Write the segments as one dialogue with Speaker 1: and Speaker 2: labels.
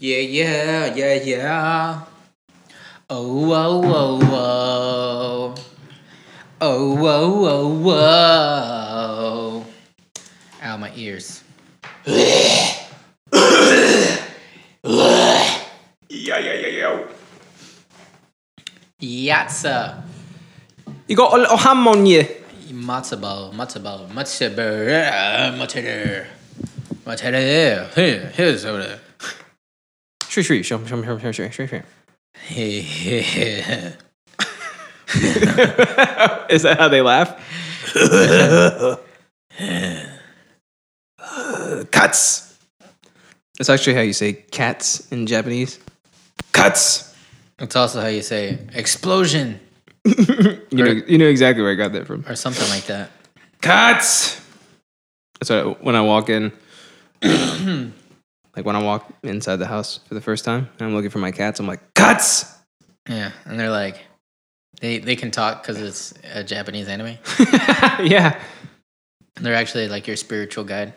Speaker 1: yeah, yeah, yeah. Oh, oh, oh, oh. Oh, oh, oh, oh. Ow, my ears.
Speaker 2: Yeah, yeah, yeah, yeah.
Speaker 1: Yatsa.
Speaker 2: You got a little ham on you.
Speaker 1: Matzo ball, matzo ball, matzo ball, matzo ball. Matzo ball. Here, here's over there.
Speaker 2: Sure, sure, sure, sure, sure, sure, sure, sure, sure.
Speaker 1: That's
Speaker 2: Is that how they laugh? cats. That's actually how you say cats in Japanese. Cats.
Speaker 1: also how you say explosion
Speaker 2: You know, you know exactly where I got that from.
Speaker 1: or something like that.
Speaker 2: Cats. That's what I, when I walk in, like when I walk inside the house for the first time, and I'm looking for my cats. I'm like cats.
Speaker 1: Yeah, and they're like, they they can talk because it's a Japanese anime.
Speaker 2: yeah.
Speaker 1: And they're actually like your spiritual guide.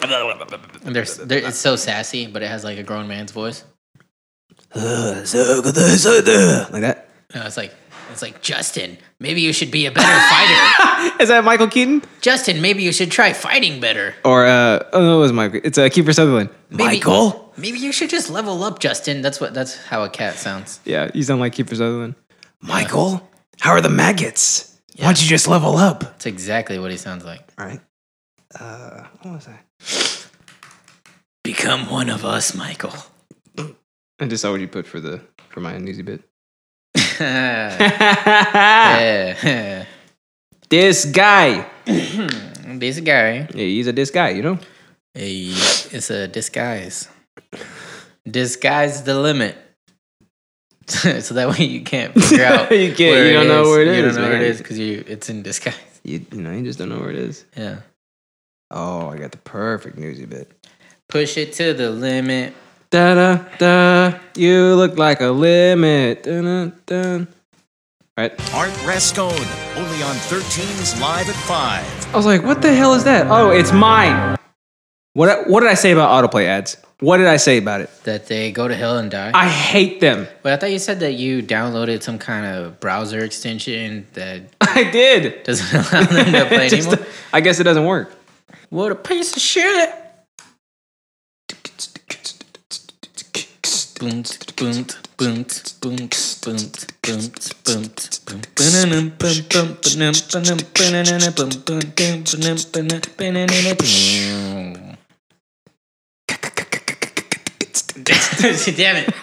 Speaker 1: And they're, s- they're it's so sassy, but it has like a grown man's voice.
Speaker 2: like that.
Speaker 1: No, it's like it's like Justin. Maybe you should be a better fighter.
Speaker 2: Is that Michael Keaton?
Speaker 1: Justin, maybe you should try fighting better.
Speaker 2: Or uh, oh no, it was Michael. It's uh, Keeper Sutherland.
Speaker 1: Maybe, Maybe you should just level up, Justin. That's what that's how a cat sounds.
Speaker 2: Yeah, you sound like Keeper Sutherland. Michael, how are the maggots? Why don't you just level up?
Speaker 1: That's exactly what he sounds like.
Speaker 2: All right. Uh, what was I?
Speaker 1: Become one of us, Michael.
Speaker 2: I just saw what you put for the for my newsy bit.
Speaker 1: yeah.
Speaker 2: this guy.
Speaker 1: This guy.
Speaker 2: Yeah, he's a this guy. You know.
Speaker 1: A, it's a disguise. Disguise the limit. so that way you can't figure out.
Speaker 2: You can't- you don't know where it
Speaker 1: You
Speaker 2: is,
Speaker 1: don't know where it
Speaker 2: man.
Speaker 1: is because you it's in disguise.
Speaker 2: You, you know, you just don't know where it is.
Speaker 1: Yeah.
Speaker 2: Oh, I got the perfect newsy bit.
Speaker 1: Push it to the limit.
Speaker 2: Da da da. You look like a limit. Dun, dun, dun. All right.
Speaker 3: Art Rascone, only on 13's Live at 5.
Speaker 2: I was like, what the hell is that? Oh, it's mine. What what did I say about autoplay ads? What did I say about it?
Speaker 1: That they go to hell and die.
Speaker 2: I hate them.
Speaker 1: Wait, I thought you said that you downloaded some kind of browser extension that
Speaker 2: I did.
Speaker 1: doesn't allow them to play
Speaker 2: Just-
Speaker 1: anymore.
Speaker 2: I guess it doesn't work.
Speaker 1: What a piece of shit. Boomt, boomt, boomt, boomt, boomt, boomt, boomt, boomt. Ba-na-num, bum, bum, ba-num, ba-num, ba-na-na-na, bum, bum, dum, ba-num, ba-na, ba-na-na-na. Damn it.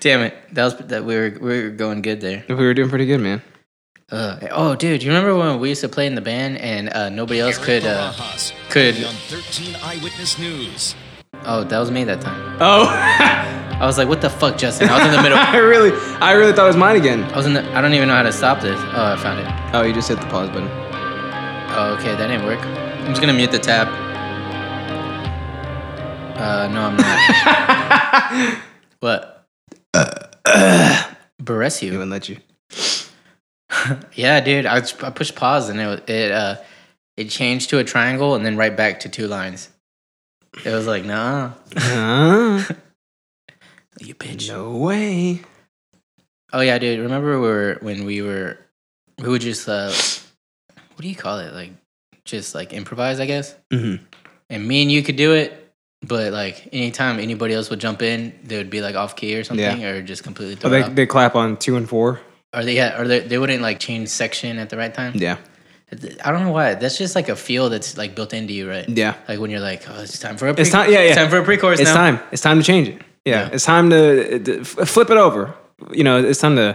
Speaker 1: Damn it. That was that we were we were going good there.
Speaker 2: We were doing pretty good, man.
Speaker 1: Uh, oh dude, you remember when we used to play in the band and uh, nobody else could uh, could-
Speaker 3: only on 13 Eyewitness News.
Speaker 1: Oh, that was me that time.
Speaker 2: Oh,
Speaker 1: I was like, "What the fuck, Justin?" I was in the middle.
Speaker 2: I really, I really thought it was mine again.
Speaker 1: I was in the. I don't even know how to stop this. Oh, I found it.
Speaker 2: Oh, you just hit the pause button.
Speaker 1: Oh, okay, that didn't work. I'm just gonna mute the tab. Uh, no, I'm not. what? Bless Uh,
Speaker 2: It
Speaker 1: you.
Speaker 2: wouldn't let you.
Speaker 1: Yeah, dude. I, was- I pushed pause and it was- it uh it changed to a triangle and then right back to two lines. It was like, nah,
Speaker 2: Ah,
Speaker 1: you bitch.
Speaker 2: no way.
Speaker 1: Oh yeah, dude. Remember we were when we were we would just uh what do you call it? Like just like improvise, I guess.
Speaker 2: Mhm.
Speaker 1: And me and you could do it, but like anytime anybody else would jump in, they would be like off key or something, or just completely
Speaker 2: Oh,
Speaker 1: throw
Speaker 2: they,
Speaker 1: it up.
Speaker 2: they clap on two and four.
Speaker 1: or they yeah, or they, they wouldn't like change section at the right time.
Speaker 2: Yeah,
Speaker 1: I don't know why. That's just like a feel that's like built into you, right?
Speaker 2: yeah.
Speaker 1: Like when you're like, oh, it's time for a pre-
Speaker 2: It's time- yeah, yeah.
Speaker 1: it's time for a pre-chorus
Speaker 2: It's
Speaker 1: now.
Speaker 2: time. It's time to change it. Yeah,
Speaker 1: Yeah.
Speaker 2: it's time to, to f- flip it over. You know, it's time to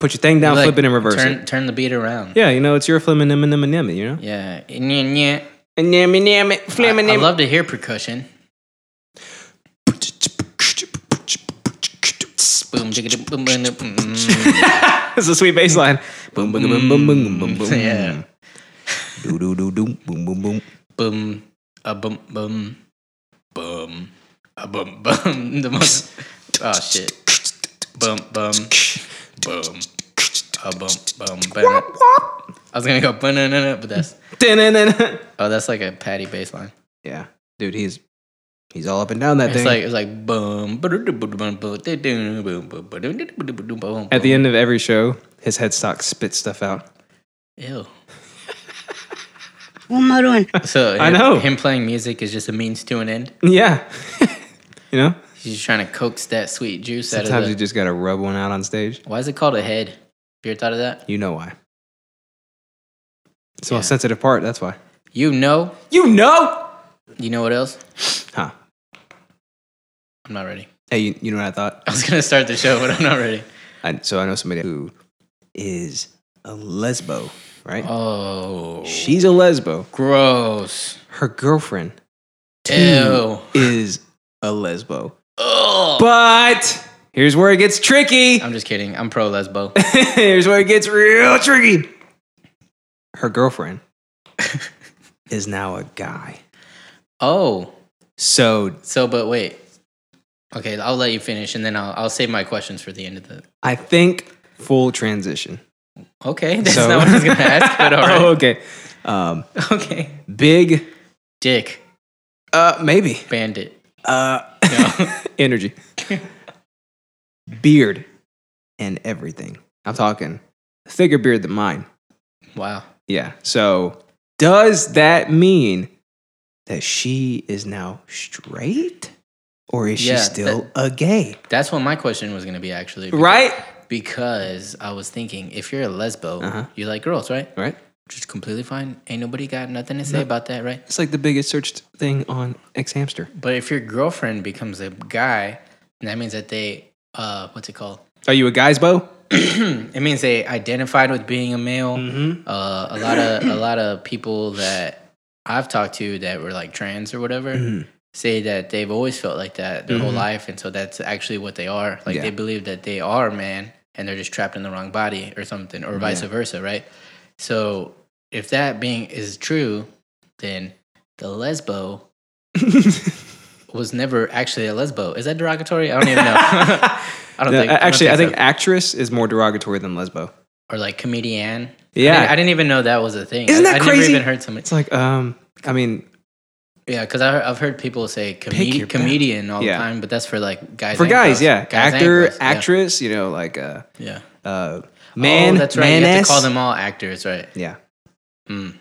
Speaker 2: put your thing down,
Speaker 1: Like,
Speaker 2: flip it, and reverse
Speaker 1: turn,
Speaker 2: it.
Speaker 1: Turn the beat around.
Speaker 2: Yeah, you know, it's your flimming and and and you know.
Speaker 1: Yeah. yeah.
Speaker 2: And yammy yammy
Speaker 1: I,
Speaker 2: flimming
Speaker 1: I love to hear percussion. Boom, jigga, boom, boom, boom, boom.
Speaker 2: It's a sweet bass line. Boom boom boom boom boom boom boom.
Speaker 1: Mm, Yeah.
Speaker 2: Do do do do boom boom boom.
Speaker 1: boom, a boom, boom, boom, a boom, boom. The most. Oh shit. Boom, boom, boom, a boom, boom. ba-na- I was gonna go banana, but that's
Speaker 2: Da-na-na-na.
Speaker 1: oh, that's like a patty bass line.
Speaker 2: Yeah, dude, he's He's all up and down that
Speaker 1: It's
Speaker 2: thing.
Speaker 1: like it's like boom. At
Speaker 2: At the end of every show, his headstock spits stuff out.
Speaker 1: Ew.
Speaker 4: What am I doing?
Speaker 1: So
Speaker 2: I
Speaker 1: him-
Speaker 2: know.
Speaker 1: him playing music is just a means to an end.
Speaker 2: Yeah. you know?
Speaker 1: He's just trying to coax that sweet juice out
Speaker 2: Sometimes
Speaker 1: of
Speaker 2: you
Speaker 1: the.
Speaker 2: just gotta rub one out on stage.
Speaker 1: Why is it called a head? Have you ever thought of that?
Speaker 2: You know why. It's the
Speaker 1: Yeah.
Speaker 2: most sensitive part, that's why.
Speaker 1: You know.
Speaker 2: You know!
Speaker 1: You know what else?
Speaker 2: Huh.
Speaker 1: I'm not ready.
Speaker 2: Hey, you, you know what I thought?
Speaker 1: I was gonna start the show, but I'm not ready.
Speaker 2: I, so I know somebody who is a lesbo, right?
Speaker 1: Oh,
Speaker 2: She's a lesbo.
Speaker 1: gross.
Speaker 2: Her girlfriend
Speaker 1: Ew.
Speaker 2: is a lesbo.
Speaker 1: Oh.
Speaker 2: But here's where it gets tricky.
Speaker 1: I'm just kidding. I'm pro lesbo.
Speaker 2: Here's where it gets real tricky. Her girlfriend is now a guy.
Speaker 1: oh.
Speaker 2: So
Speaker 1: So, but wait. Okay, I'll let you finish, and then I'll I'll save my questions for the end of the.
Speaker 2: I think full transition.
Speaker 1: Okay, that's
Speaker 2: so,
Speaker 1: not what I was gonna ask, but all right.
Speaker 2: oh, okay. Um,
Speaker 1: Okay.
Speaker 2: big,
Speaker 1: Dick
Speaker 2: uh, maybe.
Speaker 1: bandit.
Speaker 2: Uh,
Speaker 1: No.
Speaker 2: energy, beard, and everything. I'm talking thicker beard than mine.
Speaker 1: wow.
Speaker 2: Yeah. So does that mean that she is now straight? Or is
Speaker 1: Yeah,
Speaker 2: she
Speaker 1: that-
Speaker 2: still a gay?
Speaker 1: That's what my question was gonna be actually. be-
Speaker 2: Right?
Speaker 1: Because I was thinking, if you're a lesbo,
Speaker 2: Uh-huh.
Speaker 1: you like girls, right?
Speaker 2: Right.
Speaker 1: Which is completely fine. Ain't nobody got nothing to say about that, right?
Speaker 2: It's like the biggest searched thing on X Hamster.
Speaker 1: But if your girlfriend becomes a guy, then that means that they, uh, what's it called?
Speaker 2: Are you a guy's bow?
Speaker 1: it means they identified with being a male.
Speaker 2: Mm. Mm-hmm.
Speaker 1: Uh, a lot of a lot of people that I've talked to that were like trans or
Speaker 2: Mm-hmm.
Speaker 1: whatever say that they've always felt like that their whole life, and so that's actually what they are. Like
Speaker 2: Yeah.
Speaker 1: they believe that they are a man, and they're just trapped in the wrong body or something, or vice versa, right? So if that being is true, then the lesbo was never actually a lesbo. Is that derogatory? I don't even know. I don't
Speaker 2: No,
Speaker 1: think.
Speaker 2: a-
Speaker 1: don't
Speaker 2: actually, I
Speaker 1: so
Speaker 2: think actress is more derogatory than lesbo.
Speaker 1: or like comedian. I
Speaker 2: Yeah.
Speaker 1: didn't, I didn't even know that was a thing.
Speaker 2: Isn't
Speaker 1: I,
Speaker 2: that
Speaker 1: I
Speaker 2: crazy?
Speaker 1: never even heard somebody.
Speaker 2: It's like, um, I mean,
Speaker 1: Yeah, because I've heard people say
Speaker 2: your
Speaker 1: comedi- comedian all
Speaker 2: Yeah.
Speaker 1: the time, but that's for like guys.
Speaker 2: for
Speaker 1: and
Speaker 2: guys,
Speaker 1: girls.
Speaker 2: yeah,
Speaker 1: Guys and
Speaker 2: actor,
Speaker 1: girls, yeah.
Speaker 2: actress, you know, like uh,
Speaker 1: Yeah,
Speaker 2: uh, man,
Speaker 1: Oh, that's right. You have
Speaker 2: maness.
Speaker 1: to call them all actors, right?
Speaker 2: Yeah,
Speaker 1: Mm.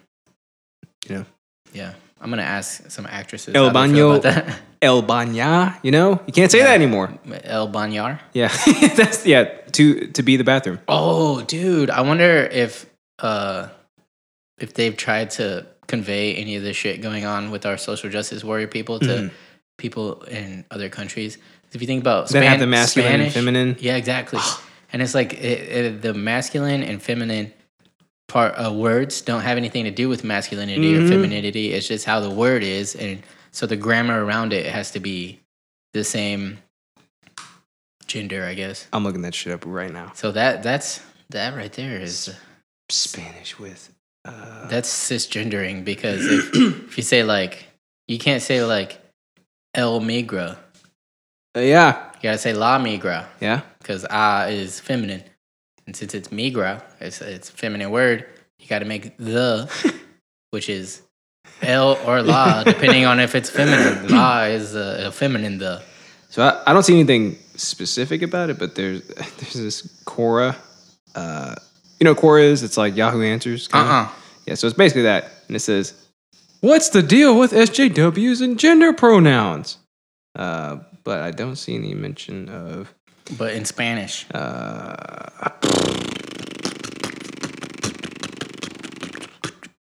Speaker 2: Yeah.
Speaker 1: yeah. I'm gonna ask some actresses.
Speaker 2: El
Speaker 1: how they feel
Speaker 2: Baño.
Speaker 1: about
Speaker 2: El Banya, you know, you can't say that anymore.
Speaker 1: that. El Banyar.
Speaker 2: Yeah, that's yeah to to be the bathroom.
Speaker 1: Oh, dude, I wonder if uh if they've tried to convey any of the shit going on with our social justice warrior people to
Speaker 2: Mm-hmm.
Speaker 1: people in other countries. If you think about
Speaker 2: That have
Speaker 1: Span-
Speaker 2: the masculine and
Speaker 1: Spanish-
Speaker 2: feminine.
Speaker 1: yeah, exactly. and it's like it, it, the masculine and feminine part uh, words don't have anything to do with masculinity or femininity. It's just how the word is, and so the grammar around it has to be the same gender, I guess.
Speaker 2: I'm looking that shit up right now.
Speaker 1: So that that's that right there is
Speaker 2: Spanish with uh,
Speaker 1: that's cisgendering because if, if you say like you can't say like el migra,
Speaker 2: yeah,
Speaker 1: you gotta say la migra
Speaker 2: yeah.
Speaker 1: because ah is feminine, and since it's migra, it's it's a feminine word. You gotta make the, which is el or la, depending on if it's feminine. La is a, a feminine the.
Speaker 2: So I, I don't see anything specific about it, but there's there's this Quora. Uh, you know what Quora is? It's like Yahoo Answers.
Speaker 1: Uh
Speaker 2: kinda?
Speaker 1: uh
Speaker 2: Yeah, so it's basically that. And it says, What's the deal with SJWs and gender pronouns? Uh, but I don't see any mention of.
Speaker 1: But in Spanish,
Speaker 2: Uh,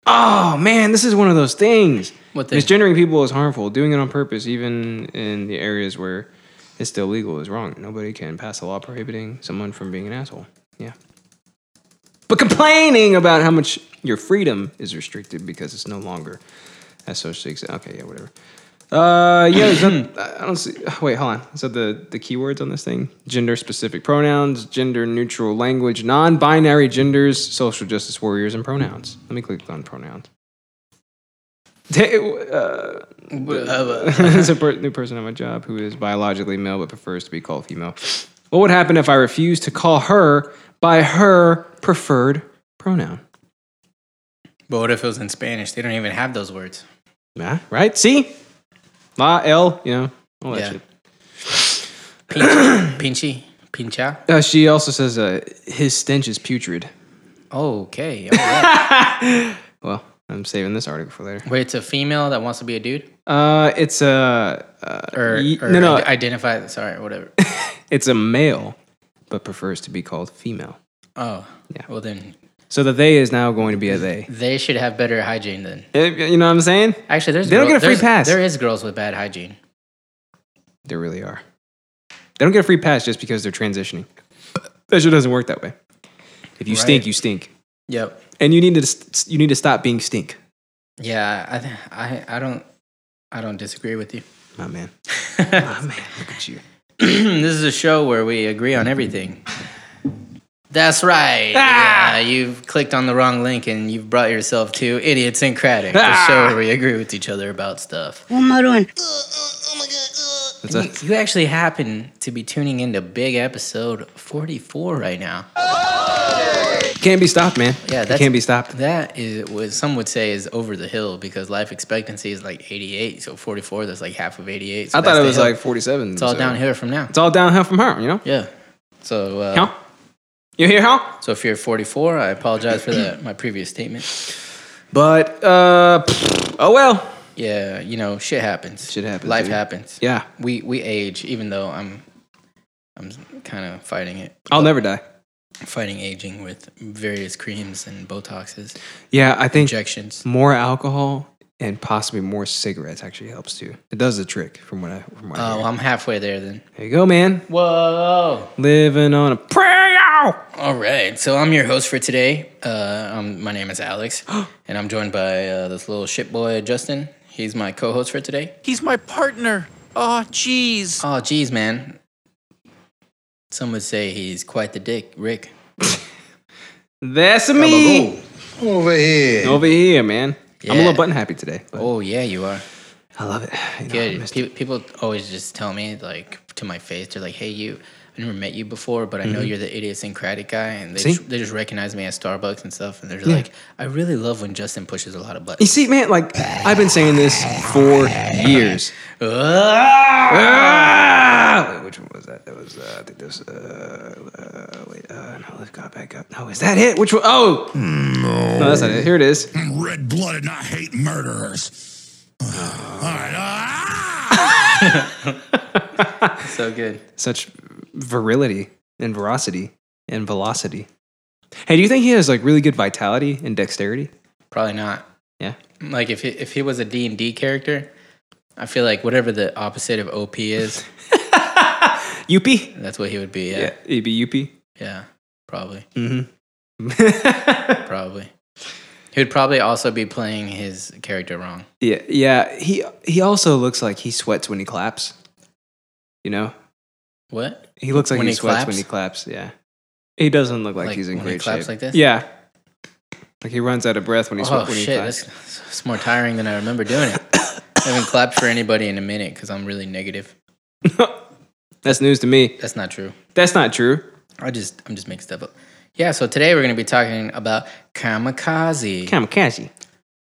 Speaker 2: Oh man, this is one of those things.
Speaker 1: what the
Speaker 2: Misgendering people is harmful. Doing it on purpose, even in the areas where it's still legal, is wrong. Nobody can pass a law prohibiting someone from being an asshole. Yeah. But complaining about how much your freedom is restricted because it's no longer as socially acceptable. Okay, yeah, whatever. Uh, yeah, is that, I don't see. uh, Wait, hold on. So the the keywords on this thing: gender specific pronouns, gender neutral language, non binary genders, social justice warriors, and pronouns. Let me click on pronouns. Ta- uh, there's a per- new person at my job who is biologically male but prefers to be called female. What would happen if I refused to call her by her preferred pronoun?
Speaker 1: but what if it was in Spanish? They don't even have those words.
Speaker 2: Yeah, right? See? La L, you know, all that
Speaker 1: Yeah.
Speaker 2: shit.
Speaker 1: Pinchy. Pincha.
Speaker 2: Uh, she also says uh, his stench is putrid.
Speaker 1: Okay. all right.
Speaker 2: Well, I'm saving this article for later.
Speaker 1: Wait, it's a female that wants to be a dude?
Speaker 2: Uh, it's a uh,
Speaker 1: Or,
Speaker 2: y-
Speaker 1: or
Speaker 2: no, no,
Speaker 1: ide- identify. Sorry, whatever.
Speaker 2: it's a male, but prefers to be called female.
Speaker 1: Oh.
Speaker 2: Yeah.
Speaker 1: Well, then
Speaker 2: So the they is now going to be a they.
Speaker 1: they should have better hygiene then.
Speaker 2: Eh, You know what I'm saying?
Speaker 1: Actually, there's
Speaker 2: They don't
Speaker 1: girl-
Speaker 2: get a free
Speaker 1: there's-
Speaker 2: pass.
Speaker 1: There is girls with bad hygiene.
Speaker 2: They really are. They don't get a free pass just because they're transitioning. That shit doesn't work that way. If you stink,
Speaker 1: Right.
Speaker 2: you stink,
Speaker 1: Yep.
Speaker 2: and you need to st- you need to stop being stink,
Speaker 1: Yeah. I th- I I don't I don't disagree with you.
Speaker 2: my man.
Speaker 1: this
Speaker 2: My man, look at you.
Speaker 1: is a show where we agree on everything. That's right.
Speaker 2: Ah!
Speaker 1: Yeah, you've clicked on the wrong link and you've brought yourself to Idiosyncratic,
Speaker 2: Ah!
Speaker 1: the show where we agree with each other about stuff.
Speaker 2: That's
Speaker 1: You,
Speaker 2: a,
Speaker 1: you actually happen to be tuning into big episode 44 right now.
Speaker 2: can't be stopped, man.
Speaker 1: Yeah,
Speaker 2: It
Speaker 1: that's-
Speaker 2: can't be stopped.
Speaker 1: That is what some would say is over the hill because life expectancy is like 88, so 44, that's like half of 88. so
Speaker 2: I thought
Speaker 1: that's
Speaker 2: it
Speaker 1: the
Speaker 2: was
Speaker 1: hill.
Speaker 2: like 47.
Speaker 1: It's all
Speaker 2: so-
Speaker 1: downhill from now.
Speaker 2: It's all downhill from her, you know?
Speaker 1: Yeah. So, uh,
Speaker 2: How? You hear how?
Speaker 1: so if you're 44, I apologize for that my previous statement.
Speaker 2: But uh, pfft, oh well.
Speaker 1: Yeah, you know, shit happens.
Speaker 2: Shit happens,
Speaker 1: Life
Speaker 2: dude.
Speaker 1: happens.
Speaker 2: Yeah,
Speaker 1: We we age, even though I'm I'm kind of fighting it,
Speaker 2: I'll never die.
Speaker 1: fighting aging with various creams and Botoxes,
Speaker 2: Yeah, I think
Speaker 1: injections.
Speaker 2: more alcohol and possibly more cigarettes actually helps too. It does the trick, from what I. From what I
Speaker 1: Oh,
Speaker 2: hear.
Speaker 1: I'm halfway there then.
Speaker 2: There you go, man.
Speaker 1: Whoa!
Speaker 2: Living on a prayer.
Speaker 1: All right, so I'm your host for today. Uh, um, my name is Alex, and I'm joined by uh, this little shit boy Justin. He's my co-host for today.
Speaker 4: He's my partner. Oh, jeez.
Speaker 1: Oh, geez, man. Some would say he's quite the dick, Rick.
Speaker 2: That's me
Speaker 5: Over here.
Speaker 2: over here, man. I'm a
Speaker 1: Yeah.
Speaker 2: little button happy today. but
Speaker 1: Oh yeah, you are.
Speaker 2: I love it. You know, I
Speaker 1: Good.
Speaker 2: missed it.
Speaker 1: Pe- people always just tell me, like, to my face, they're like, hey, you, I never met you before, but I know you're the idiosyncratic guy. And they,
Speaker 2: Mm-hmm. See?
Speaker 1: just, they just recognize me at Starbucks and stuff. And they're
Speaker 2: Yeah.
Speaker 1: like, I really love when Justin pushes a lot of
Speaker 2: You
Speaker 1: buttons.
Speaker 2: see, man, like I've been saying this for years.
Speaker 1: Ah!
Speaker 2: Ah! Wait, which one was that? That was uh, I think this. Uh, uh, wait, uh, no, let's go back up. No, is that it? Which one? Oh, no, that's not it. Here it is.
Speaker 6: red blooded and I hate murderers. All right. Ah!
Speaker 1: so good.
Speaker 2: Such virility and veracity and velocity. Hey, do you think he has like really good vitality and dexterity?
Speaker 1: Probably not.
Speaker 2: Yeah.
Speaker 1: Like, if he, if he was a D&D character, I feel like whatever the opposite of OP is,
Speaker 2: Yuppie.
Speaker 1: that's what he would be.
Speaker 2: Yeah,
Speaker 1: Yeah.
Speaker 2: he'd be Yuppie.
Speaker 1: Yeah. probably.
Speaker 2: Mm-hmm.
Speaker 1: Probably. He would probably also be playing his character wrong.
Speaker 2: yeah, yeah. He he also looks like he sweats when he claps. You know,
Speaker 1: What?
Speaker 2: He looks like
Speaker 1: When
Speaker 2: he,
Speaker 1: he
Speaker 2: sweats
Speaker 1: claps?
Speaker 2: when he claps. Yeah, he doesn't look like,
Speaker 1: Like,
Speaker 2: he's in
Speaker 1: when he
Speaker 2: great
Speaker 1: claps
Speaker 2: shape.
Speaker 1: like this?
Speaker 2: Yeah, like he runs out of breath when he
Speaker 1: Oh
Speaker 2: sweats. When he
Speaker 1: shit,
Speaker 2: claps.
Speaker 1: that's, that's more tiring than I remember doing it. I haven't clapped for anybody in a minute because I'm really negative.
Speaker 2: That's news to me.
Speaker 1: That's not true.
Speaker 2: That's not true.
Speaker 1: I just I'm just making stuff up. Yeah, so today we're gonna be talking about kamikaze,
Speaker 2: Kamikaze.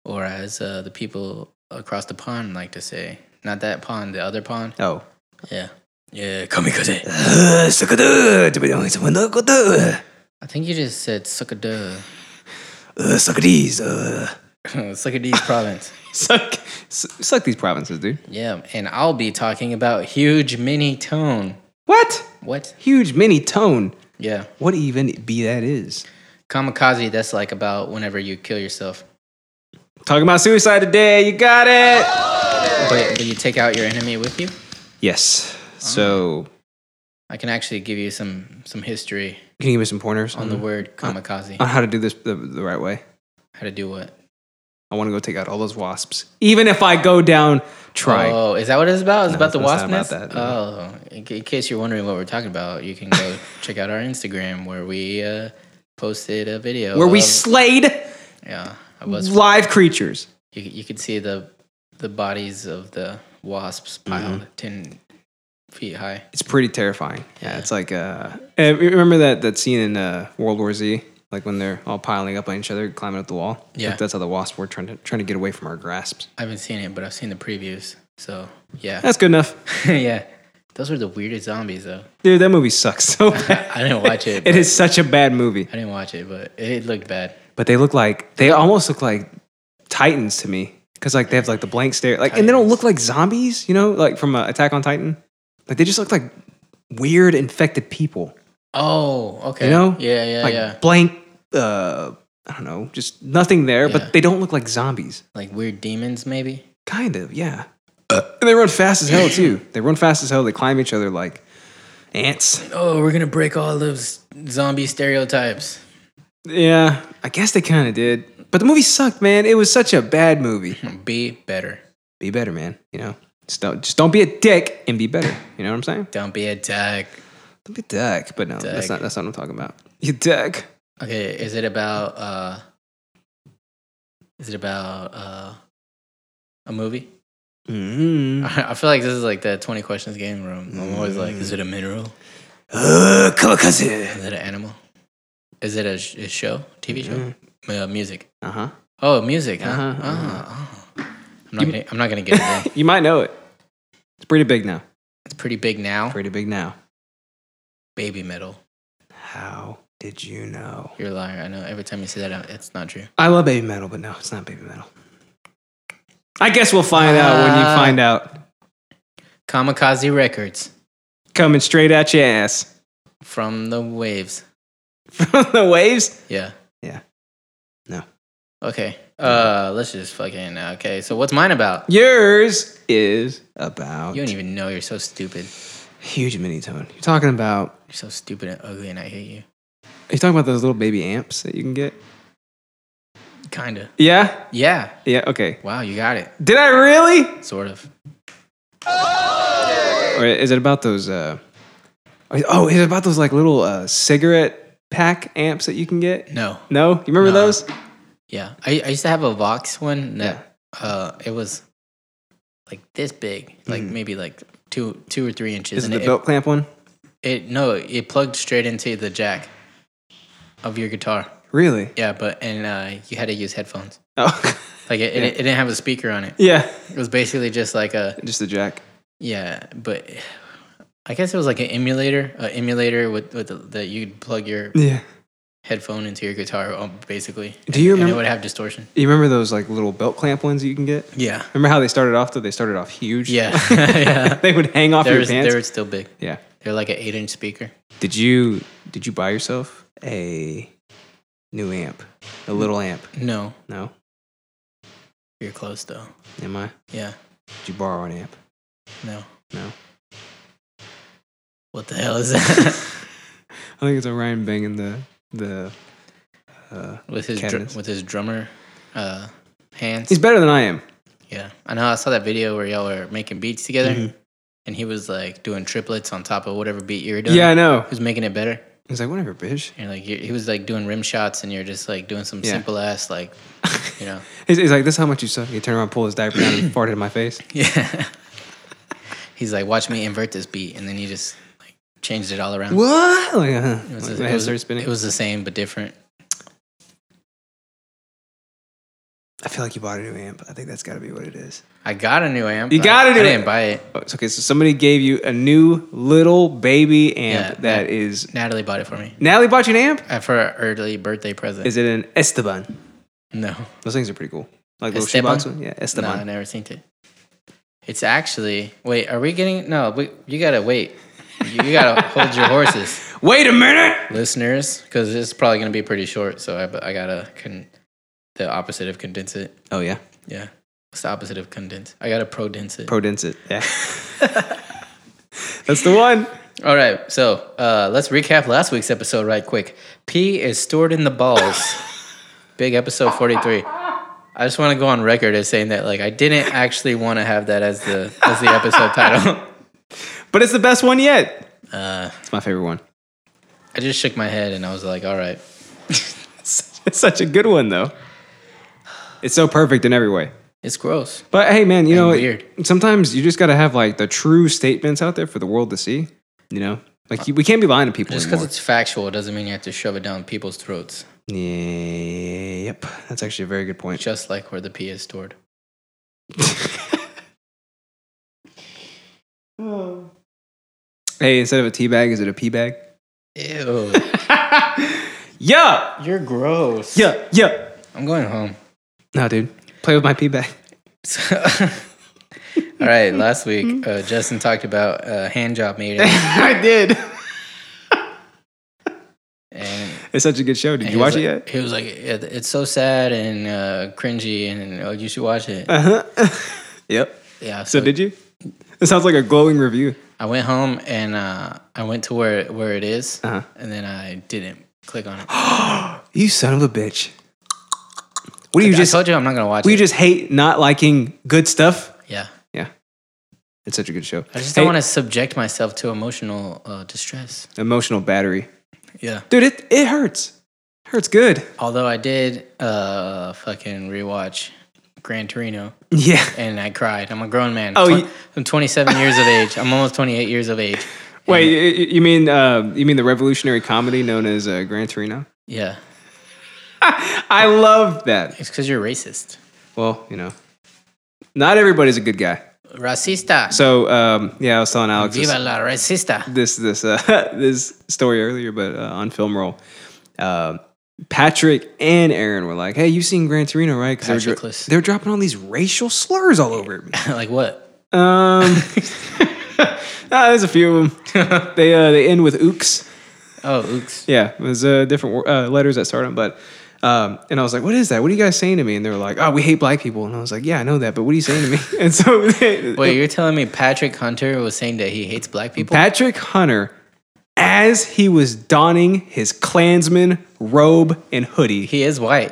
Speaker 1: or as uh, the people across the pond like to say, not that pond, the other pond.
Speaker 2: Oh.
Speaker 1: Yeah, yeah, kamikaze.
Speaker 2: Uh, Suckadies.
Speaker 1: I think you just said sucker duh,
Speaker 2: uh,
Speaker 1: sucker D's province.
Speaker 2: Suck. s- Suck these provinces, dude.
Speaker 1: Yeah, and I'll be talking about huge mini tone.
Speaker 2: What?
Speaker 1: What?
Speaker 2: Huge mini tone.
Speaker 1: Yeah,
Speaker 2: What even be that is?
Speaker 1: kamikaze. That's like about whenever you kill yourself.
Speaker 2: Talking about suicide today. You got it.
Speaker 1: But, but you take out your enemy with you.
Speaker 2: Yes. So,
Speaker 1: I can actually give you some some history
Speaker 2: can you give me some pointers
Speaker 1: on the word kamikaze.
Speaker 2: on how to do this the, the right way?
Speaker 1: How to do what?
Speaker 2: I want to go take out all those wasps. Even if I go down, try.
Speaker 1: Oh, is that what it's about? It's
Speaker 2: No,
Speaker 1: about
Speaker 2: it's
Speaker 1: the
Speaker 2: not
Speaker 1: wasp
Speaker 2: about
Speaker 1: nest.
Speaker 2: that,
Speaker 1: Oh, in, in case you're wondering what we're talking about, you can go check out our Instagram where we uh, posted a video.
Speaker 2: Where we
Speaker 1: of-
Speaker 2: slayed
Speaker 1: yeah, I was.
Speaker 2: live creatures.
Speaker 1: You, you could see the the bodies of the wasps piled
Speaker 2: Mm-hmm.
Speaker 1: ten feet high.
Speaker 2: It's pretty terrifying. Yeah,
Speaker 1: Yeah.
Speaker 2: it's like uh, eh, you remember that that scene in uh, World War Z, like when they're all piling up on each other, climbing up the wall.
Speaker 1: Yeah.
Speaker 2: Like, that's how the wasps were trying to trying to get away from our grasps.
Speaker 1: I haven't seen it, but I've seen the previews. So yeah,
Speaker 2: That's good enough.
Speaker 1: yeah. Those were the weirdest zombies though.
Speaker 2: Dude, that movie sucks so bad.
Speaker 1: I didn't watch it.
Speaker 2: it is such a bad movie.
Speaker 1: I didn't watch it, but it looked bad.
Speaker 2: But they look like they almost look like titans to me because like they have like the blank stare, like, and they don't look like zombies, you know, like from uh, Attack on Titan. Like they just look like weird infected people,
Speaker 1: Oh, okay.
Speaker 2: you know?
Speaker 1: Yeah, yeah,
Speaker 2: like
Speaker 1: yeah.
Speaker 2: Blank. Uh, I don't know, just nothing there,
Speaker 1: Yeah.
Speaker 2: but they don't look like zombies.
Speaker 1: Like weird demons, maybe.
Speaker 2: Kind of, yeah. and they run fast as hell too. They run fast as hell. They climb each other like ants.
Speaker 1: Oh, we're gonna break all those zombie stereotypes.
Speaker 2: Yeah, I guess they kind of did. But the movie sucked, man. It was such a bad movie.
Speaker 1: Be better.
Speaker 2: Be better, man. You know, just don't just don't be a dick and be better. You know what I'm saying?
Speaker 1: Don't be a dick.
Speaker 2: Don't be a dick. But no, that's
Speaker 1: Dick.
Speaker 2: not that's not what I'm talking about. You dick.
Speaker 1: Okay, is it about uh is it about uh a movie?
Speaker 2: Mm.
Speaker 1: I feel like this is like the 20 questions game room. I'm always like, is it a mineral?
Speaker 2: Uh, kamikaze.
Speaker 1: Is it an animal? Is it a, sh- a show? TV show? Uh, music.
Speaker 2: Uh huh.
Speaker 1: Oh, music. Huh?
Speaker 2: Uh-huh, uh-huh.
Speaker 1: Oh, oh. I'm not gonna, I'm not gonna get it. in.
Speaker 2: You might know it. It's pretty big now.
Speaker 1: It's pretty big now.
Speaker 2: Pretty big now.
Speaker 1: Baby metal.
Speaker 2: How did you know?
Speaker 1: You're a liar. I know. Every time you say that, I- it's not true.
Speaker 2: I love baby metal, but no, it's not baby metal. I guess we'll find out when you
Speaker 1: Ah.
Speaker 2: find out.
Speaker 1: Kamikaze Records
Speaker 2: Coming straight at your ass
Speaker 1: from the waves.
Speaker 2: from the waves.
Speaker 1: Yeah.
Speaker 2: Yeah. No.
Speaker 1: Okay. Uh, let's just fucking. Okay. So what's mine about?
Speaker 2: Yours is about
Speaker 1: You don't even know. You're so stupid.
Speaker 2: huge mini tone. You're talking about
Speaker 1: You're so stupid and ugly, and I hate you.
Speaker 2: you're talking about those little baby amps that you can get.
Speaker 1: Kinda.
Speaker 2: Yeah,
Speaker 1: Yeah.
Speaker 2: yeah, okay.
Speaker 1: Wow. You got it.
Speaker 2: Did I really?
Speaker 1: Sort of.
Speaker 2: Or is it about those? Uh, oh, is it about those like little uh, cigarette pack amps that you can get?
Speaker 1: No.
Speaker 2: No, you remember
Speaker 1: No.
Speaker 2: those?
Speaker 1: Yeah. I, I used to have a Vox one that uh it was like this big, like maybe like two two or three inches.
Speaker 2: Mm. Is it
Speaker 1: and
Speaker 2: the
Speaker 1: it,
Speaker 2: belt clamp one?
Speaker 1: it no, it plugged straight into the jack of your guitar.
Speaker 2: Really?
Speaker 1: Yeah, but and uh, you had to use headphones.
Speaker 2: Oh,
Speaker 1: Like it, it, it didn't have a speaker on it.
Speaker 2: yeah,
Speaker 1: It was basically just like a
Speaker 2: just the jack.
Speaker 1: yeah, but I guess it was like an emulator, an emulator with with the, that you'd plug your
Speaker 2: Yeah.
Speaker 1: headphone into your guitar, um, basically.
Speaker 2: Do you
Speaker 1: And it
Speaker 2: remember?
Speaker 1: would have distortion.
Speaker 2: you remember those like little belt clamp ones that you can get?
Speaker 1: Yeah,
Speaker 2: Remember how they started off? Though they started off huge.
Speaker 1: Yeah. Yeah.
Speaker 2: they would hang off
Speaker 1: they
Speaker 2: your
Speaker 1: were, they
Speaker 2: pants.
Speaker 1: were still big.
Speaker 2: yeah.
Speaker 1: They're like an eight inch speaker.
Speaker 2: Did you did you buy yourself a new amp? A little amp?
Speaker 1: No,
Speaker 2: No.
Speaker 1: you're close though.
Speaker 2: Am I?
Speaker 1: Yeah,
Speaker 2: Did you borrow an amp?
Speaker 1: no.
Speaker 2: No.
Speaker 1: What the hell is that?
Speaker 2: I think it's Orion banging the the. Uh,
Speaker 1: with his dr-
Speaker 2: Cabinets.
Speaker 1: with his drummer uh, hands.
Speaker 2: he's better than I am.
Speaker 1: yeah, I know. I saw that video where y'all were making beats together,
Speaker 2: Mm-hmm.
Speaker 1: and he was like doing triplets on top of whatever beat you were doing.
Speaker 2: Yeah, I know.
Speaker 1: he was making it better.
Speaker 2: He's like whatever, bitch.
Speaker 1: And like you he was like doing rim shots, and you're just like doing some
Speaker 2: Yeah.
Speaker 1: simple ass like, you know,
Speaker 2: He's, he's like this. How much you suck? He turned around, pulled his diaper down, and farted in my face.
Speaker 1: yeah. He's like, watch me invert this beat, and then he just like changed it all around.
Speaker 2: What? Like, uh,
Speaker 1: It was,
Speaker 2: like,
Speaker 1: it
Speaker 2: my head
Speaker 1: was-
Speaker 2: started spinning.
Speaker 1: it was the same but different.
Speaker 2: I feel like you bought a new amp. I think that's got to be what it is.
Speaker 1: I got a new amp.
Speaker 2: You got
Speaker 1: I,
Speaker 2: a new
Speaker 1: I didn't
Speaker 2: amp.
Speaker 1: buy it.
Speaker 2: Oh, it's okay, so somebody gave you a new little baby
Speaker 1: Yeah,
Speaker 2: amp that is.
Speaker 1: Natalie bought it for me
Speaker 2: Natalie bought you an amp.
Speaker 1: uh, for an early birthday present.
Speaker 2: Is it an Esteban?
Speaker 1: no,
Speaker 2: Those things are pretty cool. Like little
Speaker 1: Esteban?
Speaker 2: shoebox one. Yeah,
Speaker 1: no, I
Speaker 2: Esteban.
Speaker 1: never seen it. It's actually wait. Are we getting no? We, you gotta wait. You, you gotta hold your horses,
Speaker 2: Wait a minute.
Speaker 1: listeners, because it's probably gonna be pretty short. So I, I gotta con, the opposite of condense it.
Speaker 2: Oh yeah,
Speaker 1: Yeah, what's the opposite of condense? I gotta prodense it.
Speaker 2: prodense it. Yeah. That's the one.
Speaker 1: All right, so uh, let's recap last week's episode right quick. P is stored in the balls. Big episode 43. I just want to go on record as saying that like I didn't actually want to have that as the as the episode title.
Speaker 2: But it's the best one yet.
Speaker 1: Uh,
Speaker 2: it's my favorite one.
Speaker 1: I just shook my head and I was like, all right.
Speaker 2: It's such a good one though. It's so perfect in every way.
Speaker 1: It's gross.
Speaker 2: But hey, man, you know,
Speaker 1: weird.
Speaker 2: sometimes you just got to have like the true statements out there for the world to see. You know, like you, we can't be lying to people
Speaker 1: Just because
Speaker 2: anymore.
Speaker 1: it's factual doesn't mean you have to shove it down people's throats.
Speaker 2: yep, that's actually a very good point.
Speaker 1: Just like where the P is stored.
Speaker 2: Hey, instead of a tea bag, is it a pee bag?
Speaker 1: Ew.
Speaker 2: Yeah,
Speaker 1: You're gross.
Speaker 2: yeah, yeah.
Speaker 1: I'm going home.
Speaker 2: No, dude, play with my pee bag.
Speaker 1: All right, last week, uh, Justin talked about uh, hand job meeting.
Speaker 2: I did.
Speaker 1: And
Speaker 2: It's such a good show. Did
Speaker 1: he
Speaker 2: you
Speaker 1: was
Speaker 2: watch it
Speaker 1: like-
Speaker 2: yet?
Speaker 1: He was like, "It- it's so sad and uh, cringy, and oh, you should watch it.
Speaker 2: Uh huh. yep.
Speaker 1: Yeah.
Speaker 2: So did you? It sounds like a glowing review.
Speaker 1: I went home and uh, I went to where where it is,
Speaker 2: Uh-huh.
Speaker 1: and then I didn't click on it.
Speaker 2: You son of a bitch. What do you
Speaker 1: I
Speaker 2: just?
Speaker 1: told you I'm not gonna watch
Speaker 2: We
Speaker 1: it.
Speaker 2: just hate not liking good stuff.
Speaker 1: yeah.
Speaker 2: Yeah, it's such a good show.
Speaker 1: I just don't want to subject myself to emotional uh, distress.
Speaker 2: to emotional battery,
Speaker 1: Yeah.
Speaker 2: dude. It it hurts. Hurts good.
Speaker 1: Although I did uh, fucking rewatch Gran Torino
Speaker 2: Yeah.
Speaker 1: and I cried. I'm a grown man.
Speaker 2: Oh,
Speaker 1: Twen-
Speaker 2: you-
Speaker 1: I'm 27 years of age. I'm almost 28 years of age.
Speaker 2: Wait, you, you mean uh, you mean the revolutionary comedy known as uh, Gran Torino?
Speaker 1: Yeah.
Speaker 2: I love that.
Speaker 1: It's because you're racist.
Speaker 2: Well, you know, not everybody's a good guy.
Speaker 1: Racista.
Speaker 2: So um, yeah, I was telling Alex this
Speaker 1: Viva la racista.
Speaker 2: this this, uh, this story earlier, but uh, on film roll, uh, Patrick and Aaron were like, "Hey, you've seen Gran Torino, right?" Because they're,
Speaker 1: Patrickless.
Speaker 2: they're dropping all these racial slurs all over me.
Speaker 1: like what?
Speaker 2: Um, ah, there's a few of them. they uh, they end with ooks.
Speaker 1: Oh, oops.
Speaker 2: Yeah, it was uh, different wor- uh, letters that start on, but. Um, and I was like, "What is that? What are you guys saying to me?" And they were like, "Oh, we hate black people." And I was like, "Yeah, I know that, but what are you saying to me?" And so, they,
Speaker 1: Wait, you're telling me Patrick Hunter was saying that he hates black people?
Speaker 2: Patrick Hunter, as he was donning his Klansman robe and hoodie,
Speaker 1: he is white.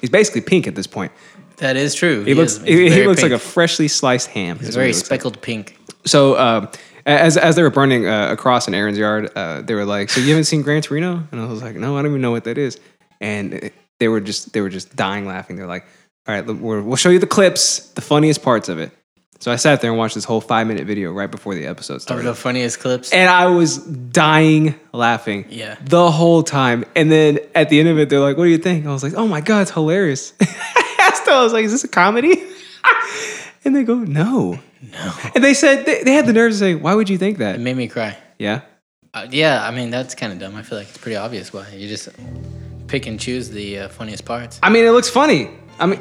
Speaker 2: he's basically pink at this point.
Speaker 1: That is true.
Speaker 2: He, looks
Speaker 1: is, he's
Speaker 2: he, he
Speaker 1: very
Speaker 2: looks like
Speaker 1: pink.
Speaker 2: a freshly sliced ham.
Speaker 1: He's
Speaker 2: is what
Speaker 1: very
Speaker 2: he looks like.
Speaker 1: speckled pink.
Speaker 2: So um, as as they were burning uh, across in Aaron's yard, uh, they were like, "So you haven't seen Gran Torino?" And I was like, "No, I don't even know what that is." And it- they were just they were just dying laughing. They're like, "All right, look, we're, we'll show you the clips, the funniest parts of it." So I sat there and watched this whole five minute video right before the episode started.
Speaker 1: Of the funniest clips.
Speaker 2: and I was dying laughing
Speaker 1: Yeah.
Speaker 2: the whole time. And then at the end of it, they're like, "What do you think?" I was like, "Oh my god, it's hilarious." I asked them, I was like, "Is this a comedy?" and they go, "No, no." And they said they, they had the nerve to say, "Why would you
Speaker 1: it
Speaker 2: think that?"
Speaker 1: made me cry.
Speaker 2: Yeah,
Speaker 1: Uh, yeah, I mean that's kind of dumb. I feel like it's pretty obvious why you just pick and choose the uh, funniest parts.
Speaker 2: I mean, it looks funny. I mean,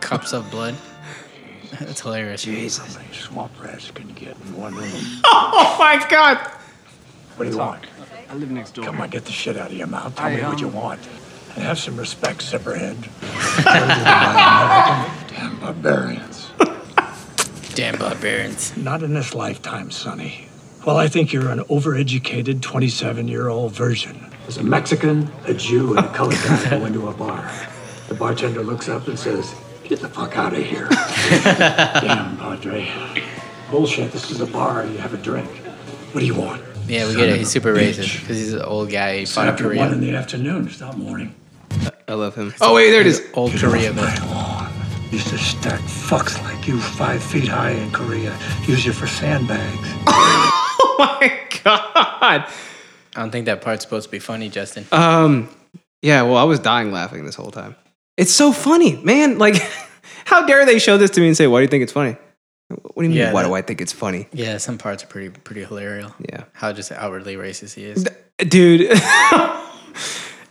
Speaker 1: Cups of blood. That's hilarious.
Speaker 5: Swamp rats can get in one room.
Speaker 2: oh my god,
Speaker 5: What do you want? I live next door. um, Come on, get the shit out of your mouth. Tell me what you want. And have some respect, Zipperhead. Damn barbarians.
Speaker 1: Damn barbarians.
Speaker 5: Not in this lifetime, Sonny. Well, I think you're an overeducated 27 year old virgin. There's a Mexican, a Jew, and a colored guy go into a bar. The bartender looks up and says, Get the fuck out of here. Damn, Padre. Bullshit, this is a bar. You have a drink. What do you want?
Speaker 1: Yeah, we
Speaker 5: Son
Speaker 1: get it.
Speaker 5: of a
Speaker 1: He's super
Speaker 5: bitch.
Speaker 1: racist because he's an old guy. He
Speaker 5: It's
Speaker 1: fought in
Speaker 5: after one
Speaker 1: Korea.
Speaker 5: in the afternoon. It's not morning.
Speaker 2: I love him. Oh wait, there it is.
Speaker 1: Old Korea man.
Speaker 5: lawn. Used to stack fucks like you five feet high in Korea. Use you for sandbags.
Speaker 2: Oh my god.
Speaker 1: I don't think that part's supposed to be funny, Justin.
Speaker 5: Uh.
Speaker 2: Um, yeah, well, I was dying laughing this whole time. It's so funny, man. Like, how dare they show this to me and say, "Why do you think it's funny?" What do you mean?
Speaker 1: Yeah,
Speaker 2: why
Speaker 1: that-
Speaker 2: do I think it's funny?
Speaker 1: yeah, some parts are pretty pretty hilarious.
Speaker 2: Yeah,
Speaker 1: How just outwardly racist he is.
Speaker 2: dude.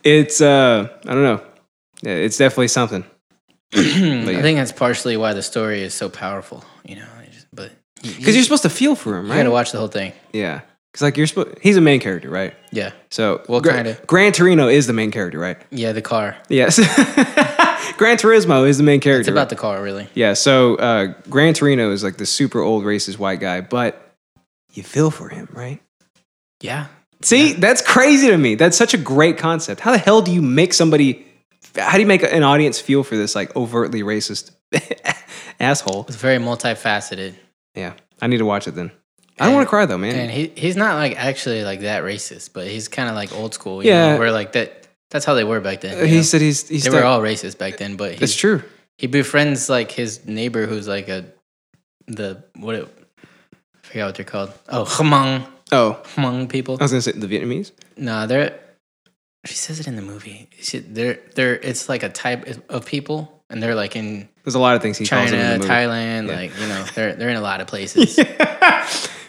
Speaker 2: it's uh, I don't know. Yeah, it's definitely something.
Speaker 1: I think that's partially why the story is so powerful. You know, I just- but you, you,
Speaker 2: Because you're supposed to feel for him,
Speaker 1: you got
Speaker 2: right?
Speaker 1: to watch the whole thing.
Speaker 2: yeah, because like you're supposed. He's a main character, right?
Speaker 1: Yeah,
Speaker 2: So
Speaker 1: Well,
Speaker 2: Gra-
Speaker 1: kinda.
Speaker 2: Gran Torino is the main character, right?
Speaker 1: yeah. The car.
Speaker 2: Yes. Gran Turismo is the main character.
Speaker 1: It's
Speaker 2: right?
Speaker 1: about the car, really.
Speaker 2: Yeah, so uh, Gran Torino is like the super old racist white guy, but you feel for him, right?
Speaker 1: Yeah.
Speaker 2: See, that's crazy to me. That's such a great concept. How the hell do you make somebody? How do you make an audience feel for this like overtly racist asshole?
Speaker 1: It's very multifaceted.
Speaker 2: Yeah, I need to watch it then. I don't want to cry though, man.
Speaker 1: And he he's not like actually like that racist, but he's kind of like old school. You
Speaker 2: Yeah.
Speaker 1: know, where like that. That's how they were back then.
Speaker 2: Uh,
Speaker 1: you
Speaker 2: he
Speaker 1: know?
Speaker 2: said he's he's
Speaker 1: they
Speaker 2: stuck-
Speaker 1: were all racist back then, but
Speaker 2: It's
Speaker 1: he's,
Speaker 2: true.
Speaker 1: he befriends like his neighbor who's like a the what it, I forgot what they're called. Oh, Hmong
Speaker 2: Oh,
Speaker 1: Hmong people.
Speaker 2: I was gonna say the Vietnamese.
Speaker 1: No, they're. She says it in the movie. She, they're they're. It's like a type of people, and and they're like in
Speaker 2: There's a lot of things he calls him in
Speaker 1: China,
Speaker 2: the movie.
Speaker 1: Thailand, like you know, they're they're in a lot of places.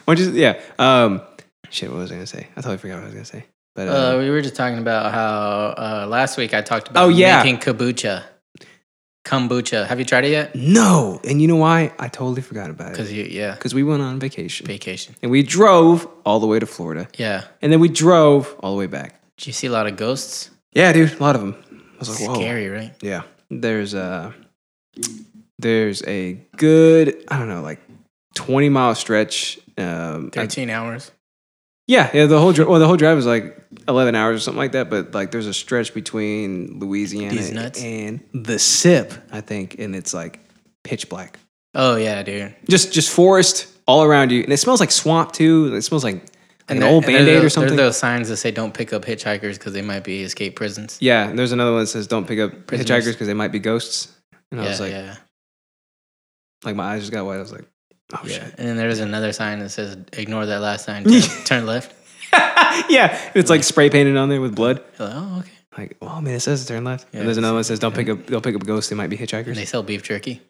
Speaker 2: Which is yeah. Um, shit, what was I gonna say? I totally forgot what I was gonna say. But uh,
Speaker 1: Uh, we were just talking about how uh, last week I talked about
Speaker 2: Oh, yeah.
Speaker 1: making kombucha. Kombucha. Have you tried it yet?
Speaker 2: no, and you know why? I totally forgot about it
Speaker 1: Because you, yeah,
Speaker 2: because we went on vacation
Speaker 1: vacation.
Speaker 2: and we drove all the way to Florida
Speaker 1: Yeah.
Speaker 2: and then we drove all the way back.
Speaker 1: Do you see a lot of ghosts?
Speaker 2: Yeah, dude, a lot of them. I was like, whoa,
Speaker 1: Scary, right?
Speaker 2: yeah. There's a there's a good I don't know like twenty mile stretch. Um, I-
Speaker 1: Thirteen hours.
Speaker 2: Yeah, yeah. The whole dri- well, the whole drive is like eleven hours or something like that. But like, there's a stretch between Louisiana
Speaker 1: These nuts.
Speaker 2: and the Sip, I think, and it's like pitch black,
Speaker 1: Oh yeah, dude.
Speaker 2: just just forest all around you, and it smells like swamp too. and It smells like an
Speaker 1: there-
Speaker 2: old
Speaker 1: and there are
Speaker 2: band aid or
Speaker 1: those-
Speaker 2: something.
Speaker 1: There are those signs that say don't pick up hitchhikers because they might be escape prisons.
Speaker 2: yeah, and there's another one that says don't pick up
Speaker 1: Prisoners.
Speaker 2: hitchhikers because they might be ghosts. And I
Speaker 1: yeah,
Speaker 2: was like,
Speaker 1: yeah,
Speaker 2: like my eyes just got wide. I was like, oh
Speaker 1: yeah.
Speaker 2: shit.
Speaker 1: And then there's another sign that says ignore that last sign. Turn, turn left.
Speaker 2: yeah, and it's like spray painted on there with blood.
Speaker 1: You're like, oh okay.
Speaker 2: Like, well, I mean, it says to turn left.
Speaker 1: Yeah,
Speaker 2: and there's
Speaker 1: it's-
Speaker 2: another one that says don't pick up, don't pick up ghosts. They might be hitchhikers.
Speaker 1: And they sell beef jerky.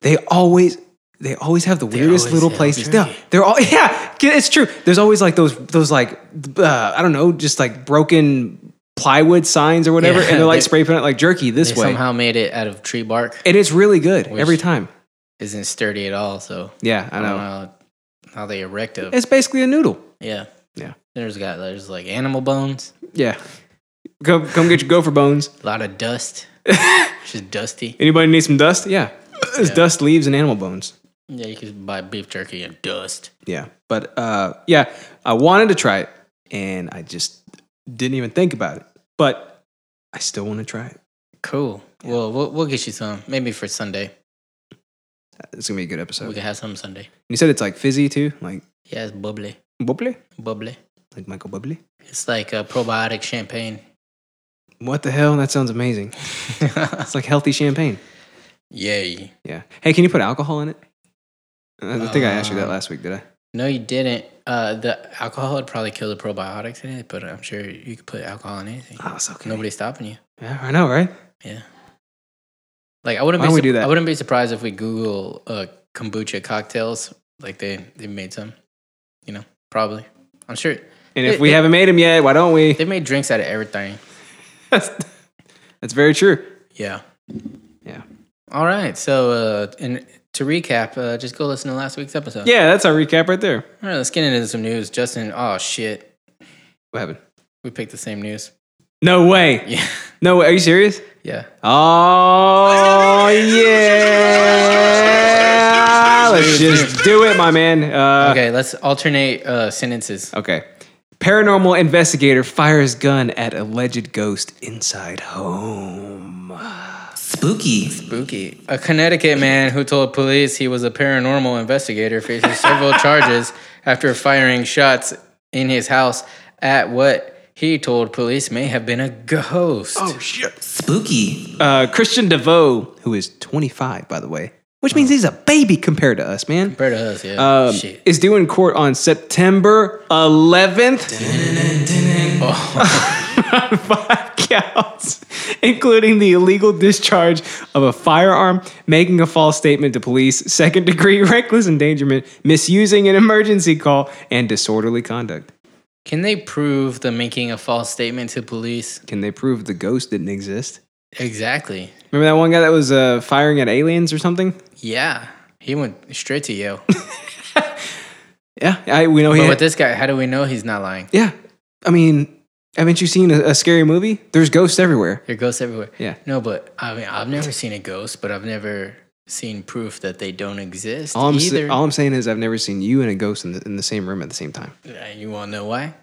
Speaker 2: they always they always have the weirdest
Speaker 1: always
Speaker 2: little
Speaker 1: have
Speaker 2: places.
Speaker 1: jerky.
Speaker 2: Yeah, they're all yeah, it's true. There's always like those those like uh, I don't know, just like broken plywood signs or whatever,
Speaker 1: Yeah,
Speaker 2: and they're like
Speaker 1: they-
Speaker 2: spray painted like jerky
Speaker 1: They
Speaker 2: this way,
Speaker 1: somehow made it out of tree bark.
Speaker 2: and it's really good
Speaker 1: Which-
Speaker 2: every time.
Speaker 1: Isn't sturdy at all. So
Speaker 2: Yeah, I
Speaker 1: I
Speaker 2: know.
Speaker 1: don't know how, how they erect it.
Speaker 2: It's basically a noodle.
Speaker 1: Yeah.
Speaker 2: Yeah.
Speaker 1: There's got there's like animal bones,
Speaker 2: Yeah, come come get your gopher bones.
Speaker 1: a lot of dust. It's just dusty.
Speaker 2: Anybody need some dust? Yeah, it's dust, leaves, and animal bones.
Speaker 1: Yeah, you could buy beef jerky and dust.
Speaker 2: Yeah, but uh, yeah, I wanted to try it, and I just didn't even think about it. But I still want to try it.
Speaker 1: Cool. Well, we'll we'll get you some maybe for Sunday.
Speaker 2: It's gonna be a good episode.
Speaker 1: We can have some Sunday.
Speaker 2: You said it's like fizzy too, like
Speaker 1: Yeah, it's bubbly,
Speaker 2: bubbly,
Speaker 1: bubbly.
Speaker 2: like Michael Bubbly.
Speaker 1: It's like a probiotic champagne.
Speaker 2: What the hell? That sounds amazing. It's like healthy champagne.
Speaker 1: Yay!
Speaker 2: Yeah. Hey, can you put alcohol in it? I don't think I asked you that
Speaker 1: Uh,
Speaker 2: last week, did I?
Speaker 1: No, you didn't. Uh, the alcohol would probably kill the probiotics in it, but I'm sure you could put alcohol in anything.
Speaker 2: Oh, it's okay.
Speaker 1: Nobody's stopping you.
Speaker 2: Yeah, I know, right?
Speaker 1: Yeah. Like I wouldn't
Speaker 2: Why
Speaker 1: be
Speaker 2: don't we
Speaker 1: sup-
Speaker 2: do that?
Speaker 1: I wouldn't be surprised if we Google uh, kombucha cocktails. Like they they made some, you know, probably. I'm sure
Speaker 2: And if
Speaker 1: It-
Speaker 2: we
Speaker 1: it-
Speaker 2: haven't made them yet, why don't we?
Speaker 1: they made drinks out of everything.
Speaker 2: That's, that's very true.
Speaker 1: Yeah.
Speaker 2: Yeah.
Speaker 1: All right. So uh, and to recap, uh, just go listen to last week's episode.
Speaker 2: Yeah, that's our recap right there.
Speaker 1: All right. Let's get into some news. Justin. Oh shit.
Speaker 2: What happened?
Speaker 1: We picked the same news.
Speaker 2: No way.
Speaker 1: Yeah.
Speaker 2: No way. Are you serious?
Speaker 1: Yeah.
Speaker 2: Uh, Oh yeah. Let's just do it, my man. Uh,
Speaker 1: Okay. Let's alternate uh, sentences.
Speaker 2: Okay. Paranormal investigator fires gun at alleged ghost inside home.
Speaker 1: Spooky. A Connecticut man who told police he was a paranormal investigator faces several charges after firing shots in his house at what he told police may have been a ghost. Oh,
Speaker 2: Uh, Christian DeVoe, who is 25, by the way, which means he's a baby compared to us, man,
Speaker 1: compared to us, yeah.
Speaker 2: um,
Speaker 1: Shit.
Speaker 2: is due in court on September 11th. Five counts, including the illegal discharge of a firearm, making a false statement to police, second degree reckless endangerment, misusing an emergency call, and disorderly conduct.
Speaker 1: Can they prove the making a false statement to police?
Speaker 2: Can they prove the ghost didn't exist?
Speaker 1: Exactly.
Speaker 2: Remember that one guy that was uh, firing at aliens or something?
Speaker 1: Yeah. He went straight to Yale.
Speaker 2: Yeah, I, we know he.
Speaker 1: But
Speaker 2: had-
Speaker 1: with this guy, how do we know he's not lying?
Speaker 2: yeah, I mean, haven't you seen a, a scary movie? There's ghosts everywhere.
Speaker 1: There are ghosts everywhere.
Speaker 2: Yeah.
Speaker 1: No, but I mean, I've never seen a ghost, but I've never seen proof that they don't exist
Speaker 2: All I'm, sa-
Speaker 1: either.
Speaker 2: all I'm saying is I've never seen you and a ghost in the, in the same room at the same time.
Speaker 1: Uh, You want to know why?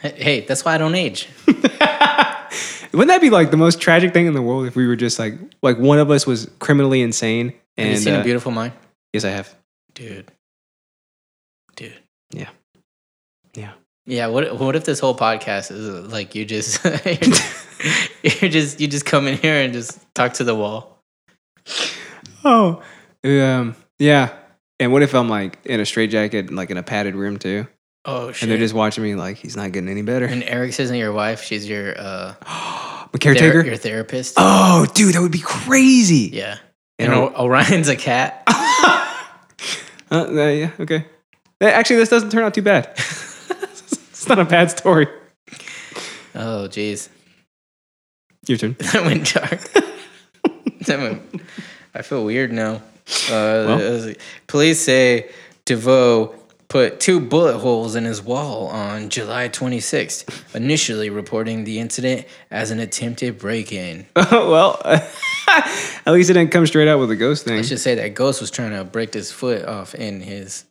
Speaker 1: Hey, hey, that's why I don't age.
Speaker 2: Wouldn't that be like the most tragic thing in the world if we were just like like one of us was criminally insane? And
Speaker 1: Have you seen
Speaker 2: uh,
Speaker 1: a beautiful mind,
Speaker 2: yes, I have.
Speaker 1: dude? Dude.
Speaker 2: Yeah. Yeah.
Speaker 1: Yeah. What? What if this whole podcast is uh, like you just you're just you just come in here and just talk to the wall?
Speaker 2: Oh, um, yeah. And what if I'm like in a straitjacket, and, like in a padded room too,
Speaker 1: Oh shit!
Speaker 2: and they're just watching me like he's not getting any better.
Speaker 1: And Eric's isn't your wife; she's your uh,
Speaker 2: my caretaker.
Speaker 1: your therapist.
Speaker 2: oh, dude, that would be crazy.
Speaker 1: Yeah. And O- Orion's a cat.
Speaker 2: Uh, uh, yeah, okay. That- Actually, this doesn't turn out too bad. it's not a bad story.
Speaker 1: Oh, jeez.
Speaker 2: Your turn.
Speaker 1: That went dark. that went, I feel weird now. Uh, police say DeVoe put two bullet holes in his wall on July 26th, initially reporting the incident as an attempted break in.
Speaker 2: well, at least it didn't come straight out with a ghost thing.
Speaker 1: I should say that Ghost was trying to break his foot off in his,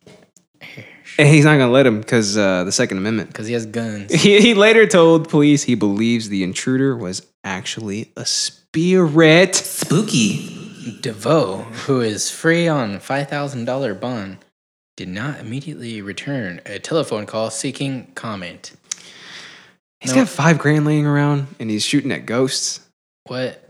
Speaker 2: and he's not going to let him because uh, the Second Amendment.
Speaker 1: because he has guns.
Speaker 2: He, he later told police he believes the intruder was actually a spirit.
Speaker 1: DeVoe, who is free on $5,000 bond, did not immediately return a telephone call seeking comment.
Speaker 2: He's
Speaker 1: No.
Speaker 2: got five grand laying around and he's shooting at ghosts.
Speaker 1: What?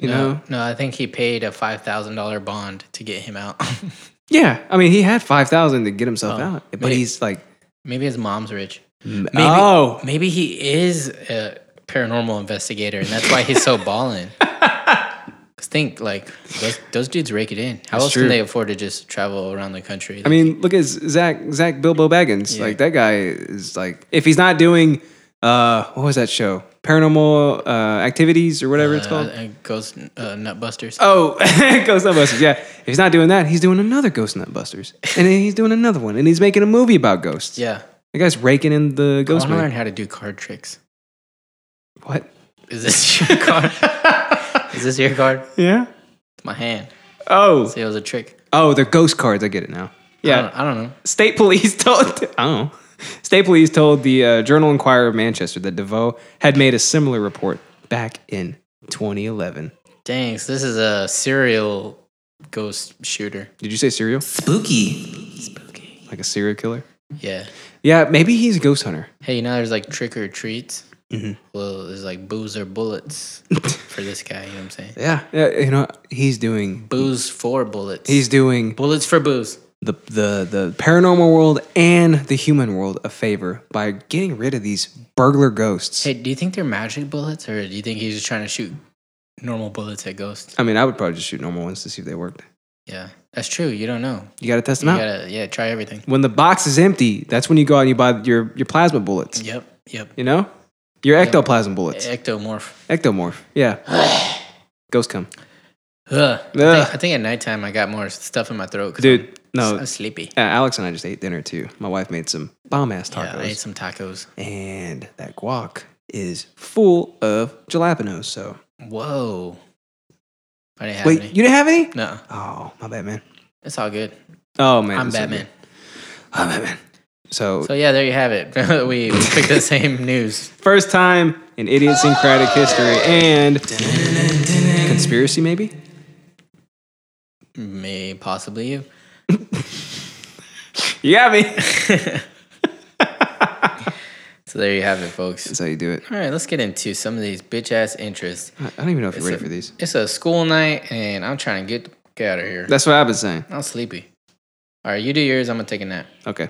Speaker 2: You
Speaker 1: no,
Speaker 2: know?
Speaker 1: No, I think he paid a five thousand dollar bond to get him out.
Speaker 2: Yeah, I mean, he had 5,000 to get himself
Speaker 1: Oh,
Speaker 2: out, but
Speaker 1: mate.
Speaker 2: he's like,
Speaker 1: maybe his mom's rich.
Speaker 2: maybe,
Speaker 1: Maybe,
Speaker 2: oh,
Speaker 1: maybe he is a paranormal investigator, and that's why he's so ballin'. 'Cause think like those, those dudes rake it in. How
Speaker 2: That's
Speaker 1: else
Speaker 2: true.
Speaker 1: can they afford to just travel around the country?
Speaker 2: I mean, look at Zach Zach Bilbo Baggins.
Speaker 1: Yeah.
Speaker 2: Like that guy is like if he's not doing uh what was that show? Paranormal uh activities or whatever it's
Speaker 1: Uh,
Speaker 2: called.
Speaker 1: uh, Ghost uh, Nutbusters.
Speaker 2: Oh, Ghost Nutbusters. Yeah. If he's not doing that, he's doing another Ghost Nutbusters. And then he's doing another one. And he's making a movie about ghosts.
Speaker 1: yeah,
Speaker 2: The guy's raking in the
Speaker 1: I
Speaker 2: ghost
Speaker 1: want to learn
Speaker 2: money.
Speaker 1: how to do card tricks.
Speaker 2: What?
Speaker 1: Is this your card? is this your card?
Speaker 2: Yeah.
Speaker 1: My hand.
Speaker 2: Oh.
Speaker 1: See, it was a trick.
Speaker 2: Oh, they're ghost cards. I get it now.
Speaker 1: I
Speaker 2: Yeah.
Speaker 1: don't, I don't know.
Speaker 2: State police told I don't know. State police told the uh, Journal Inquirer of Manchester that DeVoe had made a similar report back in 2011.
Speaker 1: Dang, so this is a serial ghost shooter.
Speaker 2: Did you say serial? Spooky. Spooky. Like a serial killer?
Speaker 1: Yeah.
Speaker 2: Yeah, maybe he's a ghost hunter.
Speaker 1: Hey, you know there's like trick or treats?
Speaker 2: Mm-hmm.
Speaker 1: Well, there's like booze or bullets for this guy, you know what I'm saying?
Speaker 2: Yeah. yeah you know, he's doing
Speaker 1: Booze for bullets.
Speaker 2: he's doing
Speaker 1: bullets for booze.
Speaker 2: the, the the paranormal world and the human world a favor by getting rid of these burglar ghosts.
Speaker 1: Hey, do you think they're magic bullets or do you think he's just trying to shoot normal bullets at ghosts?
Speaker 2: I mean, I would probably just shoot normal ones to see if they worked.
Speaker 1: Yeah. That's true. You don't know.
Speaker 2: You got to test
Speaker 1: You
Speaker 2: them out.
Speaker 1: gotta, yeah, try everything.
Speaker 2: when the box is empty, that's when you go out and you buy your, your plasma bullets.
Speaker 1: Yep. Yep.
Speaker 2: You know? Your ectoplasm
Speaker 1: Eh.
Speaker 2: bullets.
Speaker 1: Ectomorph.
Speaker 2: Ectomorph. Yeah. Ghost come.
Speaker 1: Ugh. I,
Speaker 2: Ugh.
Speaker 1: think, I think at nighttime I got more stuff in my throat. 'cause I'm-
Speaker 2: Dude, no.
Speaker 1: I'm sleepy.
Speaker 2: uh, Alex and I just ate dinner too. My wife made some bomb ass tacos.
Speaker 1: Yeah, I ate some tacos.
Speaker 2: and that guac is full of jalapenos. So,
Speaker 1: Whoa. I didn't have
Speaker 2: wait,
Speaker 1: any.
Speaker 2: you didn't have any?
Speaker 1: no,
Speaker 2: Oh, my bad, man.
Speaker 1: it's all good.
Speaker 2: Oh, man.
Speaker 1: I'm
Speaker 2: this is
Speaker 1: Batman.
Speaker 2: good. I'm Batman. So,
Speaker 1: So yeah, there you have it. we we picked the same news.
Speaker 2: first time in idiosyncratic history
Speaker 1: Oh!
Speaker 2: and conspiracy, maybe?
Speaker 1: May possibly you.
Speaker 2: You got me.
Speaker 1: So there you have it, folks.
Speaker 2: That's how you do it.
Speaker 1: All right, let's get into some of these bitch ass interests.
Speaker 2: I I don't even know if you're ready
Speaker 1: a-
Speaker 2: for these.
Speaker 1: It's a school night, and I'm trying to get get out of here.
Speaker 2: That's what I've been saying.
Speaker 1: I'm sleepy. All right, you do yours. I'm gonna take a nap.
Speaker 2: Okay.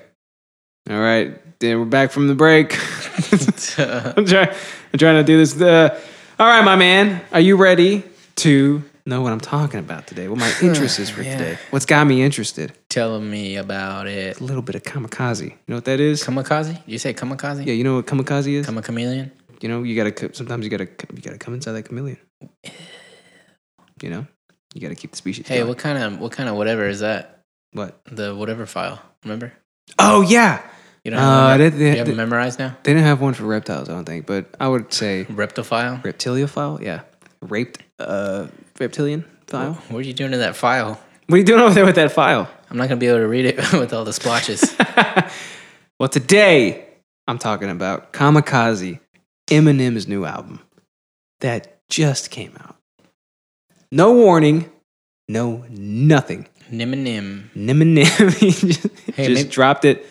Speaker 2: All right. Then we're back from the break. I'm, try- I'm trying to do this. Uh, all right, my man. Are you ready to know what I'm talking about today? What my interest is for
Speaker 1: Yeah.
Speaker 2: today? What's got me interested?
Speaker 1: Tell me about it.
Speaker 2: A little bit of kamikaze. You know what that is?
Speaker 1: Kamikaze? You say kamikaze?
Speaker 2: yeah, you know what kamikaze is?
Speaker 1: Come a chameleon?
Speaker 2: you know, you gotta co- sometimes you gotta co- you gotta come inside that chameleon. You know, you gotta keep the species.
Speaker 1: Hey,
Speaker 2: going.
Speaker 1: what kind of what kind of whatever is that?
Speaker 2: what?
Speaker 1: The whatever file. Remember?
Speaker 2: Oh yeah,
Speaker 1: You don't.
Speaker 2: Uh,
Speaker 1: have
Speaker 2: they-
Speaker 1: that,
Speaker 2: they-
Speaker 1: you have
Speaker 2: they-
Speaker 1: it memorized now.
Speaker 2: they didn't have one for reptiles, I don't think, but I would say
Speaker 1: Reptophile.
Speaker 2: reptiliophile. Yeah, raped uh reptilian file.
Speaker 1: What are you doing to that file?
Speaker 2: What are you doing over there with that file?
Speaker 1: I'm not gonna be able to read it with all the splotches.
Speaker 2: Well, today I'm talking about Kamikaze, Eminem's new album that just came out. No warning, no nothing.
Speaker 1: Nim and nim.
Speaker 2: Eminem he just,
Speaker 1: Hey,
Speaker 2: just
Speaker 1: maybe-
Speaker 2: dropped it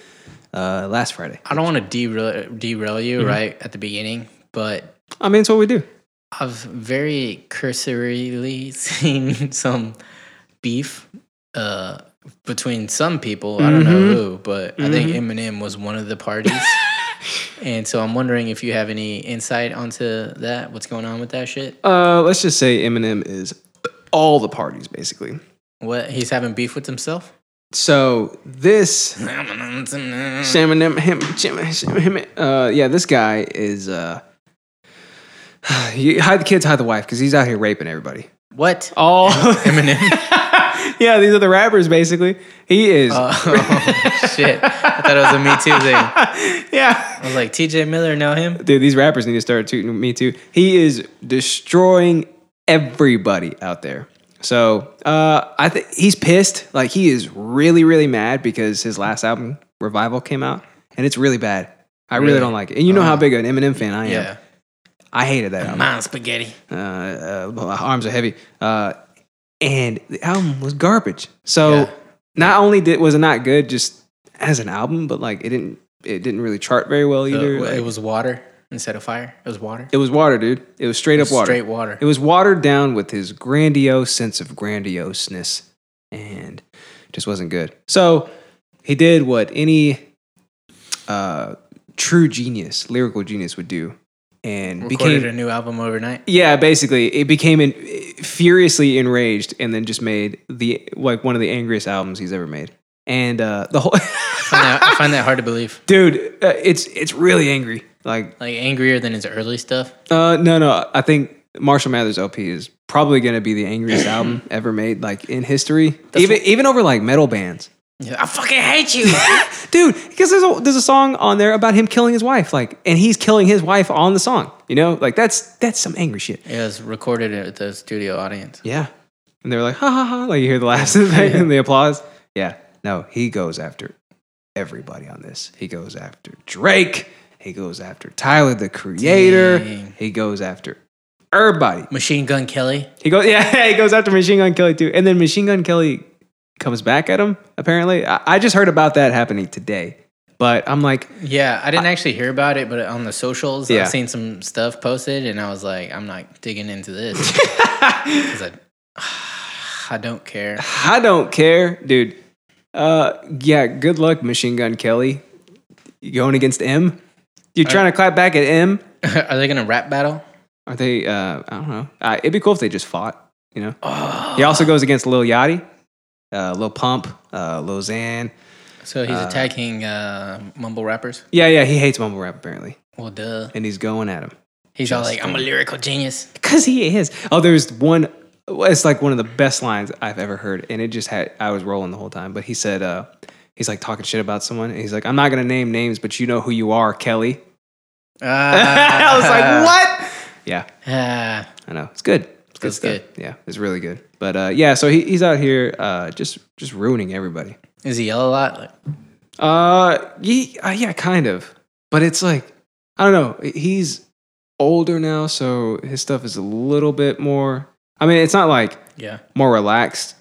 Speaker 2: uh, last Friday.
Speaker 1: I don't want to derail, derail you right at the beginning, but
Speaker 2: I mean, it's what we do.
Speaker 1: I've very cursorily seen some beef uh, between some people. I don't know who, but I think Eminem was one of the parties. And so I'm wondering if you have any insight onto that. What's going on with that shit?
Speaker 2: Uh, let's just say Eminem is all the parties basically.
Speaker 1: What he's having beef with himself?
Speaker 2: So this Shaman him, him, Jim- Shaman him, uh, yeah, this guy is uh, you hide the kids, hide the wife, because he's out here raping everybody.
Speaker 1: What?
Speaker 2: All
Speaker 1: Oh, Eminem.
Speaker 2: yeah, these are the rappers basically. He is
Speaker 1: oh shit! I thought it was a Me Too thing. I
Speaker 2: yeah.
Speaker 1: was like, T.J. Miller, know him?
Speaker 2: Dude, these rappers need to start tooting me too. He is destroying everybody out there. So uh, I think he's pissed. Like he is really, really mad because his last album Revival came out, and it's really bad. I really,
Speaker 1: Really?
Speaker 2: don't like it. And you know how big an Eminem fan I am.
Speaker 1: Yeah.
Speaker 2: I hated that album.
Speaker 1: Mom spaghetti.
Speaker 2: Uh, uh, my arms are heavy. Uh, and the album was garbage. So
Speaker 1: Yeah.
Speaker 2: not only did was it not good just as an album, but like it didn't it didn't really chart very well either.
Speaker 1: Uh,
Speaker 2: Like,
Speaker 1: it was water instead of fire. It was water.
Speaker 2: It was water, dude. It was straight up water.
Speaker 1: Straight water.
Speaker 2: It was watered down with his grandiose sense of grandioseness and just wasn't good. So he did what any uh, true genius, lyrical genius would do and
Speaker 1: Recorded
Speaker 2: became.
Speaker 1: a new album overnight.
Speaker 2: yeah, basically, it became in, furiously enraged and then just made the like one of the angriest albums he's ever made. And uh, the whole
Speaker 1: I find, that, I find that hard to believe.
Speaker 2: dude, uh, it's it's really angry. Like
Speaker 1: Like angrier than his early stuff.
Speaker 2: Uh, no, no. I think Marshall Mathers LP is probably going to be the angriest album ever made, like in history. even even over like metal bands,
Speaker 1: Yeah, I fucking hate you.
Speaker 2: dude. Because there's a there's a song on there about him killing his wife, like, and he's killing his wife on the song. You know, like that's that's some angry shit.
Speaker 1: it was recorded at the studio audience.
Speaker 2: Yeah. And they're like ha ha ha, like you hear the laughs and the- and the applause. Yeah. No, he goes after everybody on this. He goes after Drake. He goes after Tyler the Creator.
Speaker 1: Dang.
Speaker 2: He goes after everybody.
Speaker 1: Machine Gun Kelly.
Speaker 2: He goes, yeah, he goes after Machine Gun Kelly too, and then Machine Gun Kelly comes back at him. Apparently, I, I just heard about that happening today, but I'm like,
Speaker 1: Yeah, I didn't actually hear about it, but on the socials,
Speaker 2: Yeah.
Speaker 1: I've seen some stuff posted, and I was like, I'm not digging into this 'Cause I, I don't care.
Speaker 2: I don't care, dude. Uh, yeah, good luck, Machine Gun Kelly. You going against M? You're trying to clap back at M?
Speaker 1: Are they gonna rap battle?
Speaker 2: Are they? Uh, I don't know. Uh, it'd be cool if they just fought. You know.
Speaker 1: Oh.
Speaker 2: He also goes against Lil Yachty, uh, Lil Pump, uh, Lil Xan.
Speaker 1: So he's attacking uh, mumble rappers.
Speaker 2: Yeah, yeah. He hates mumble rap apparently,
Speaker 1: Well, duh.
Speaker 2: and he's going at him.
Speaker 1: He's all like, I'm a lyrical genius.
Speaker 2: Because he is. Oh, there's one. It's like one of the best lines I've ever heard, and it just had I was rolling the whole time. But he said, uh, he's like talking shit about someone, and he's like, "I'm not gonna name names, but you know who you are, Kelly." I was like, "What?" Yeah,
Speaker 1: Ah,
Speaker 2: I know it's good. It's good
Speaker 1: That's
Speaker 2: stuff.
Speaker 1: good.
Speaker 2: Yeah, it's really good. But uh, yeah, so he, he's out here uh, just just ruining everybody.
Speaker 1: is he yell a lot? Like,
Speaker 2: Uh, ye- uh, yeah, kind of. But it's like I don't know. He's older now, so his stuff is a little bit more. I mean, it's not like
Speaker 1: yeah.
Speaker 2: more relaxed.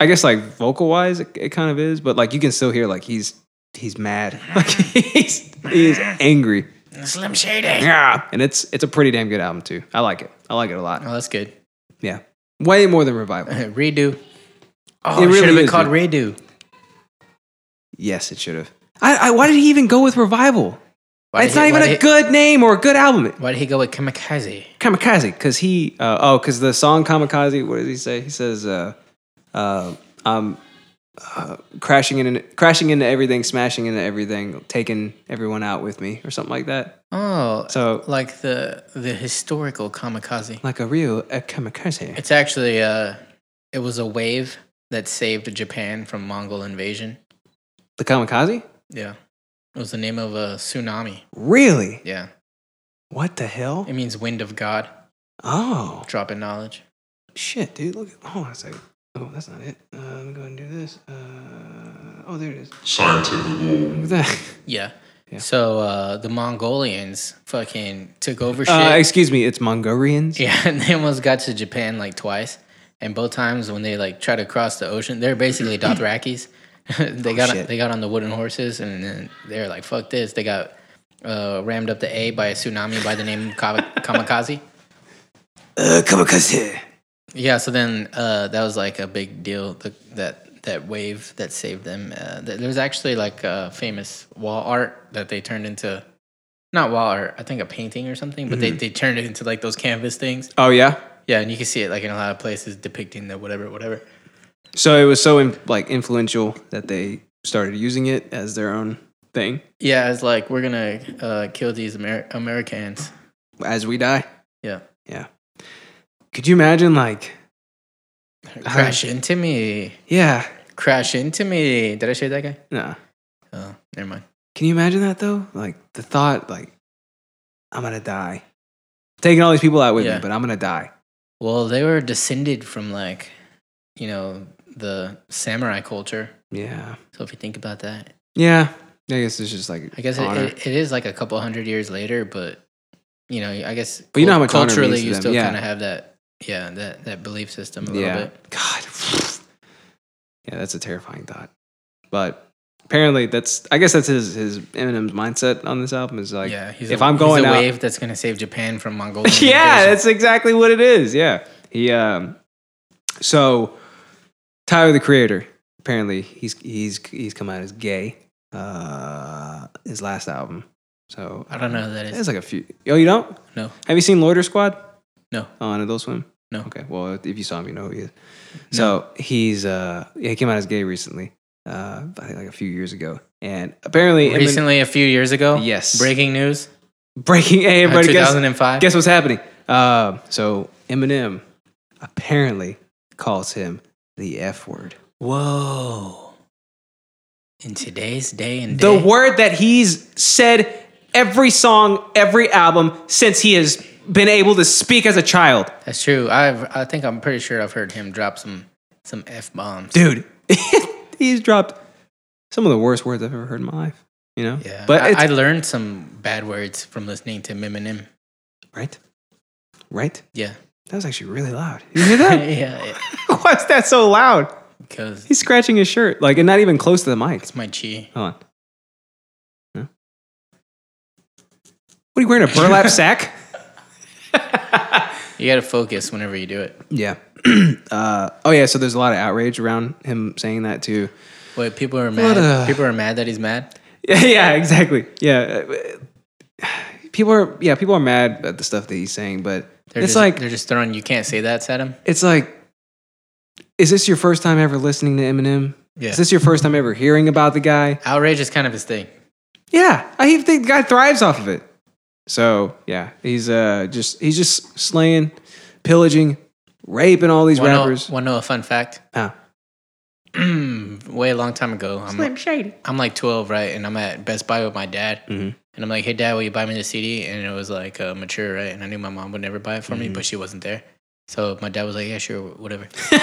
Speaker 2: I guess like vocal wise, it, it kind of is, but like you can still hear like he's he's mad, like he's he's angry.
Speaker 1: Slim Shady.
Speaker 2: Yeah, and it's it's a pretty damn good album too. I like it. I like it a lot.
Speaker 1: Oh, that's good.
Speaker 2: Yeah, way more than revival.
Speaker 1: redo. Oh,
Speaker 2: It
Speaker 1: it,
Speaker 2: really
Speaker 1: should have been
Speaker 2: is,
Speaker 1: called redo.
Speaker 2: Yes, it should have. I, I why did he even go with revival?
Speaker 1: Why
Speaker 2: it's
Speaker 1: did
Speaker 2: not
Speaker 1: he-
Speaker 2: even
Speaker 1: why
Speaker 2: a
Speaker 1: did he-
Speaker 2: good name or a good album.
Speaker 1: Why did he go with Kamikaze?
Speaker 2: Kamikaze, because he uh, oh, because the song Kamikaze. What does he say? He says, uh, uh, "I'm uh, crashing in, crashing into everything, smashing into everything, taking everyone out with me, or something like that."
Speaker 1: Oh,
Speaker 2: So-
Speaker 1: like the the historical Kamikaze.
Speaker 2: Like a real a kamikaze.
Speaker 1: It's actually uh, it was a wave that saved Japan from Mongol invasion.
Speaker 2: The kamikaze?
Speaker 1: Yeah, it was the name of a tsunami.
Speaker 2: Really?
Speaker 1: Yeah,
Speaker 2: What the hell?
Speaker 1: it means wind of God.
Speaker 2: Oh
Speaker 1: Drop in knowledge.
Speaker 2: shit, dude! Look. at- Hold on a second. Oh, that's not it. Uh, let me go and do this. Uh, oh, there it is. Look at that.
Speaker 1: Yeah. So uh, the Mongolians fucking took over shit.
Speaker 2: Uh, excuse me. It's Mongolians.
Speaker 1: Yeah, and they almost got to Japan like twice. And both times when they like try to cross the ocean, they're basically Dothrakis. they got
Speaker 2: shit.
Speaker 1: they got on the wooden horses and then they're like, "Fuck this!" They got uh, rammed up the A by a tsunami by the name Kami- Kamikaze.
Speaker 2: Uh, kamikaze.
Speaker 1: Yeah, so then uh, that was like a big deal. The, that that wave that saved them. Uh, th- there was actually like a famous wall art that they turned into not wall art. I think a painting or something. But they they turned it into like those canvas things.
Speaker 2: Oh yeah.
Speaker 1: Yeah, and you can see it like in a lot of places depicting the whatever, whatever.
Speaker 2: So it was so in, like influential that they started using it as their own thing.
Speaker 1: Yeah, it's like we're gonna uh, kill these Amer- Americans.
Speaker 2: As we die.
Speaker 1: Yeah,
Speaker 2: Yeah. Could you imagine like
Speaker 1: crash into me.
Speaker 2: yeah.
Speaker 1: Crash into me. Did I say that guy?
Speaker 2: Nah.
Speaker 1: Oh, never mind.
Speaker 2: Can you imagine that though? Like the thought like I'm gonna die. Taking all these people out with
Speaker 1: Yeah.
Speaker 2: me, but I'm gonna die.
Speaker 1: Well, they were descended from like, you know, the samurai culture.
Speaker 2: Yeah.
Speaker 1: So if you think about that,
Speaker 2: Yeah. I guess it's just like
Speaker 1: I guess it,
Speaker 2: honor.
Speaker 1: it, it is like a couple hundred years later, but you know, I guess.
Speaker 2: But you know how much honor means
Speaker 1: culturally
Speaker 2: to
Speaker 1: you
Speaker 2: them,
Speaker 1: still
Speaker 2: yeah.
Speaker 1: kind of have that, yeah, that that belief system a
Speaker 2: yeah.
Speaker 1: little bit.
Speaker 2: God. yeah, that's a terrifying thought. But apparently, that's I guess that's his his Eminem's mindset on this album is like,
Speaker 1: yeah, he's
Speaker 2: if
Speaker 1: a,
Speaker 2: i I'm going
Speaker 1: he's a
Speaker 2: out,
Speaker 1: wave that's going to save Japan from Mongolia.
Speaker 2: yeah,
Speaker 1: invasion.
Speaker 2: that's exactly what it is. Yeah, he um, so Tyler the Creator apparently he's he's he's come out as gay. Uh, his last album. So
Speaker 1: I don't know who that is.
Speaker 2: It's like a few. Oh, you don't?
Speaker 1: No,
Speaker 2: Have you seen Loiter Squad? Oh,
Speaker 1: no.
Speaker 2: on Adult Swim?
Speaker 1: No.
Speaker 2: Okay. Well, if you saw him, you know who he is. So he's uh yeah, he came out as gay recently. Uh, I think like a few years ago, and apparently Emin-
Speaker 1: Recently, a few years ago.
Speaker 2: Yes.
Speaker 1: Breaking news.
Speaker 2: breaking. Hey,
Speaker 1: Uh,
Speaker 2: everybody, guess,
Speaker 1: 2005.
Speaker 2: guess what's happening? Um, so Eminem apparently calls him the F word,
Speaker 1: Whoa. In today's day and
Speaker 2: the
Speaker 1: day.
Speaker 2: word that he's said every song, every album since he has been able to speak as a child.
Speaker 1: That's true. I've I think I'm pretty sure I've heard him drop some some f bombs.
Speaker 2: dude, he's dropped some of the worst words I've ever heard in my life. You know,
Speaker 1: Yeah,
Speaker 2: But
Speaker 1: I,
Speaker 2: it's,
Speaker 1: I learned some bad words from listening to Eminem.
Speaker 2: right, right.
Speaker 1: Yeah,
Speaker 2: That was actually really loud. You hear that?
Speaker 1: yeah,
Speaker 2: Why is that so loud?
Speaker 1: because
Speaker 2: He's scratching his shirt, like, and not even close to the mic.
Speaker 1: it's my chi.
Speaker 2: Hold on. No? What are you wearing? A burlap sack?
Speaker 1: You gotta focus whenever you do it.
Speaker 2: Yeah. uh, oh yeah. So there's a lot of outrage around him saying that too.
Speaker 1: Wait, people are mad.
Speaker 2: a-
Speaker 1: People are mad that he's mad.
Speaker 2: Yeah, yeah, exactly. Yeah, uh, people are yeah people are mad at the stuff that he's saying, but
Speaker 1: They're
Speaker 2: it's
Speaker 1: just,
Speaker 2: like
Speaker 1: they're just throwing. You can't say that at him.
Speaker 2: it's like, is this your first time ever listening to Eminem?
Speaker 1: Yeah.
Speaker 2: Is this your first time ever hearing about the guy?
Speaker 1: Outrage is kind of his thing.
Speaker 2: Yeah, I even think the guy thrives off of it. So yeah, he's uh just he's just slaying, pillaging, raping all these
Speaker 1: Want to
Speaker 2: rappers. Ah.
Speaker 1: know, wanna know oh, a fun fact?
Speaker 2: Huh.
Speaker 1: Way a long time ago, I'm Slim Shady. I'm like 12, right? And I'm at Best Buy with my dad,
Speaker 2: Mm-hmm.
Speaker 1: and I'm like, "Hey, dad, will you buy me the CD?" And it was like uh, mature, right? And I knew my mom would never buy it for
Speaker 2: Mm-hmm.
Speaker 1: me, but she wasn't there, so my dad was like, "Yeah, sure, whatever." so,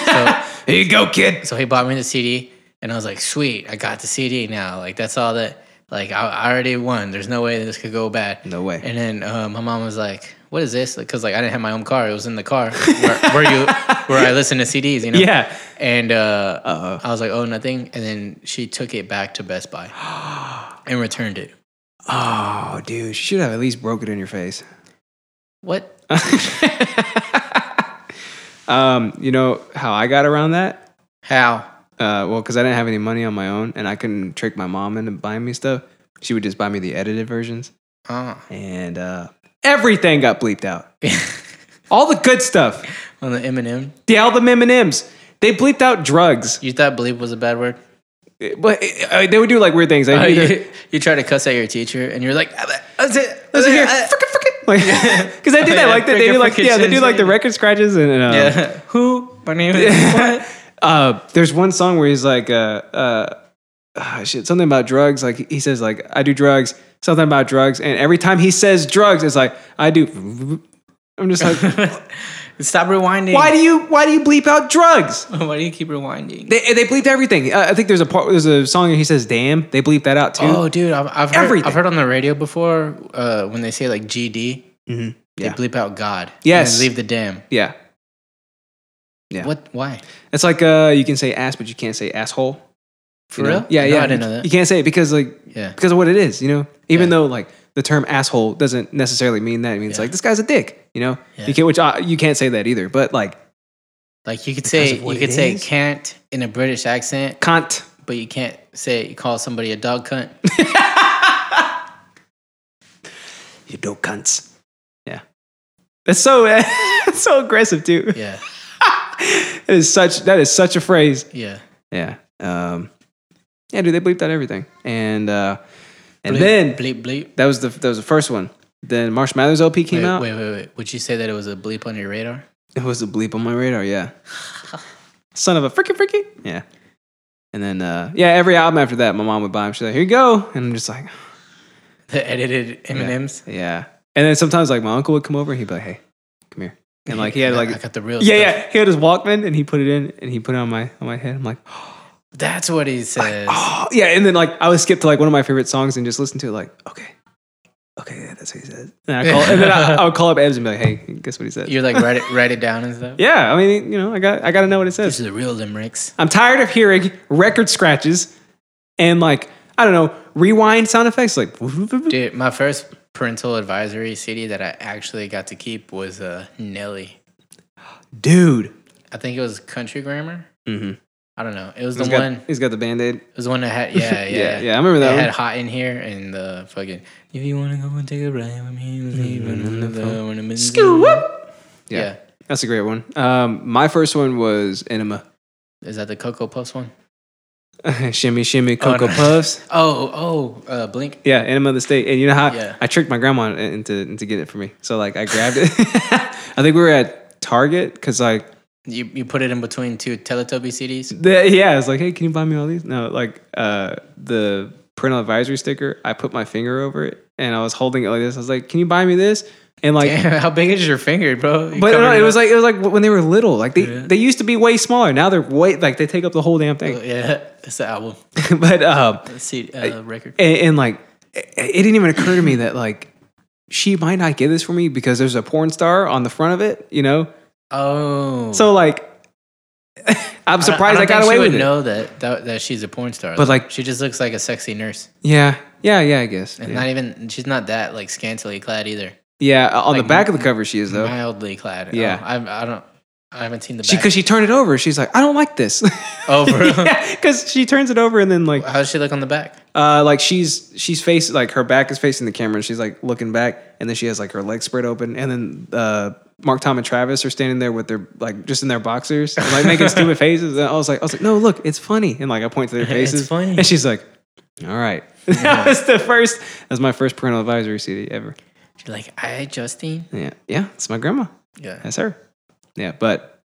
Speaker 2: Here you go, kid.
Speaker 1: so he bought me the CD, and I was like, "Sweet, I got the CD now. Like that's all that. Like I, I already won. There's no way this could go bad.
Speaker 2: No way.
Speaker 1: And then uh, my mom was like, "What is this?" Because like I didn't have my own car. It was in the car where, where you where I listened to CDs. You know.
Speaker 2: Yeah.
Speaker 1: And uh, I was like, "Oh, nothing." And then she took it back to Best Buy and returned it.
Speaker 2: Oh, dude, you should have at least broke it in your face.
Speaker 1: What?
Speaker 2: Um, you know how I got around that?
Speaker 1: How?
Speaker 2: uh, well, because I didn't have any money on my own and I couldn't trick my mom into buying me stuff. She would just buy me the edited versions,
Speaker 1: Oh.
Speaker 2: and uh, everything got bleeped out. all the good stuff,
Speaker 1: On the Eminem.
Speaker 2: the album M and M's. They bleeped out drugs,
Speaker 1: You thought "bleep" was a bad word?
Speaker 2: but uh, they would do like weird things. Like,
Speaker 1: Oh,
Speaker 2: either-
Speaker 1: you, you try to cuss at your teacher, and you're like, "Ah, "That's it.
Speaker 2: Listen here,
Speaker 1: Uh,
Speaker 2: frickin' frickin'. Like, because they do
Speaker 1: Yeah,
Speaker 2: that. Like they, they do
Speaker 1: frickin'
Speaker 2: like yeah, they do
Speaker 1: frickin'
Speaker 2: like the record scratches and, and um,
Speaker 1: Yeah. Who? My name is what?
Speaker 2: Uh, there's one song where he's like, uh, uh, ah, shit, something about drugs. Like he says, like I do drugs, something about drugs, and every time he says drugs, it's like I do. I'm just like,
Speaker 1: Stop rewinding.
Speaker 2: why do you why do you bleep out drugs?
Speaker 1: you, why do you keep rewinding?
Speaker 2: They they bleeped everything. Uh, I think there's a part there's a song where he says damn. They bleep that out too.
Speaker 1: oh, dude, I've, I've heard
Speaker 2: Everything.
Speaker 1: I've heard on the radio before uh, when they say like GD, Mm-hmm. they
Speaker 2: Yeah.
Speaker 1: bleep out God.
Speaker 2: Yes.
Speaker 1: And they leave the damn.
Speaker 2: yeah. Yeah.
Speaker 1: What? Why?
Speaker 2: It's like uh, you can say ass, but you can't say asshole.
Speaker 1: For
Speaker 2: you know?
Speaker 1: real?
Speaker 2: Yeah,
Speaker 1: No,
Speaker 2: yeah.
Speaker 1: I didn't know that.
Speaker 2: You can't say it because like
Speaker 1: Yeah.
Speaker 2: because of what it is, you know. Even
Speaker 1: Yeah.
Speaker 2: though like the term asshole doesn't necessarily mean that. It means
Speaker 1: Yeah.
Speaker 2: like this guy's a dick, you know.
Speaker 1: Yeah.
Speaker 2: You can't which uh, you can't say that either. But like
Speaker 1: Like you could say
Speaker 2: of what
Speaker 1: you could
Speaker 2: it
Speaker 1: say
Speaker 2: is?
Speaker 1: can't in a British accent,
Speaker 2: cunt.
Speaker 1: but you can't say call somebody a dog cunt.
Speaker 2: You do cunts. Yeah. That's so that's so aggressive too.
Speaker 1: Yeah.
Speaker 2: That is such that is such a phrase.
Speaker 1: Yeah.
Speaker 2: Yeah. Um, yeah, dude, they bleeped out everything. And uh, and
Speaker 1: Bleep,
Speaker 2: then
Speaker 1: bleep bleep.
Speaker 2: that was the that was the first one. Then Marsh Mathers LP came
Speaker 1: wait,
Speaker 2: out.
Speaker 1: Wait, wait, wait. Would you say that it was a bleep on your radar?
Speaker 2: It was a bleep on my radar, yeah. Son of a freaky freaky. Yeah. And then uh, yeah, every album after that, my mom would buy them. She's like, "Here you go," and I'm just like,
Speaker 1: The edited M and M's.
Speaker 2: "Yeah." And then sometimes like my uncle would come over, and he'd be like, "Hey, come here," and like he had like
Speaker 1: I got the real.
Speaker 2: yeah
Speaker 1: stuff.
Speaker 2: yeah he had his Walkman and he put it in and he put it on my on my head. I'm like,
Speaker 1: That's what he says.
Speaker 2: oh yeah and then like i would skip to like one of my favorite songs and just listen to it like okay okay yeah, that's what he said and, I call, and then I, I would call up ebs and be like hey guess what he said
Speaker 1: You're like write it write it down and stuff.
Speaker 2: yeah i mean you know i got i gotta know what it
Speaker 1: These
Speaker 2: says
Speaker 1: are the real limericks.
Speaker 2: i'm tired of hearing record scratches and like i don't know rewind sound effects like
Speaker 1: Dude, my first parental advisory CD that I actually got to keep was uh, Nelly.
Speaker 2: dude
Speaker 1: I think it was Country Grammar.
Speaker 2: Mhm.
Speaker 1: I don't know. It was
Speaker 2: he's
Speaker 1: the
Speaker 2: got,
Speaker 1: one. Mm-hmm.
Speaker 2: he's got the band-aid
Speaker 1: It was the one that had yeah yeah
Speaker 2: Yeah, yeah, I remember that
Speaker 1: It
Speaker 2: one.
Speaker 1: had hot in here and the fucking. If you wanna go and take a ride with me, we'll see when I'm the- when I'm in the-
Speaker 2: Mm-hmm. yeah,
Speaker 1: Yeah.
Speaker 2: that's a great one um my first one was enema
Speaker 1: Is that the Cocoa Puffs one?
Speaker 2: shimmy shimmy cocoa
Speaker 1: no.
Speaker 2: puffs
Speaker 1: Oh oh, uh, Blink.
Speaker 2: Yeah, Enema of the State. And you know how
Speaker 1: Yeah.
Speaker 2: I tricked my grandma into into getting it for me. So like I grabbed it. I think we were at Target because like
Speaker 1: You you put it in between two Teletubby CDs.
Speaker 2: the, yeah, I was like, hey, can you buy me all these? No, like uh, the parental advisory sticker. I put my finger over it and I was holding it like this. I was like, can you buy me this? And like.
Speaker 1: Damn, how big is your finger, bro? You
Speaker 2: But no,
Speaker 1: covered
Speaker 2: it was
Speaker 1: up.
Speaker 2: like it was like when they were little. Like they, they used to be way smaller. Now they're way like they take up the whole damn thing.
Speaker 1: yeah, it's the album,
Speaker 2: but um,
Speaker 1: the CD, uh, record.
Speaker 2: and, and like it, it didn't even occur to me that like she might not get this for me because there's a porn star on the front of it you know
Speaker 1: Oh,
Speaker 2: so like i'm
Speaker 1: don't-
Speaker 2: surprised i,
Speaker 1: don't
Speaker 2: got
Speaker 1: think
Speaker 2: away
Speaker 1: she would
Speaker 2: with it
Speaker 1: Know that, that that she's a porn star,
Speaker 2: But, like-
Speaker 1: she just looks like a sexy nurse,
Speaker 2: yeah yeah yeah i guess
Speaker 1: and
Speaker 2: yeah,
Speaker 1: not even she's not that like scantily clad either,
Speaker 2: Yeah, on the
Speaker 1: like,
Speaker 2: back of the cover she is though
Speaker 1: mildly clad.
Speaker 2: Yeah.
Speaker 1: oh, I, I don't, I haven't seen the
Speaker 2: she
Speaker 1: back.
Speaker 2: because she turned it over she's like i don't like this
Speaker 1: oh, for real?
Speaker 2: yeah because she turns it over and then like
Speaker 1: how does she look on the back?
Speaker 2: uh like she's she's face like her back is facing the camera and she's like looking back and then she has like her legs spread open and then uh Mark Tom and Travis are standing there with their like just in their boxers and like making stupid faces and I was like I was like no look it's funny and like I point to their faces
Speaker 1: funny.
Speaker 2: and she's like all right that was the first that was my first parental advisory CD ever
Speaker 1: She's like, I Justine.
Speaker 2: yeah yeah it's my grandma
Speaker 1: Yeah,
Speaker 2: that's her yeah but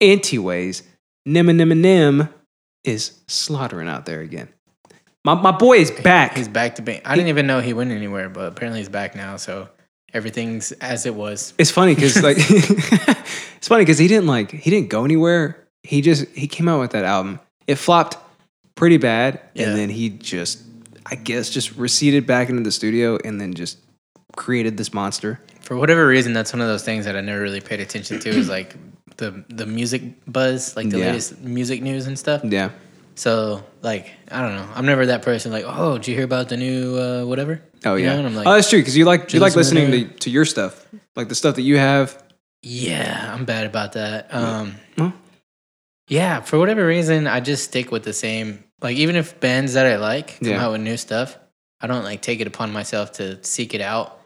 Speaker 2: anyways Nim and Nim and Nim is slaughtering out there again my my boy is back
Speaker 1: he's back to being. I didn't even know he went anywhere, but apparently he's back now. So everything's as it was.
Speaker 2: It's funny because like it's funny because he didn't like he didn't go anywhere. He just he came out with that album. It flopped pretty bad,
Speaker 1: Yeah.
Speaker 2: and then he just I guess just receded back into the studio and then just created this monster.
Speaker 1: for whatever reason, that's one of those things that I never really paid attention to is like the the music buzz, like the
Speaker 2: Yeah.
Speaker 1: latest music news and stuff.
Speaker 2: Yeah,
Speaker 1: So like I don't know, I'm never that person like, oh, did you hear about the new uh, whatever?
Speaker 2: oh
Speaker 1: You
Speaker 2: yeah,
Speaker 1: know, and I'm like,
Speaker 2: oh that's true because you like you like
Speaker 1: listen to
Speaker 2: listening to, to your stuff, like the stuff that you have.
Speaker 1: yeah, I'm bad about that. Um,
Speaker 2: Well.
Speaker 1: yeah, for whatever reason, I just stick with the same. Like even if bands that I like come
Speaker 2: Yeah.
Speaker 1: out with new stuff, I don't like take it upon myself to seek it out.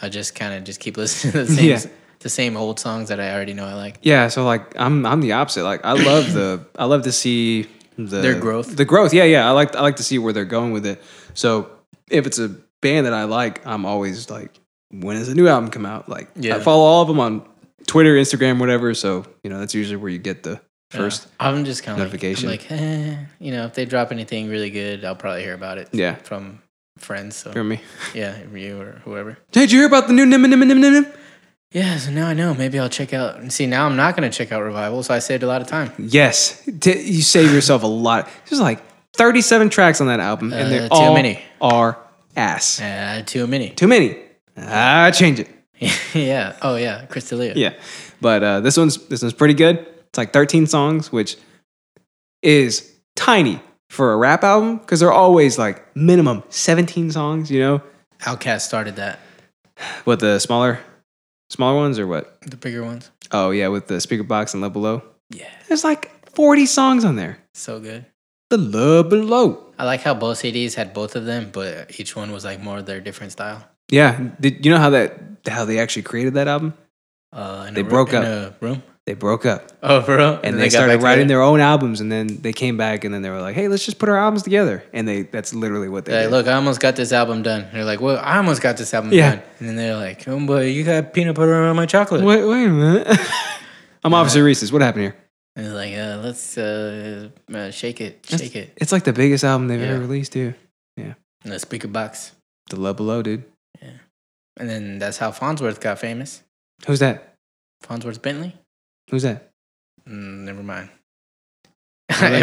Speaker 1: I just kind of just keep listening to the same
Speaker 2: Yeah.
Speaker 1: the same old songs that I already know I like.
Speaker 2: Yeah, so like I'm I'm the opposite. Like I love the I love to see the
Speaker 1: Their growth.
Speaker 2: The growth, yeah, yeah. I like I like to see where they're going with it. So if it's a band that I like, I'm always like, when does a new album come out? Like I
Speaker 1: Yeah.
Speaker 2: follow all of them on Twitter, Instagram, whatever. So you know that's usually where you get the first.
Speaker 1: Uh, I'm just kind of
Speaker 2: notification.
Speaker 1: Like, I'm like eh, you know, if they drop anything really good, I'll probably hear about it.
Speaker 2: Yeah.
Speaker 1: from friends. So
Speaker 2: Hear me?
Speaker 1: yeah, you or whoever.
Speaker 2: Hey, did you hear about the new Nim Nim Nim Nim Nim?
Speaker 1: Yeah, so now I know. Maybe I'll check out. and See, now I'm not going to check out revival, so I saved a lot of time.
Speaker 2: Yes, T- you save yourself a lot. There's like 37 tracks on that album, and
Speaker 1: Uh,
Speaker 2: they're
Speaker 1: too
Speaker 2: all
Speaker 1: many.
Speaker 2: are ass.
Speaker 1: Uh, too many.
Speaker 2: Too many. I change it.
Speaker 1: yeah. Oh yeah, Crystalia.
Speaker 2: Yeah, but uh, this one's this one's pretty good. It's like 13 songs, which is tiny for a rap album because they're always like minimum 17 songs. You know,
Speaker 1: Outcast started that.
Speaker 2: with the smaller smaller ones or what?
Speaker 1: The bigger ones.
Speaker 2: Oh yeah, with the speaker box and Love Below.
Speaker 1: Yeah.
Speaker 2: There's like 40 songs on there.
Speaker 1: So good.
Speaker 2: The Love Below.
Speaker 1: I like how both CDs had both of them, but each one was like more their different style.
Speaker 2: Yeah. Did you know how that how they actually created that album?
Speaker 1: Uh, in
Speaker 2: They
Speaker 1: a roo-
Speaker 2: broke
Speaker 1: in
Speaker 2: up.
Speaker 1: a room.
Speaker 2: They broke up
Speaker 1: Oh, for real?
Speaker 2: and,
Speaker 1: then
Speaker 2: they,
Speaker 1: got back
Speaker 2: started
Speaker 1: together?
Speaker 2: writing their own albums, and then they came back and then they were like, "Hey, let's just put our albums together." And they that's literally what they
Speaker 1: They're
Speaker 2: did.
Speaker 1: like, look, I almost got this album done. They're like, well, I almost got this album
Speaker 2: Yeah.
Speaker 1: done. And then they're like, oh, boy, you got peanut butter on my chocolate.
Speaker 2: Wait, wait a minute. Uh, I'm Officer Reese's. What happened here?
Speaker 1: And they're like, uh, let's uh, uh, shake it, shake it.
Speaker 2: It's like the biggest album they've
Speaker 1: Yeah.
Speaker 2: ever released, too.
Speaker 1: And the speaker box.
Speaker 2: The Love Below, dude.
Speaker 1: And then that's how Farnsworth got famous.
Speaker 2: Who's that?
Speaker 1: Farnsworth Bentley?
Speaker 2: Who's that?
Speaker 1: Mm, never mind.
Speaker 2: that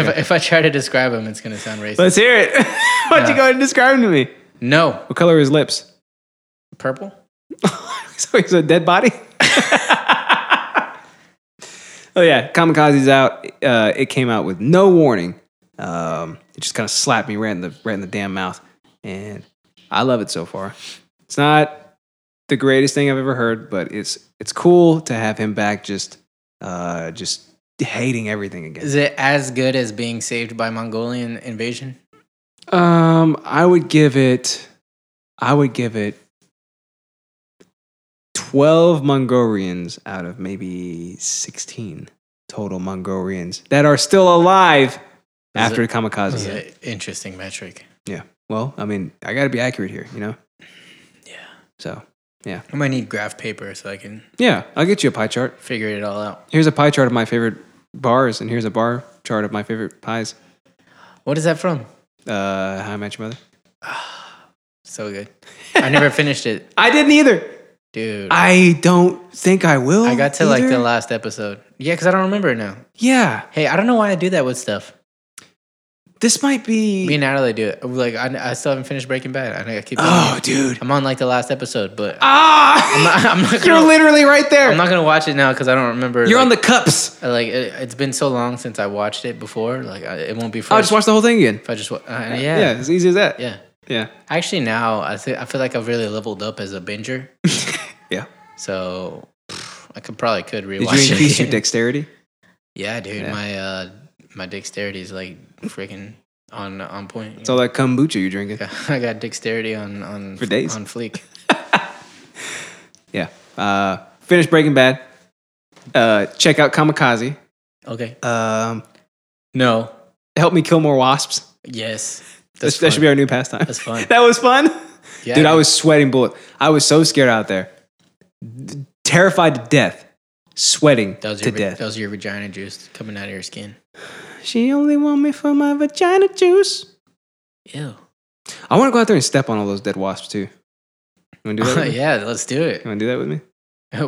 Speaker 1: if, if I try to describe him, it's going to sound racist.
Speaker 2: Let's hear it. Why don't you
Speaker 1: Uh,
Speaker 2: go ahead and describe him to me?
Speaker 1: no.
Speaker 2: What color are his lips?
Speaker 1: Purple?
Speaker 2: so he's a dead body? oh, yeah. Kamikaze's out. Uh, it came out with no warning. Um, it just kind of slapped me right in, the, right in the damn mouth. And I love it so far. It's not the greatest thing I've ever heard, but it's, it's cool to have him back just, uh, just hating everything again.
Speaker 1: Is it as good as being saved by Mongolian invasion?
Speaker 2: Um, I would give it. I would give it. Twelve Mongolians out of maybe sixteen total Mongolians that are still alive after
Speaker 1: it-
Speaker 2: the kamikaze.
Speaker 1: That's an interesting metric.
Speaker 2: Yeah. Well, I mean, I got to be accurate here, you know. Yeah. So
Speaker 1: I might need graph paper so I can
Speaker 2: yeah, I'll get you a pie chart.
Speaker 1: figure it all out.
Speaker 2: Here's a pie chart of my favorite bars, and here's a bar chart of my favorite pies.
Speaker 1: What is that from?
Speaker 2: Uh, How I Met Your Mother.
Speaker 1: So good. I never finished it,
Speaker 2: I didn't either.
Speaker 1: dude. I,
Speaker 2: I don't think I will.
Speaker 1: got to like the
Speaker 2: either.
Speaker 1: last episode. Yeah, because I don't remember it now.
Speaker 2: Yeah.
Speaker 1: Hey, I don't know why I do that with stuff.
Speaker 2: This might be.
Speaker 1: Me and Natalie do it. Like I, I still haven't finished Breaking Bad. I, I keep.
Speaker 2: oh,
Speaker 1: telling you.
Speaker 2: dude.
Speaker 1: I'm on like the last episode, but
Speaker 2: Ah!
Speaker 1: I'm not. I'm not
Speaker 2: you're
Speaker 1: gonna,
Speaker 2: literally right there.
Speaker 1: I'm not gonna watch it now because I don't remember.
Speaker 2: you're
Speaker 1: like,
Speaker 2: on the cups.
Speaker 1: I, like it, it's been so long since I watched it before. Like I, it won't be fresh.
Speaker 2: I'll Oh, just watch the whole thing again.
Speaker 1: If I just wa- uh,
Speaker 2: Yeah.
Speaker 1: yeah,
Speaker 2: as easy as that.
Speaker 1: yeah.
Speaker 2: Yeah.
Speaker 1: Actually, now I thi- I feel like I've really leveled up as a binger.
Speaker 2: Yeah.
Speaker 1: So pff, I could probably could
Speaker 2: Did
Speaker 1: rewatch.
Speaker 2: you increase
Speaker 1: it.
Speaker 2: your dexterity?
Speaker 1: Yeah, dude,
Speaker 2: Yeah.
Speaker 1: my uh my dexterity is like freaking on on point.
Speaker 2: It's all that kombucha you're drinking.
Speaker 1: I got dexterity on on
Speaker 2: For days.
Speaker 1: on fleek.
Speaker 2: Yeah. Uh, finish Breaking Bad. Uh, check out Kamikaze.
Speaker 1: Okay.
Speaker 2: Um,
Speaker 1: No.
Speaker 2: help me kill more wasps.
Speaker 1: Yes.
Speaker 2: That,
Speaker 1: That's
Speaker 2: that should be
Speaker 1: fun.
Speaker 2: our new pastime.
Speaker 1: That's fun.
Speaker 2: that was fun.
Speaker 1: Yeah,
Speaker 2: Dude, I was sweating bullet. I was so scared out there, D- terrified to death, sweating
Speaker 1: That was
Speaker 2: to
Speaker 1: your
Speaker 2: death.
Speaker 1: that was your vagina juice coming out of your skin.
Speaker 2: She only want me for my vagina juice.
Speaker 1: Ew.
Speaker 2: I want to go out there and step on all those dead wasps too. You want to do that? with me?
Speaker 1: yeah, let's do it.
Speaker 2: You want to do that with me?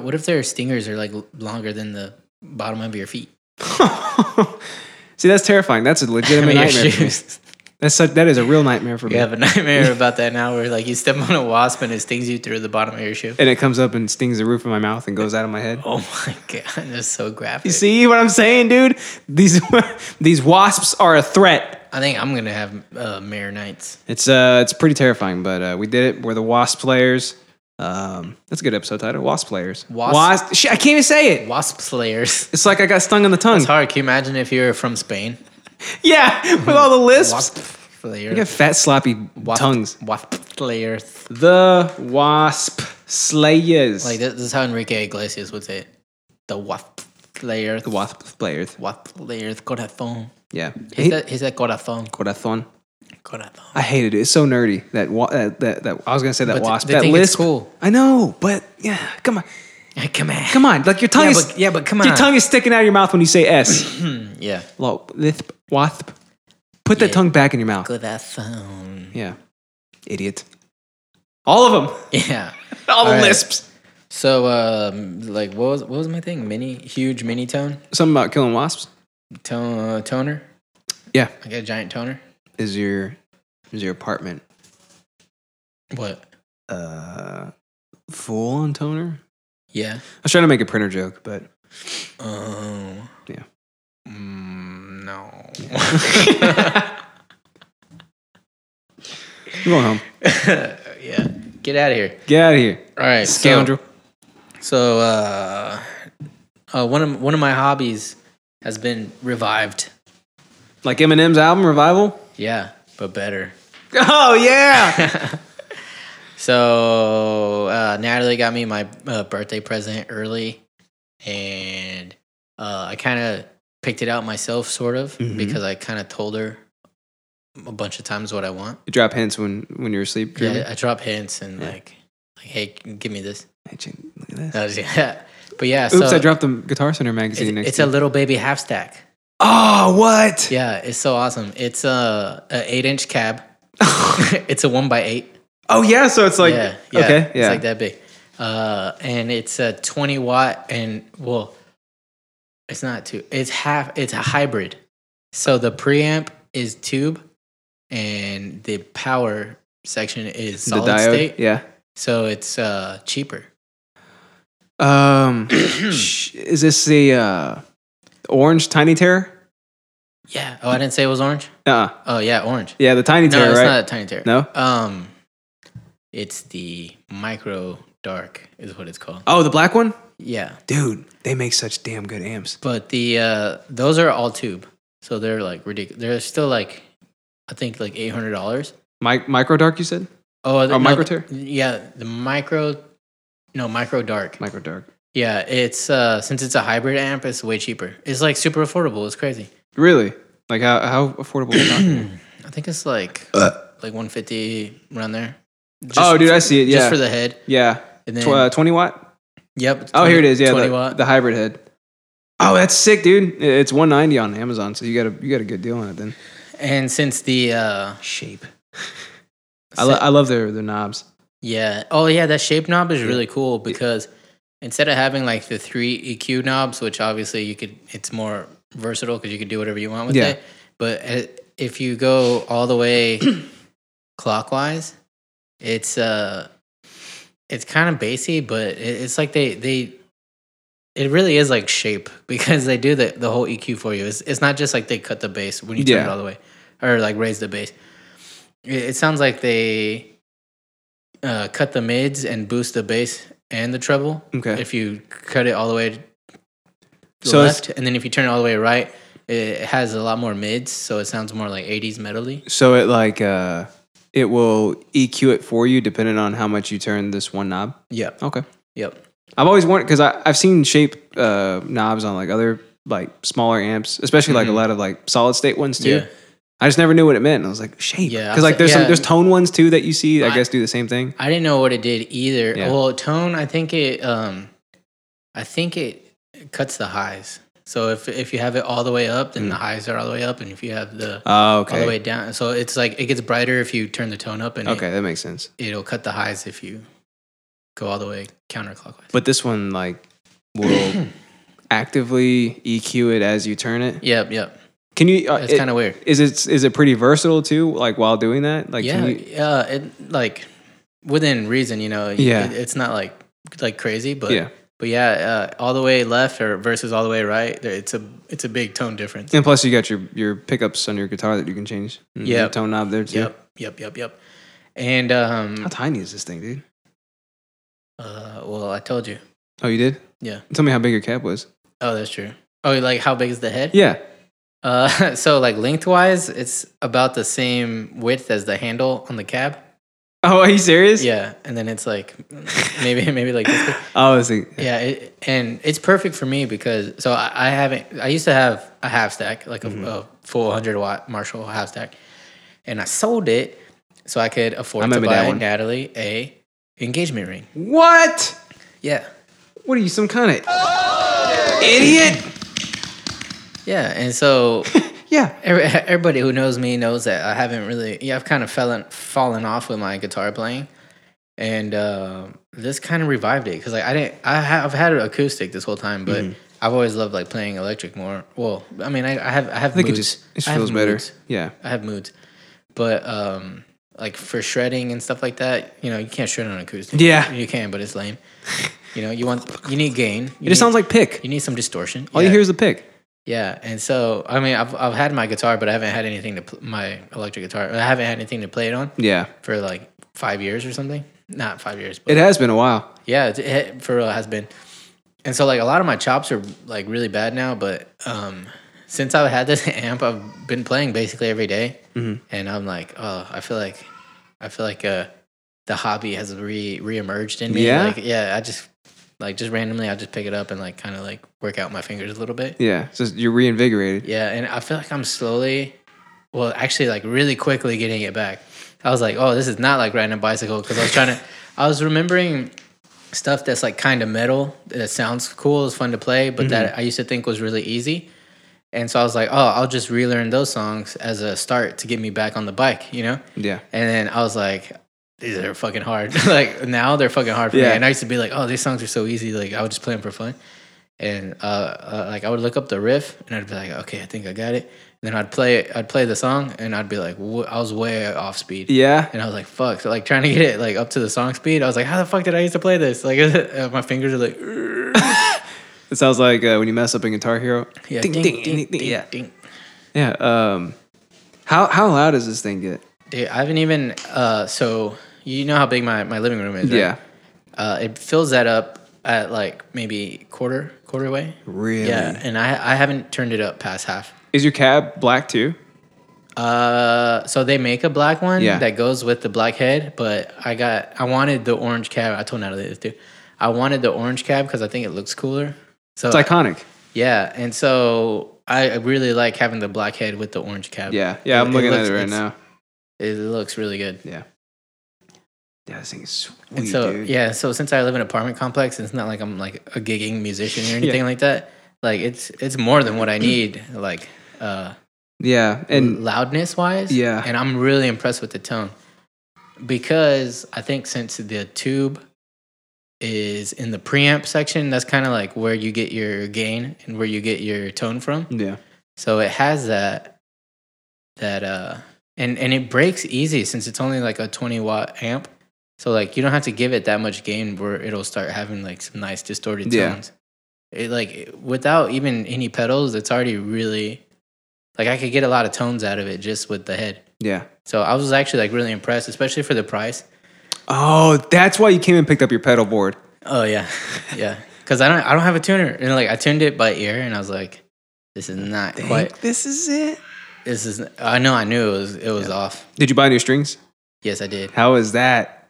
Speaker 1: What if their stingers are like l- longer than the bottom of your feet?
Speaker 2: See, that's terrifying. That's a
Speaker 1: I
Speaker 2: legitimate
Speaker 1: mean,
Speaker 2: nightmare.
Speaker 1: your
Speaker 2: For me.
Speaker 1: shoes.
Speaker 2: That's such, that is a real nightmare for me.
Speaker 1: You have a nightmare about that now where like you step on a wasp and it stings you through the bottom of your shoe.
Speaker 2: And it comes up and stings the roof of my mouth and goes out of my head.
Speaker 1: Oh my god, that's so graphic.
Speaker 2: You see what I'm saying, dude? These these wasps are a threat.
Speaker 1: I think I'm gonna have uh, Mayor Nights.
Speaker 2: It's uh, it's pretty terrifying, but uh, we did it. We're the wasp players. Um, that's a good episode title. Wasp players.
Speaker 1: Wasp-
Speaker 2: Wasp. Shit, I can't even say it.
Speaker 1: Wasp Slayers.
Speaker 2: It's like I got stung on the tongue.
Speaker 1: It's hard. Can you imagine if you were from Spain?
Speaker 2: Yeah, with all the lisps.
Speaker 1: Wasp Slayers.
Speaker 2: You got fat, sloppy
Speaker 1: Wasp-
Speaker 2: tongues.
Speaker 1: Wasp Slayers.
Speaker 2: The Wasp Slayers.
Speaker 1: Like this, this is how Enrique Iglesias would say it. The Wasp Slayers.
Speaker 2: the Wasp Slayers.
Speaker 1: Wasp Slayers. Corazón.
Speaker 2: Yeah. I
Speaker 1: He
Speaker 2: hate-
Speaker 1: said, he said corazón.
Speaker 2: Corazon.
Speaker 1: Corazón.
Speaker 2: I hated it. It's so nerdy. That wa- uh, that that I was gonna say that
Speaker 1: But
Speaker 2: wasp.
Speaker 1: they
Speaker 2: that
Speaker 1: think it's
Speaker 2: lisp.
Speaker 1: cool.
Speaker 2: I know, but yeah, come on,
Speaker 1: Hey, come on.
Speaker 2: come on. Like your tongue
Speaker 1: Yeah,
Speaker 2: is.
Speaker 1: but, yeah, but come on.
Speaker 2: Your tongue is sticking out of your mouth when you say S.
Speaker 1: Yeah.
Speaker 2: Lo- lisp, wasp. Put that
Speaker 1: Yeah.
Speaker 2: tongue back in your mouth.
Speaker 1: Corazón.
Speaker 2: Yeah. Idiot. All of them.
Speaker 1: Yeah.
Speaker 2: All the
Speaker 1: All right.
Speaker 2: lisps.
Speaker 1: So, um, like, what was what was my thing? Mini, huge mini tone,
Speaker 2: Something about killing wasps.
Speaker 1: tone uh, toner.
Speaker 2: Yeah.
Speaker 1: I got a giant toner.
Speaker 2: Is your is your apartment
Speaker 1: What?
Speaker 2: uh full on toner?
Speaker 1: Yeah.
Speaker 2: I was trying to make a printer joke, but
Speaker 1: Um.
Speaker 2: Yeah.
Speaker 1: Mm, no.
Speaker 2: I'm going home.
Speaker 1: yeah. Get out of here.
Speaker 2: Get out of here,
Speaker 1: All right, so-
Speaker 2: scoundrel.
Speaker 1: So, uh, uh, one of one of my hobbies has been revived.
Speaker 2: like Eminem's album revival.
Speaker 1: Oh, Yeah, but better.
Speaker 2: Oh yeah.
Speaker 1: So uh, Natalie got me my uh, birthday present early, and uh, I kind of picked it out myself, sort of,
Speaker 2: Mm-hmm.
Speaker 1: because I kind of told her a bunch of times what I want.
Speaker 2: You drop hints when when you're asleep.
Speaker 1: Yeah,
Speaker 2: Jeremy?
Speaker 1: I drop hints and like, like, hey, give me this.
Speaker 2: Hey, Jim, Look at this.
Speaker 1: I was- yeah. But yeah,
Speaker 2: Oops,
Speaker 1: Uh, so
Speaker 2: I dropped the Guitar Center magazine
Speaker 1: it's,
Speaker 2: next
Speaker 1: it's
Speaker 2: to
Speaker 1: a
Speaker 2: you.
Speaker 1: little baby half stack.
Speaker 2: Oh, what?
Speaker 1: Yeah, it's so awesome. It's a, a eight inch cab. it's a one by eight.
Speaker 2: Oh, yeah. So it's like,
Speaker 1: yeah, yeah.
Speaker 2: okay.
Speaker 1: It's
Speaker 2: Yeah.
Speaker 1: like that big. Uh, and it's a 20 watt and well, it's not two. It's half. It's a hybrid. So the preamp is tube, and the power section is
Speaker 2: The
Speaker 1: solid
Speaker 2: diode.
Speaker 1: state.
Speaker 2: Yeah.
Speaker 1: So it's uh cheaper.
Speaker 2: Um, sh- is this the uh, orange Tiny Terror?
Speaker 1: Yeah. Oh, I didn't say it was orange.
Speaker 2: Uh-uh.
Speaker 1: Oh yeah, orange.
Speaker 2: Yeah, the Tiny
Speaker 1: no,
Speaker 2: Terror,
Speaker 1: it's
Speaker 2: right?
Speaker 1: not a tiny tear.
Speaker 2: No?
Speaker 1: Um, it's the micro dark is what it's called.
Speaker 2: Oh, the black one?
Speaker 1: Yeah.
Speaker 2: Dude, they make such damn good amps.
Speaker 1: But the uh, those are all tube, so they're like ridiculous. They're still like, I think like eight hundred dollars.
Speaker 2: Mi- micro Dark, you said?
Speaker 1: Oh, the-
Speaker 2: micro tear?
Speaker 1: Yeah, the micro, no micro dark.
Speaker 2: Micro Dark.
Speaker 1: Yeah, it's uh since it's a hybrid amp, it's way cheaper. It's like super affordable. It's crazy.
Speaker 2: Really? Like, how, how affordable is that?
Speaker 1: I think it's like like one fifty around there.
Speaker 2: oh, dude, I see it. Yeah.
Speaker 1: Just for the head.
Speaker 2: yeah.
Speaker 1: And then
Speaker 2: Tw- uh, 20 watt?
Speaker 1: yep.
Speaker 2: Oh,
Speaker 1: 20
Speaker 2: here it is. Yeah,
Speaker 1: twenty
Speaker 2: the,
Speaker 1: watt.
Speaker 2: the hybrid head. Oh, that's sick, dude. I- It's 190 on Amazon, so you got a you got a good deal on it then.
Speaker 1: and since the uh
Speaker 2: Shape. I, lo- I love their their knobs.
Speaker 1: Yeah. Oh, yeah. That shape knob is really cool because instead of having like the three EQ knobs, which obviously you could, it's more versatile because you could do whatever you want with
Speaker 2: Yeah.
Speaker 1: it. But uh, if you go all the way clockwise, it's uh, it's kind of bassy, but it, it's like they they. It really is like shape because they do the, the whole EQ for you. It's, it's not just like they cut the bass when you turn it
Speaker 2: Yeah.
Speaker 1: all the way or like raise the bass. It, it sounds like they uh, cut the mids and boost the bass and the treble.
Speaker 2: Okay.
Speaker 1: If you cut it all the way to the
Speaker 2: So
Speaker 1: left,
Speaker 2: it's-
Speaker 1: and then if you turn it all the way right, it has a lot more mids, so it sounds more like '80s metally.
Speaker 2: So it like uh it will EQ it for you depending on how much you turn this one knob.
Speaker 1: Yeah.
Speaker 2: Okay.
Speaker 1: Yep.
Speaker 2: I've always wanted because I I've seen shape uh knobs on like other like smaller amps, especially like a lot of like solid state ones too.
Speaker 1: Mm-hmm. Yeah.
Speaker 2: I just never knew what it meant. I was like shape
Speaker 1: Yeah,
Speaker 2: because like there's some,
Speaker 1: yeah.
Speaker 2: there's tone ones too that you see. I, guess do the same thing.
Speaker 1: I didn't know what it did either.
Speaker 2: Yeah.
Speaker 1: Well, tone, I think it, um, I think it cuts the highs. So if if you have it all the way up, then the highs are all the way up, and if you have the
Speaker 2: Oh,
Speaker 1: all the
Speaker 2: Mm. okay.
Speaker 1: way down, so it's like it gets brighter if you turn the tone up, and it-
Speaker 2: Okay, that makes sense.
Speaker 1: it'll cut the highs if you go all the way counterclockwise.
Speaker 2: But this one like will actively EQ it as you turn it.
Speaker 1: Yep, yep.
Speaker 2: Can you? Uh,
Speaker 1: It's
Speaker 2: it-
Speaker 1: kind of weird.
Speaker 2: Is it is it pretty versatile too? Like while doing that, like
Speaker 1: yeah,
Speaker 2: can you,
Speaker 1: yeah. It like within reason, you know. you-
Speaker 2: Yeah.
Speaker 1: it- it's not like like crazy, but
Speaker 2: Yeah.
Speaker 1: yeah, but yeah, uh, all the way left or versus all the way right. there- It's a it's a big tone difference.
Speaker 2: and plus you got your your pickups on your guitar that you can change. and your
Speaker 1: Yep.
Speaker 2: tone knob there too.
Speaker 1: Yep, yep, yep, yep. And
Speaker 2: How
Speaker 1: um,
Speaker 2: tiny is this thing, dude?
Speaker 1: uh, well, I told you.
Speaker 2: Oh, you did?
Speaker 1: Yeah.
Speaker 2: Tell me how big your cap was.
Speaker 1: Oh, that's true. Oh, like how big is the head?
Speaker 2: Yeah.
Speaker 1: Uh, so like lengthwise, it's about the same width as the handle on the cab.
Speaker 2: Oh, are you serious?
Speaker 1: Yeah, and then it's like maybe maybe like this big.
Speaker 2: Oh, I was like,
Speaker 1: Yeah, it, and it's perfect for me because so I, I haven't. I used to have a half stack, like
Speaker 2: Mm-hmm.
Speaker 1: a, a full hundred watt Marshall half stack, and I sold it so I could
Speaker 2: I
Speaker 1: afford to
Speaker 2: remember that
Speaker 1: buy
Speaker 2: one. Mm-hmm.
Speaker 1: Natalie a engagement ring.
Speaker 2: what?
Speaker 1: Yeah,
Speaker 2: What are you, some kind of idiot?
Speaker 1: yeah, and so
Speaker 2: Yeah.
Speaker 1: every, everybody who knows me knows that I haven't really. Yeah, I've kind of fallen fallen off with my guitar playing, and uh, this kind of revived it because like I didn't. I ha- I've had acoustic this whole time, but.
Speaker 2: Mm-hmm.
Speaker 1: I've always loved like playing electric more. Well, I mean, I, I have I have
Speaker 2: I think
Speaker 1: moods.
Speaker 2: it just it just
Speaker 1: I have
Speaker 2: feels better.
Speaker 1: moods.
Speaker 2: Yeah.
Speaker 1: I have moods, but um, like for shredding and stuff like that, you know, you can't shred on acoustic.
Speaker 2: Yeah.
Speaker 1: you can, but it's lame. You know, you want you need gain. You
Speaker 2: It just
Speaker 1: need-
Speaker 2: sounds like pick.
Speaker 1: you need some distortion.
Speaker 2: All
Speaker 1: yeah.
Speaker 2: you hear is the pick.
Speaker 1: yeah, and so I mean, I've I've had my guitar, but I haven't had anything to pl- my electric guitar. I haven't had anything to play it on
Speaker 2: Yeah.
Speaker 1: for like five years or something. Not five years, but
Speaker 2: It has been a while.
Speaker 1: yeah, it, it for real has been. And so like a lot of my chops are like really bad now, but um since I've had this amp, I've
Speaker 2: Mm-hmm.
Speaker 1: been playing basically every day. and I'm like, oh, I feel like I feel like uh the hobby has re reemerged in me.
Speaker 2: Yeah?
Speaker 1: Like, yeah. I just like just randomly, I just pick it up and like kind of like work out my fingers a little bit.
Speaker 2: Yeah, so you're reinvigorated.
Speaker 1: Yeah, and I feel like I'm slowly, well, actually, like really quickly getting it back. I was like, oh, this is not like riding a bicycle because I was trying to, I was remembering stuff that's like kind of metal that sounds cool, it's fun to play, but that I used to think was really easy. And so I was like, oh, I'll just relearn those songs as a start to get me back on the bike, you know?
Speaker 2: Yeah.
Speaker 1: And then I was like, these are fucking hard. like now they're fucking hard for
Speaker 2: Yeah.
Speaker 1: me. And I used to be like, oh, these songs are so easy. Like I would just play them for fun. And uh, uh, like I would look up the riff and I'd be like, okay, I think I got it. And then I'd play it. I'd play the song and I'd be like, wh- I was way off speed.
Speaker 2: Yeah.
Speaker 1: And I was like, fuck. So like trying to get it like up to the song speed. I was like, how the fuck did I used to play this? Like uh, my fingers are like,
Speaker 2: It sounds like uh, when you mess up in Guitar Hero.
Speaker 1: yeah,
Speaker 2: Ding,
Speaker 1: ding,
Speaker 2: ding, ding, ding, yeah. Yeah. Um, how how loud does this thing get?
Speaker 1: Dude, I haven't even. Uh, so you know how big my, my living room is, right?
Speaker 2: Yeah.
Speaker 1: uh, it fills that up at like maybe quarter quarter way.
Speaker 2: Really?
Speaker 1: Yeah, and I I haven't turned it up past half.
Speaker 2: Is your cab black too?
Speaker 1: Uh, so they make a black one
Speaker 2: Yeah.
Speaker 1: that goes with the black head, but I got I wanted the orange cab. I told Natalie this too. I wanted the orange cab because I think it looks cooler. So
Speaker 2: It's iconic.
Speaker 1: yeah, and so I really like having the black head with the orange cab.
Speaker 2: Yeah. Yeah. I'm looking
Speaker 1: looks-
Speaker 2: at it right
Speaker 1: it's-
Speaker 2: now.
Speaker 1: It looks really good.
Speaker 2: Yeah. Yeah, this thing is sweet,
Speaker 1: And so
Speaker 2: dude.
Speaker 1: yeah, so since I live in an apartment complex, it's not like I'm like a gigging musician or anything like that. Like it's it's more than what I need, like uh
Speaker 2: Yeah, and
Speaker 1: loudness wise.
Speaker 2: Yeah.
Speaker 1: And I'm really impressed with the tone. Because I think since the tube is in the preamp section, that's kind of like where you get your gain and where you get your tone from.
Speaker 2: yeah,
Speaker 1: So it has that that uh and and it breaks easy since it's only like a 20 watt amp. So like you don't have to give it that much gain where it'll start having like some nice distorted
Speaker 2: Yeah.
Speaker 1: tones. It like without even any pedals, it's already really like I could get a lot of tones out of it just with the head.
Speaker 2: yeah.
Speaker 1: So I was actually like really impressed, especially for the price.
Speaker 2: Oh, that's why you came and picked up your pedal board.
Speaker 1: Oh yeah, yeah. Because I don't I don't have a tuner and like I tuned it by ear and I was like, this is not quite
Speaker 2: this is it.
Speaker 1: this is I know I knew it was it was off.
Speaker 2: Did you buy new strings?
Speaker 1: Yes, I did.
Speaker 2: How is that?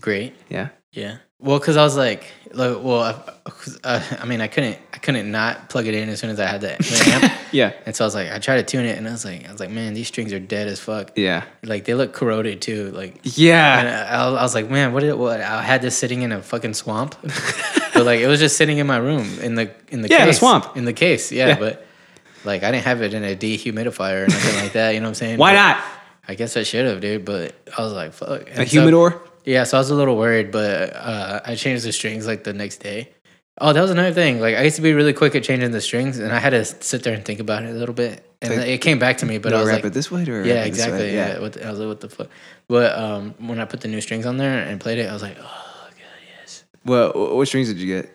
Speaker 1: Great.
Speaker 2: Yeah,
Speaker 1: Yeah. Well, because I was like, like well, I, 'cause, uh, I mean, I couldn't, I couldn't not plug it in as soon as I had that the amp.
Speaker 2: yeah,
Speaker 1: And so I was like, I tried to tune it, and I was like, I was like, man, these strings are dead as fuck.
Speaker 2: yeah,
Speaker 1: Like they look corroded too. Like, and uh,
Speaker 2: yeah.
Speaker 1: I, I was- I was like, man, what? Did, what? I had this sitting in a fucking swamp, but like it was just sitting in my room in the in the
Speaker 2: Yeah, in a
Speaker 1: case,
Speaker 2: swamp.
Speaker 1: in the case, yeah,
Speaker 2: Yeah.
Speaker 1: but. Like I didn't have it in a dehumidifier or nothing like that, you know what I'm saying?
Speaker 2: Why
Speaker 1: But
Speaker 2: not
Speaker 1: I guess I should have, dude. But I was like, "Fuck."
Speaker 2: a
Speaker 1: And so-
Speaker 2: humidor?
Speaker 1: yeah, so I was a little worried, but uh, I changed the strings like the next day. Oh, that was another thing. Like I used to be really quick at changing the strings, and I had to sit there and think about it a little bit, and
Speaker 2: Like,
Speaker 1: it came back to me. But
Speaker 2: do
Speaker 1: I
Speaker 2: I
Speaker 1: was
Speaker 2: wrap
Speaker 1: like,
Speaker 2: it this way? Do I wrap
Speaker 1: yeah,
Speaker 2: it this way?
Speaker 1: exactly. Yeah, what the, I was like, what the fuck? But um, when I put the new strings on there and played it, I was like, oh,
Speaker 2: Well, wh- what strings did you get,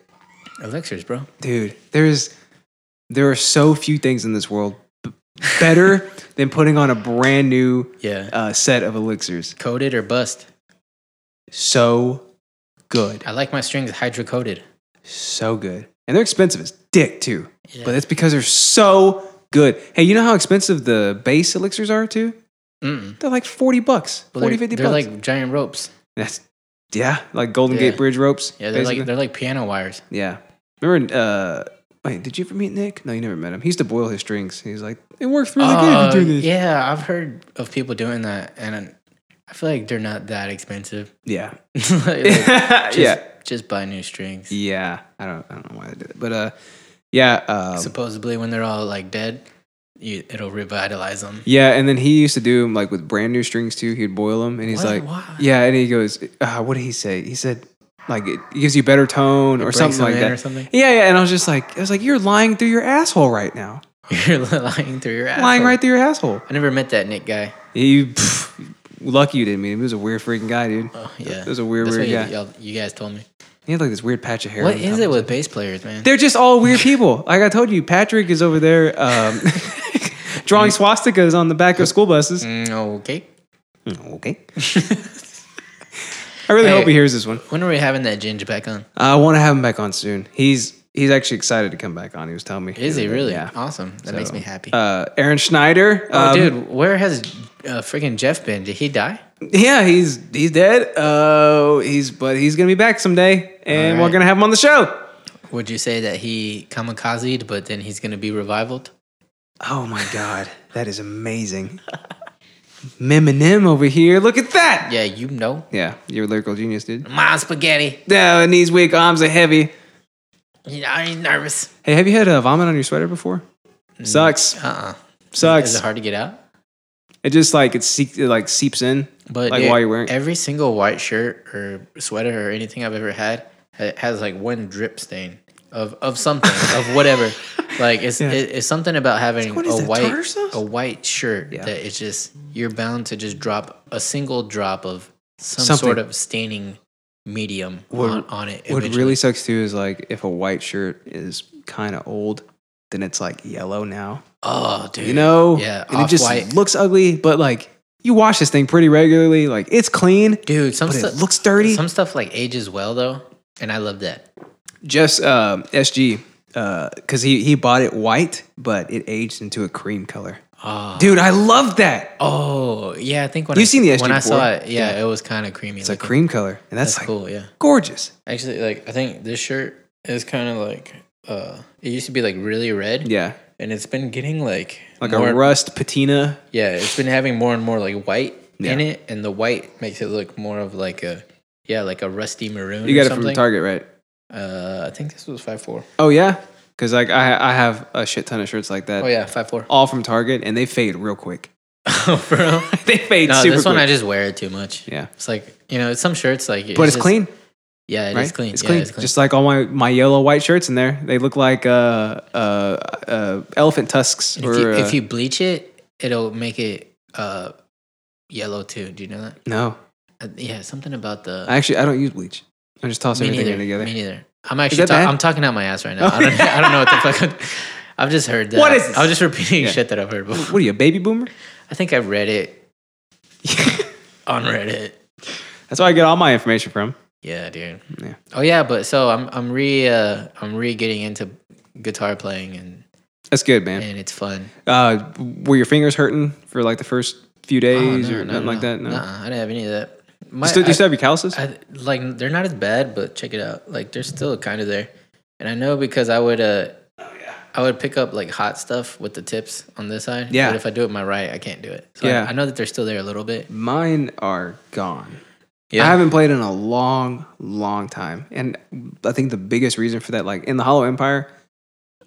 Speaker 1: elixirs, bro.
Speaker 2: dude? There is, there are so few things in this world b- better than putting on a brand new
Speaker 1: Yeah,
Speaker 2: uh, set of elixirs.
Speaker 1: coated or bust.
Speaker 2: So good.
Speaker 1: I like my strings hydrocoated.
Speaker 2: so good. And they're expensive as dick too.
Speaker 1: Yeah.
Speaker 2: But that's because they're so good. Hey, you know how expensive the base elixirs are too?
Speaker 1: Mm.
Speaker 2: They're like 40 bucks,
Speaker 1: Well,
Speaker 2: 40,
Speaker 1: they're,
Speaker 2: 50
Speaker 1: they're
Speaker 2: bucks.
Speaker 1: like giant ropes.
Speaker 2: that's yeah, like Golden
Speaker 1: Yeah.
Speaker 2: Gate Bridge ropes.
Speaker 1: Yeah, they're
Speaker 2: basically.
Speaker 1: like they're like piano wires.
Speaker 2: yeah. Remember uh wait, did you ever meet Nick? No, you never met him. He used to boil his strings. He's like, it works really
Speaker 1: Oh,
Speaker 2: good if you do this.
Speaker 1: yeah, I've heard of people doing that, and I feel like they're not that expensive.
Speaker 2: Yeah.
Speaker 1: Like, just,
Speaker 2: Yeah. yeah.
Speaker 1: just buy new strings.
Speaker 2: I don't I don't know why they did it. But uh yeah, um,
Speaker 1: Supposedly, when they're all like dead, you, it'll revitalize them.
Speaker 2: Yeah, and then he used to do them like with brand new strings too. He'd boil them, and he's
Speaker 1: What?
Speaker 2: like,
Speaker 1: Why?
Speaker 2: "Yeah," and he goes, uh, "What did he say?" He said, "Like it gives you better tone or
Speaker 1: breaks
Speaker 2: something
Speaker 1: them
Speaker 2: like
Speaker 1: in
Speaker 2: that."
Speaker 1: or something?
Speaker 2: Yeah, yeah. And I was just like, I was like, "You're lying through your asshole right now.
Speaker 1: You're lying through your ass.
Speaker 2: Lying right through your asshole."
Speaker 1: I never met that Nick guy.
Speaker 2: You pff, lucky you didn't meet him. He was a weird freaking guy, dude.
Speaker 1: Oh, yeah,
Speaker 2: that was a weird,
Speaker 1: That's
Speaker 2: weird
Speaker 1: what you-
Speaker 2: guy.
Speaker 1: y'all- You, guys told me.
Speaker 2: He had like this weird patch of hair.
Speaker 1: What
Speaker 2: on
Speaker 1: is
Speaker 2: top.
Speaker 1: it with bass players, man?
Speaker 2: They're just all weird people. Like I told you, Patrick is over there um, drawing swastikas on the back of school buses. Mm,
Speaker 1: Mm, okay.
Speaker 2: Okay. I really
Speaker 1: Hey.
Speaker 2: hope he hears this one.
Speaker 1: When are we having that ginger back on?
Speaker 2: I want to have him back on soon. He's he's actually excited to come back on. He was telling me.
Speaker 1: Is he
Speaker 2: the other day,
Speaker 1: really?
Speaker 2: Yeah.
Speaker 1: Awesome. That makes me happy.
Speaker 2: Uh, Aaron Schneider.
Speaker 1: oh,
Speaker 2: um,
Speaker 1: dude, where has uh, freaking Jeff been? Did he die?
Speaker 2: Yeah, he's he's dead. Uh, he's but he's gonna be back someday, and
Speaker 1: All right.
Speaker 2: we're gonna have him on the show.
Speaker 1: Would you say that he kamikazed, but then he's going to be revivaled?
Speaker 2: Oh my god, that is amazing. Eminem over here. Look at that.
Speaker 1: Yeah, you know.
Speaker 2: Yeah, you're a lyrical genius, dude.
Speaker 1: My spaghetti.
Speaker 2: No, and these weak arms are heavy.
Speaker 1: I ain't nervous.
Speaker 2: Hey, have you had a vomit on your sweater before? Sucks.
Speaker 1: Uh-uh. Is
Speaker 2: Sucks.
Speaker 1: it hard to get out?
Speaker 2: It just like it, seep- it like seeps in.
Speaker 1: But
Speaker 2: like
Speaker 1: dude,
Speaker 2: while you're wearing.
Speaker 1: every single white shirt or sweater or anything I've ever had ha- has like one drip stain of of something of whatever. Like it's
Speaker 2: Yeah.
Speaker 1: it, it's something about having
Speaker 2: what is
Speaker 1: a
Speaker 2: that, tartar
Speaker 1: white
Speaker 2: sauce?
Speaker 1: a white shirt
Speaker 2: Yeah.
Speaker 1: that it's just you're bound to just drop a single drop of some
Speaker 2: Something.
Speaker 1: sort of staining medium
Speaker 2: What-
Speaker 1: on, on it.
Speaker 2: what
Speaker 1: eventually.
Speaker 2: really sucks too is like if a white shirt is kind of old, then it's like yellow now.
Speaker 1: oh dude
Speaker 2: you know?
Speaker 1: yeah
Speaker 2: And it just
Speaker 1: off-white.
Speaker 2: looks ugly, but like you wash this thing pretty regularly. Like it's clean,
Speaker 1: dude some
Speaker 2: but it
Speaker 1: stuff
Speaker 2: looks dirty.
Speaker 1: some stuff like ages well though and I love that
Speaker 2: Jeff's um, SG, because he, he bought it white, but it aged into a cream color.
Speaker 1: Ah.
Speaker 2: Dude, I love that.
Speaker 1: oh yeah I think when
Speaker 2: You've
Speaker 1: I,
Speaker 2: seen the SG
Speaker 1: when I saw
Speaker 2: before.
Speaker 1: it yeah, it was kind of creamy
Speaker 2: It's a cream color, and that's,
Speaker 1: That's
Speaker 2: like
Speaker 1: cool, yeah.
Speaker 2: gorgeous.
Speaker 1: Actually, like I think this shirt is kind of like uh, it used to be like really red,
Speaker 2: Yeah,
Speaker 1: and it's been getting like
Speaker 2: like
Speaker 1: more,
Speaker 2: a rust patina.
Speaker 1: yeah, it's been having more and more like white in
Speaker 2: Yeah.
Speaker 1: it, and the white makes it look more of like a yeah, like a rusty maroon.
Speaker 2: You got
Speaker 1: or
Speaker 2: it from
Speaker 1: something.
Speaker 2: Target, right?
Speaker 1: Uh, I think this was five four.
Speaker 2: Oh yeah, because like I I have a shit ton of shirts like that.
Speaker 1: Oh yeah, five four.
Speaker 2: all from Target, and they fade real quick.
Speaker 1: Oh, bro.
Speaker 2: they fade
Speaker 1: No,
Speaker 2: super
Speaker 1: this one
Speaker 2: quick.
Speaker 1: I just wear it too much.
Speaker 2: yeah,
Speaker 1: It's like you know, it's some shirts like,
Speaker 2: but it's,
Speaker 1: just-
Speaker 2: clean,
Speaker 1: Yeah, it is
Speaker 2: right?
Speaker 1: clean.
Speaker 2: It's
Speaker 1: yeah,
Speaker 2: clean.
Speaker 1: It's clean.
Speaker 2: Just like all my my yellow white shirts in there, they look like uh uh, uh elephant tusks.
Speaker 1: And
Speaker 2: or
Speaker 1: if, you,
Speaker 2: uh,
Speaker 1: if you bleach it, it'll make it uh yellow too. Do you know that?
Speaker 2: no,
Speaker 1: Uh, yeah, something about the.
Speaker 2: actually I don't use bleach. I just toss
Speaker 1: me
Speaker 2: everything
Speaker 1: neither.
Speaker 2: in together.
Speaker 1: Me neither. I'm actually
Speaker 2: that
Speaker 1: ta-
Speaker 2: bad?
Speaker 1: I'm talking out my ass right now. I, don't, I don't know what the fuck. I'm- I've just heard that.
Speaker 2: What is this?
Speaker 1: I was just repeating shit that I've heard before.
Speaker 2: What are you, a baby boomer?
Speaker 1: I think I read it on Reddit.
Speaker 2: That's where I get all my information from.
Speaker 1: Yeah, dude.
Speaker 2: Yeah.
Speaker 1: Oh yeah, but so I'm I'm re uh, I'm re getting into guitar playing and
Speaker 2: That's good, man.
Speaker 1: and it's fun.
Speaker 2: Uh, were your fingers hurting for like the first few days
Speaker 1: Oh, no,
Speaker 2: or
Speaker 1: no,
Speaker 2: nothing like
Speaker 1: no.
Speaker 2: that? No.
Speaker 1: Nuh-uh, I didn't have any of that. My,
Speaker 2: you still,
Speaker 1: I-
Speaker 2: you still have your calluses?
Speaker 1: I, like they're not as bad, but check it out. Like they're still kind of there, and I know because I would uh, I would pick up like hot stuff with the tips on this side.
Speaker 2: Yeah.
Speaker 1: but if I do it my right, I can't do it. So I-
Speaker 2: Yeah.
Speaker 1: I, know that they're still there a little bit.
Speaker 2: Mine are gone.
Speaker 1: Yeah,
Speaker 2: I haven't played in a long, long time. And I think the biggest reason for that, like in the Hollow Empire,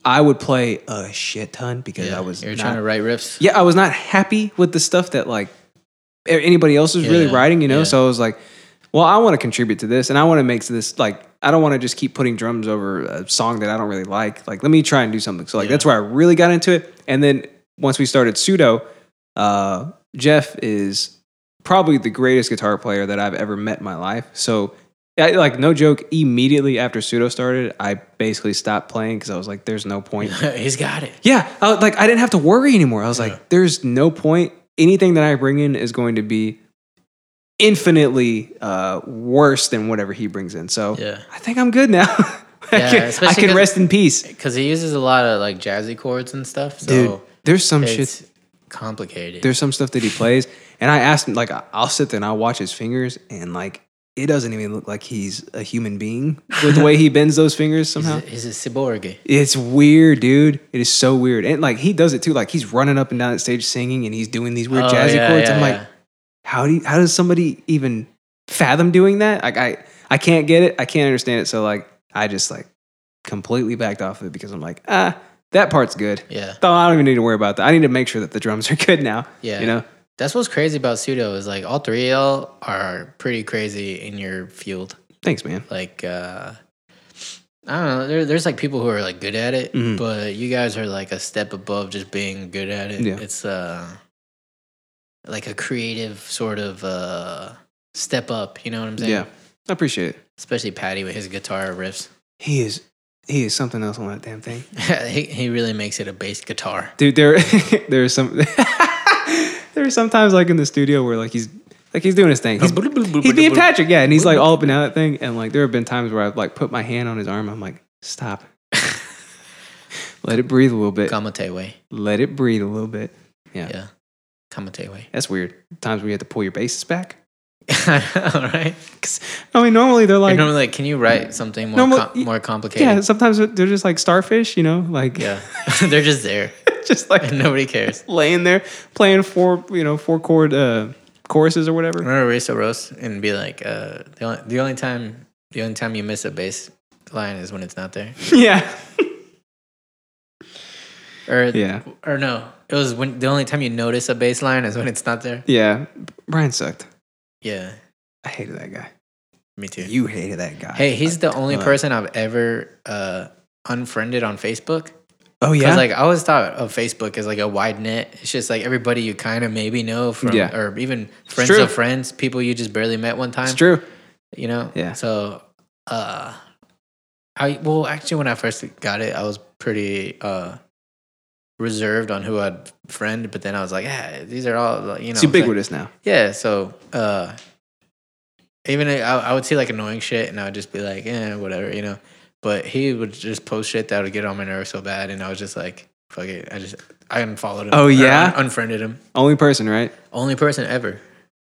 Speaker 2: I would play a shit ton because
Speaker 1: Yeah,
Speaker 2: I was
Speaker 1: you're
Speaker 2: not,
Speaker 1: trying to write riffs.
Speaker 2: yeah, I was not happy with the stuff that like a- anybody else was really
Speaker 1: Yeah,
Speaker 2: writing, you know?
Speaker 1: yeah.
Speaker 2: So I was like, well, I want to contribute to this and I want to make this like, I don't want to just keep putting drums over a song that I don't really like. Like, let me try and do something. So like, that's where I really got into it. And then once we started pseudo, uh, Jeff is probably the greatest guitar player that I've ever met in my life. So, I, like no joke, immediately after pseudo started, I basically stopped playing because I was like, "There's no point."
Speaker 1: He's got it.
Speaker 2: Yeah, I, was- like I didn't have to worry anymore. I was like, there's no point. Anything that I bring in is going to be infinitely uh, worse than whatever he brings in. So
Speaker 1: Yeah.
Speaker 2: I think I'm good now. I
Speaker 1: Yeah,
Speaker 2: can, I
Speaker 1: especially
Speaker 2: can
Speaker 1: 'cause-
Speaker 2: rest in peace,
Speaker 1: Because he uses a lot of like jazzy chords and stuff. So
Speaker 2: dude. There's some
Speaker 1: it's
Speaker 2: shit.
Speaker 1: complicated.
Speaker 2: There's some stuff that he plays, and I asked him. Like I- I'll sit there and I'll watch his fingers, and like it doesn't even look like he's a human being with the way he bends those fingers somehow.
Speaker 1: He's a cyborg.
Speaker 2: It's weird, dude. It is so weird. And like he does it too. Like he's running up and down the stage singing and he's doing these weird
Speaker 1: Oh,
Speaker 2: jazzy
Speaker 1: yeah,
Speaker 2: chords.
Speaker 1: yeah,
Speaker 2: I'm like,
Speaker 1: yeah.
Speaker 2: how do you, how does somebody even fathom doing that? Like I I can't get it. I can't understand it. So like I just like completely backed off of it because I'm like, ah, that part's good.
Speaker 1: Yeah.
Speaker 2: No, I don't even need to worry about that. I need to make sure that the drums are good now.
Speaker 1: Yeah.
Speaker 2: You know?
Speaker 1: That's what's crazy about pseudo is like all three of y'all are pretty crazy in your field.
Speaker 2: Thanks, man.
Speaker 1: like uh I don't know. There, there's like people who are like good at it,
Speaker 2: Mhm.
Speaker 1: but you guys are like a step above just being good at it.
Speaker 2: Yeah.
Speaker 1: It's uh like a creative sort of uh step up. You know what I'm saying?
Speaker 2: Yeah. I appreciate it.
Speaker 1: Especially Patty with his guitar riffs.
Speaker 2: He is he is something else on that damn thing.
Speaker 1: he, he really makes it a bass guitar.
Speaker 2: dude there there's some there's sometimes like in the studio where like he's like he's doing his thing he's, he's being patrick yeah and he's like all up and down that thing and like there have been times where i've like put my hand on his arm i'm like stop Let it breathe a little bit.
Speaker 1: Kamatewe.
Speaker 2: Let it breathe a little bit. Yeah.
Speaker 1: Yeah. Kamatewe.
Speaker 2: That's weird. Times where you have to pull your bases back.
Speaker 1: All right.
Speaker 2: 'Cause, I mean, normally they're
Speaker 1: You're
Speaker 2: like,
Speaker 1: normally like, can you write something more
Speaker 2: Normal-
Speaker 1: com- more complicated?
Speaker 2: yeah, sometimes they're just like starfish, you know, like
Speaker 1: Yeah. They're just there.
Speaker 2: just like
Speaker 1: And nobody cares.
Speaker 2: laying there playing four, you know, four chord uh, choruses or whatever.
Speaker 1: Remember Riso Rose and be like, uh, the only the only time the only time you miss a bass line is when it's not there.
Speaker 2: Yeah.
Speaker 1: Or
Speaker 2: Yeah.
Speaker 1: Or no. It was when the only time you notice a bass line is when it's not there.
Speaker 2: Yeah. Brian sucked.
Speaker 1: Yeah.
Speaker 2: I hated that guy.
Speaker 1: Me too.
Speaker 2: You hated that guy.
Speaker 1: hey, he's the only
Speaker 2: Uh,
Speaker 1: person I've ever uh, unfriended on Facebook.
Speaker 2: Oh,
Speaker 1: Because
Speaker 2: yeah.
Speaker 1: like I always thought of Facebook as like a wide net. It's just like everybody you kind of maybe know from,
Speaker 2: Yeah.
Speaker 1: or even friends
Speaker 2: true.
Speaker 1: of friends, people you just barely met one time.
Speaker 2: it's true.
Speaker 1: You know.
Speaker 2: Yeah.
Speaker 1: So, uh, I well actually when I first got it, I was pretty uh reserved on who I'd friend, but then I was like, ah, these are all like, you know.
Speaker 2: It's
Speaker 1: what I'm saying?
Speaker 2: ubiquitous now.
Speaker 1: Yeah. So, uh, even I, I would see like annoying shit, and I would just be like, eh, whatever, you know. But he would just post shit that would get on my nerves so bad, and I was just like, fuck it. I just I unfollowed him.
Speaker 2: Oh,
Speaker 1: or
Speaker 2: yeah?
Speaker 1: un- unfriended him.
Speaker 2: Only person, right?
Speaker 1: Only person ever.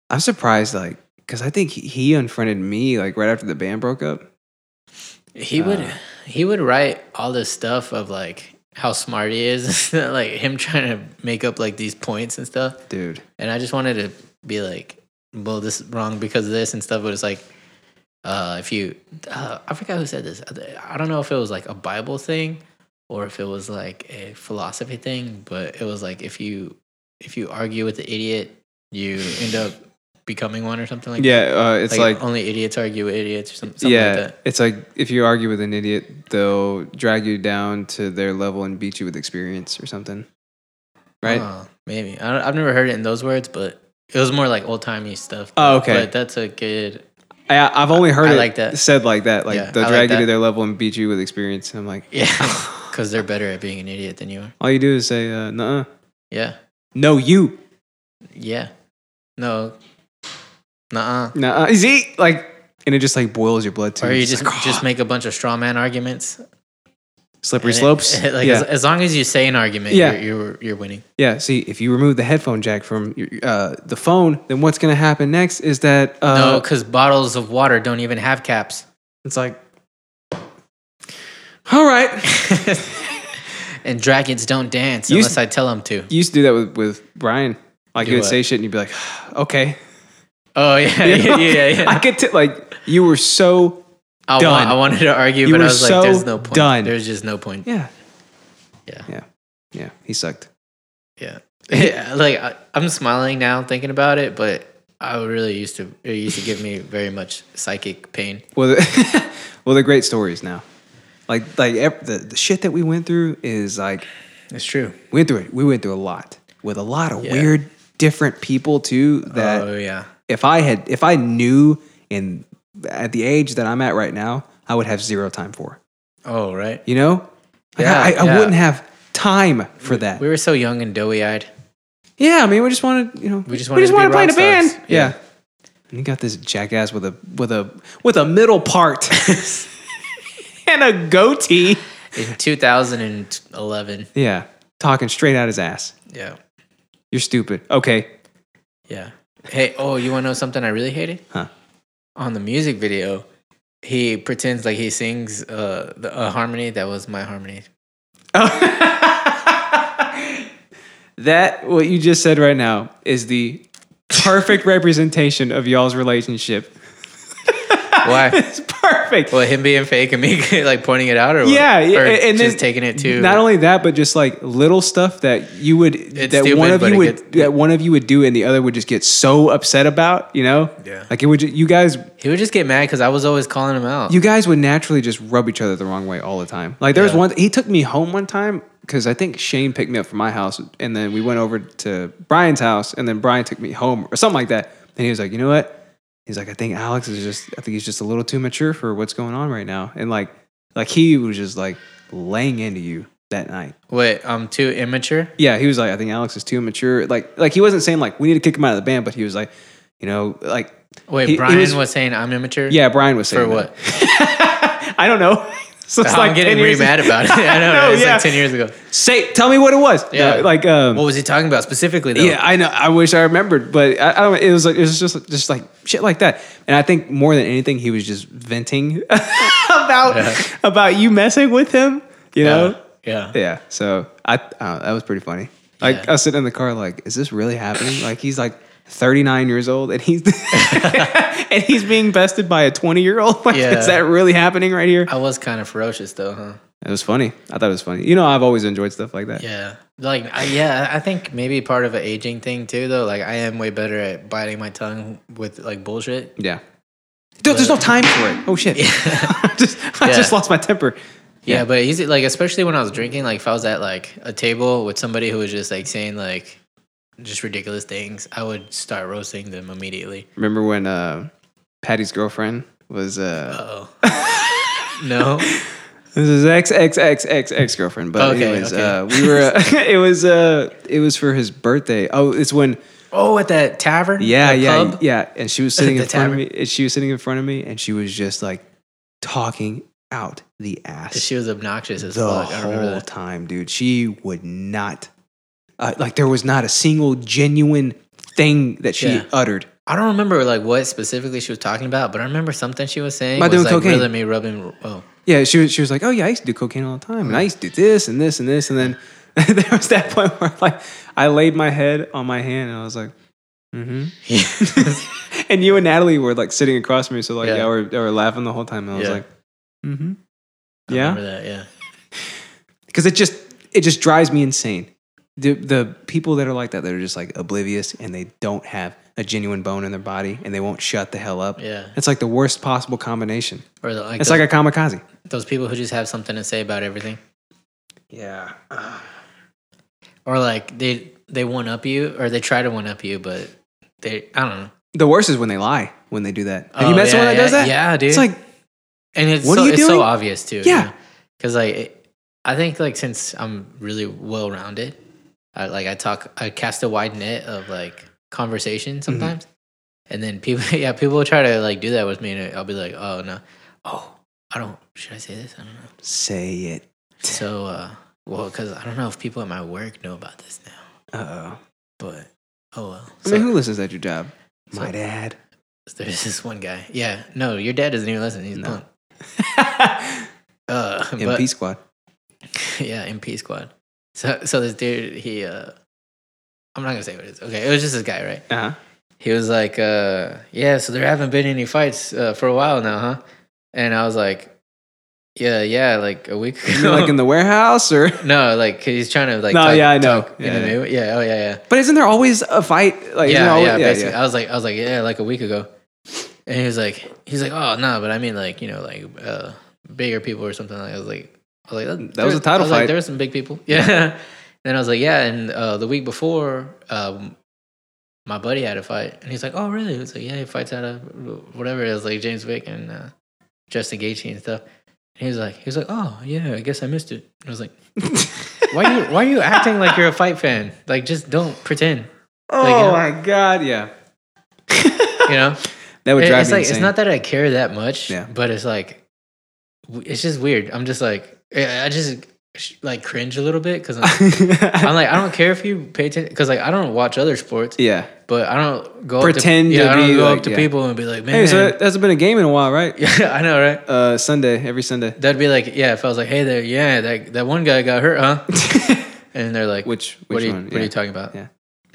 Speaker 2: I'm surprised, like, because I think he, he unfriended me like right after the band broke up.
Speaker 1: He
Speaker 2: Um,
Speaker 1: would he would write all this stuff of like how smart he is, like him trying to make up like these points and stuff.
Speaker 2: Dude,
Speaker 1: and I just wanted to be like, well, this is wrong because of this and stuff. But it's like, uh, if you, uh, I forgot who said this. Uh, I don't know if it was like a Bible thing or if it was like a philosophy thing, but it was like if you if you argue with the idiot, you end up becoming one or something like that.
Speaker 2: yeah, uh, it's like,
Speaker 1: only idiots argue with idiots or some- something
Speaker 2: yeah,
Speaker 1: like that.
Speaker 2: it's like if you argue with an idiot, they'll drag you down to their level and beat you with experience or something, right?
Speaker 1: Oh, maybe I don't, I've never heard it in those words, but it was more like old timey stuff.
Speaker 2: Oh, okay.
Speaker 1: But that's a good.
Speaker 2: I, I've only heard
Speaker 1: I
Speaker 2: it
Speaker 1: like that.
Speaker 2: said like that, like
Speaker 1: Yeah,
Speaker 2: they'll
Speaker 1: I like
Speaker 2: drag you to
Speaker 1: that.
Speaker 2: their level and beat you with experience. And I'm like,
Speaker 1: Yeah, because they're better at being an idiot than you are.
Speaker 2: all you do is say, uh, nuh-uh.
Speaker 1: Yeah.
Speaker 2: no, you,
Speaker 1: Yeah. No. Nuh uh.
Speaker 2: nuh-uh. See, like, and it just like boils your blood too.
Speaker 1: Or you
Speaker 2: It's
Speaker 1: just
Speaker 2: like, "Ah, oh.
Speaker 1: just make a bunch of straw man arguments.
Speaker 2: slippery
Speaker 1: And it-
Speaker 2: slopes.
Speaker 1: like
Speaker 2: yeah.
Speaker 1: as, as long as you say an argument,
Speaker 2: Yeah.
Speaker 1: you're, you're you're winning.
Speaker 2: Yeah, see, if you remove the headphone jack from your, uh, the phone, then what's going to happen next is that
Speaker 1: no,
Speaker 2: uh,
Speaker 1: because bottles of water don't even have caps.
Speaker 2: it's like, all right.
Speaker 1: and dragons don't dance
Speaker 2: You s-
Speaker 1: unless I tell them to.
Speaker 2: You used to do that with, with Brian. Like,
Speaker 1: Do
Speaker 2: you would
Speaker 1: what?
Speaker 2: say shit and you'd be like, "Ah, okay.
Speaker 1: Oh yeah, yeah, yeah.
Speaker 2: I
Speaker 1: yeah.
Speaker 2: could tell, like, you were so,
Speaker 1: I, wa-
Speaker 2: done.
Speaker 1: I wanted to argue,
Speaker 2: You
Speaker 1: but I
Speaker 2: were
Speaker 1: was
Speaker 2: so
Speaker 1: like, "There's no point.
Speaker 2: done.
Speaker 1: There's just no point."
Speaker 2: yeah.
Speaker 1: Yeah.
Speaker 2: Yeah. Yeah. He sucked.
Speaker 1: Yeah, yeah. Like I, I'm smiling now thinking about it, but I really used to. It used to give me very much psychic pain.
Speaker 2: Well, the, well, they're great stories now. Like, like ev- the, the shit that we went through is like,
Speaker 1: It's true.
Speaker 2: we went through it. We went through a lot with a lot of
Speaker 1: Yeah.
Speaker 2: weird, different people too that.
Speaker 1: oh yeah.
Speaker 2: if I had if I knew in at the age that I'm at right now, I would have zero time for.
Speaker 1: Oh right.
Speaker 2: You know? Like,
Speaker 1: Yeah,
Speaker 2: I, I
Speaker 1: yeah.
Speaker 2: wouldn't have time for that.
Speaker 1: We were so young and doughy eyed.
Speaker 2: yeah, I mean we just wanted, you know,
Speaker 1: We just wanted to be
Speaker 2: wanted
Speaker 1: rock
Speaker 2: to play in a
Speaker 1: stars.
Speaker 2: band.
Speaker 1: Yeah.
Speaker 2: Yeah. And you got this jackass with a with a with a middle part and a goatee.
Speaker 1: In 2011.
Speaker 2: Yeah. Talking straight out his ass.
Speaker 1: Yeah.
Speaker 2: You're stupid. Okay.
Speaker 1: Yeah. Hey, oh, you want to know something I really hated?
Speaker 2: Huh.
Speaker 1: On the music video, he pretends like he sings uh, the, a harmony that was my harmony.
Speaker 2: That what you just said right now is the perfect representation of y'all's relationship.
Speaker 1: Why?
Speaker 2: It's perfect.
Speaker 1: well, him being fake and me like pointing it out, or what?
Speaker 2: yeah, yeah,
Speaker 1: or
Speaker 2: and
Speaker 1: just
Speaker 2: then
Speaker 1: taking it to
Speaker 2: Not only that, but just like little stuff that you would that
Speaker 1: stupid,
Speaker 2: one of
Speaker 1: but
Speaker 2: you
Speaker 1: it
Speaker 2: would
Speaker 1: gets-
Speaker 2: that one of you would do, and the other would just get so upset about. You know,
Speaker 1: Yeah.
Speaker 2: Like it would. ju- You guys,
Speaker 1: he would just get mad because I was always calling him out.
Speaker 2: you guys would naturally just rub each other the wrong way all the time. Like there was
Speaker 1: Yeah.
Speaker 2: one. He took me home one time because I think Shane picked me up from my house, and then we went over to Brian's house, and then Brian took me home or something like that. And he was like, "You know what?" He's like, "I think Alex is just. I think he's just a little too mature for what's going on right now." And like, like he was just like laying into you that night.
Speaker 1: Wait, I'm too immature.
Speaker 2: Yeah, he was like, I think Alex is too immature. Like, like he wasn't saying like we need to kick him out of the band, but he was like, you know, like
Speaker 1: Wait,
Speaker 2: He- he
Speaker 1: Brian
Speaker 2: was-
Speaker 1: was, saying I'm immature.
Speaker 2: yeah, Brian was saying
Speaker 1: For
Speaker 2: that.
Speaker 1: what?
Speaker 2: I don't know. So it's
Speaker 1: I'm
Speaker 2: like 10
Speaker 1: getting
Speaker 2: years
Speaker 1: really mad about it. I know.
Speaker 2: No,
Speaker 1: right? It's
Speaker 2: yeah.
Speaker 1: like 10 years ago.
Speaker 2: Say, tell me what it was.
Speaker 1: Yeah.
Speaker 2: Yeah, like um,
Speaker 1: What was he talking about specifically, though?
Speaker 2: Yeah, I know. I wish I remembered, but I, I don't. It was like it was just just like shit like that. And I think more than anything, he was just venting about
Speaker 1: Yeah.
Speaker 2: about you messing with him. You know.
Speaker 1: Yeah.
Speaker 2: Yeah. So I uh, that was pretty funny. Like
Speaker 1: Yeah.
Speaker 2: I was sitting in the car, like, is this really happening? Like he's like 39 years old, and he's and he's being bested by a 20 year old. Like,
Speaker 1: Yeah.
Speaker 2: is that really happening right here?
Speaker 1: I was kind of ferocious, though, huh?
Speaker 2: It was funny. I thought it was funny. You know, I've always enjoyed stuff like that.
Speaker 1: Yeah. Like, I, yeah, I think maybe part of an aging thing, too, though. Like, I am way better at biting my tongue with, like, bullshit.
Speaker 2: Yeah. Dude, there's no time for it. Oh shit! I just, I
Speaker 1: Yeah.
Speaker 2: just lost my temper.
Speaker 1: Yeah, but he's like, especially when I was drinking, like, if I was at, like, a table with somebody who was just, like, saying, like, just ridiculous things, I would start roasting them immediately.
Speaker 2: Remember when uh, Patty's girlfriend was uh,
Speaker 1: Uh oh. no?
Speaker 2: this is ex ex ex ex ex girlfriend, but
Speaker 1: Okay,
Speaker 2: anyways,
Speaker 1: okay.
Speaker 2: Uh, we were uh, it was uh, it was for his birthday. Oh, it's when
Speaker 1: Oh, at that tavern?
Speaker 2: yeah
Speaker 1: That
Speaker 2: yeah
Speaker 1: pub?
Speaker 2: yeah, and she was sitting
Speaker 1: The
Speaker 2: in front of
Speaker 1: tavern.
Speaker 2: me. and She was sitting in front of me, and she was just like talking out the ass.
Speaker 1: She was obnoxious as
Speaker 2: the
Speaker 1: fuck. I remember
Speaker 2: whole
Speaker 1: that.
Speaker 2: time, dude. She would not, uh, like, there was not a single genuine thing that she
Speaker 1: Yeah.
Speaker 2: uttered.
Speaker 1: I don't remember like what specifically she was talking about, but I remember something she was saying
Speaker 2: About
Speaker 1: was
Speaker 2: doing
Speaker 1: like
Speaker 2: cocaine.
Speaker 1: really me rubbing. Oh,
Speaker 2: Yeah, she was, she was like, oh, yeah, I used to do cocaine all the time, and I used to do this and this and this. And then there was that point where, like, I laid my head on my hand and I was like, mm hmm. and you and Natalie were, like, sitting across from me. So, like,
Speaker 1: Yeah.
Speaker 2: yeah, we're, they were laughing the whole time. And I was
Speaker 1: Yeah.
Speaker 2: like, mm hmm.
Speaker 1: I
Speaker 2: Yeah.
Speaker 1: remember that. Yeah,
Speaker 2: because it just it just drives me insane. The the people that are like that, that are just like oblivious and they don't have a genuine bone in their body and they won't shut the hell up.
Speaker 1: Yeah.
Speaker 2: it's like the worst possible combination.
Speaker 1: or the, like
Speaker 2: It's
Speaker 1: those,
Speaker 2: like a kamikaze.
Speaker 1: those people who just have something to say about everything,
Speaker 2: Yeah,
Speaker 1: or like they they one up you, or they try to one up you, but they I don't know.
Speaker 2: the worst is when they lie. When they do that, have
Speaker 1: Oh,
Speaker 2: you met
Speaker 1: yeah,
Speaker 2: someone that
Speaker 1: yeah,
Speaker 2: does that?
Speaker 1: yeah, dude.
Speaker 2: It's like
Speaker 1: And it's
Speaker 2: What are
Speaker 1: so,
Speaker 2: you
Speaker 1: it's so
Speaker 2: doing?
Speaker 1: obvious too.
Speaker 2: Yeah.
Speaker 1: Because like, it, I think like since I'm really well rounded, I like I talk, I cast a wide net of like
Speaker 2: Mm-hmm.
Speaker 1: conversation sometimes, and then people, yeah, people will try to like do that with me, and I'll be like, oh no, oh I don't, should I say this? I don't know.
Speaker 2: say it.
Speaker 1: So, uh, well, because I don't know if people at my work know about this now,
Speaker 2: Uh oh.
Speaker 1: but oh well.
Speaker 2: I
Speaker 1: So-
Speaker 2: mean, who listens at your job?
Speaker 1: So-
Speaker 2: My dad.
Speaker 1: There's this one guy. Yeah, no, your dad doesn't even listen. He's
Speaker 2: No.
Speaker 1: blunt. uh, but-
Speaker 2: MP squad.
Speaker 1: yeah, MP squad. So so this dude, he uh I'm not gonna say what it is. Okay, it was just this guy, right?
Speaker 2: Uh huh.
Speaker 1: He was like, uh yeah, so there haven't been any fights uh, for a while now, huh? And I was like, Yeah, yeah, like a week ago.
Speaker 2: like in the warehouse or.
Speaker 1: no, like 'cause he's trying to like.
Speaker 2: No, yeah, I know.
Speaker 1: you
Speaker 2: Yeah,
Speaker 1: know what I mean? yeah, oh yeah, yeah
Speaker 2: But isn't there always a fight? Like, isn't there
Speaker 1: yeah,
Speaker 2: always,
Speaker 1: yeah, basically. I was like, I was like, yeah, like a week ago, and he was like, he's like, oh no, but I mean, like you know, like uh, bigger people or something. Like I was like, I was like, that,
Speaker 2: That was
Speaker 1: there-
Speaker 2: a
Speaker 1: I
Speaker 2: title
Speaker 1: was
Speaker 2: fight.
Speaker 1: Like, there were some big people. Yeah. then I was like, yeah, and uh, the week before, um, my buddy had a fight, and he's like, oh really? He's like, yeah, he fights out of whatever it is, like James Vick and uh, Justin Gaethje and stuff. And he was like, he was like, oh yeah, I guess I missed it. And I was like. Why are you why are you acting like you're a fight fan? Like just don't pretend.
Speaker 2: Oh
Speaker 1: Like, you know-
Speaker 2: my god, yeah.
Speaker 1: You know?
Speaker 2: That would
Speaker 1: It-
Speaker 2: drive
Speaker 1: it's
Speaker 2: me
Speaker 1: like
Speaker 2: insane.
Speaker 1: it's not that I care that much,
Speaker 2: Yeah.
Speaker 1: but it's like w- it's just weird. I'm just like I I just sh- like cringe a little bit because I'm, I'm like I don't care if you pay attention because like I don't watch other sports,
Speaker 2: yeah.
Speaker 1: but I don't go
Speaker 2: Pretend
Speaker 1: Up to, yeah,
Speaker 2: to
Speaker 1: I don't
Speaker 2: be
Speaker 1: go
Speaker 2: like-
Speaker 1: up to
Speaker 2: yeah.
Speaker 1: people and be like, man,
Speaker 2: Hey, so that hasn't been a game in a while, right?
Speaker 1: yeah, I know, right?
Speaker 2: Uh, Sunday, every Sunday.
Speaker 1: That'd be like, yeah, if I was like, hey there, yeah, that that one guy got hurt, huh? and they're like,
Speaker 2: Which-
Speaker 1: what
Speaker 2: which
Speaker 1: are you,
Speaker 2: one?
Speaker 1: What are
Speaker 2: Yeah.
Speaker 1: you talking about?
Speaker 2: Yeah.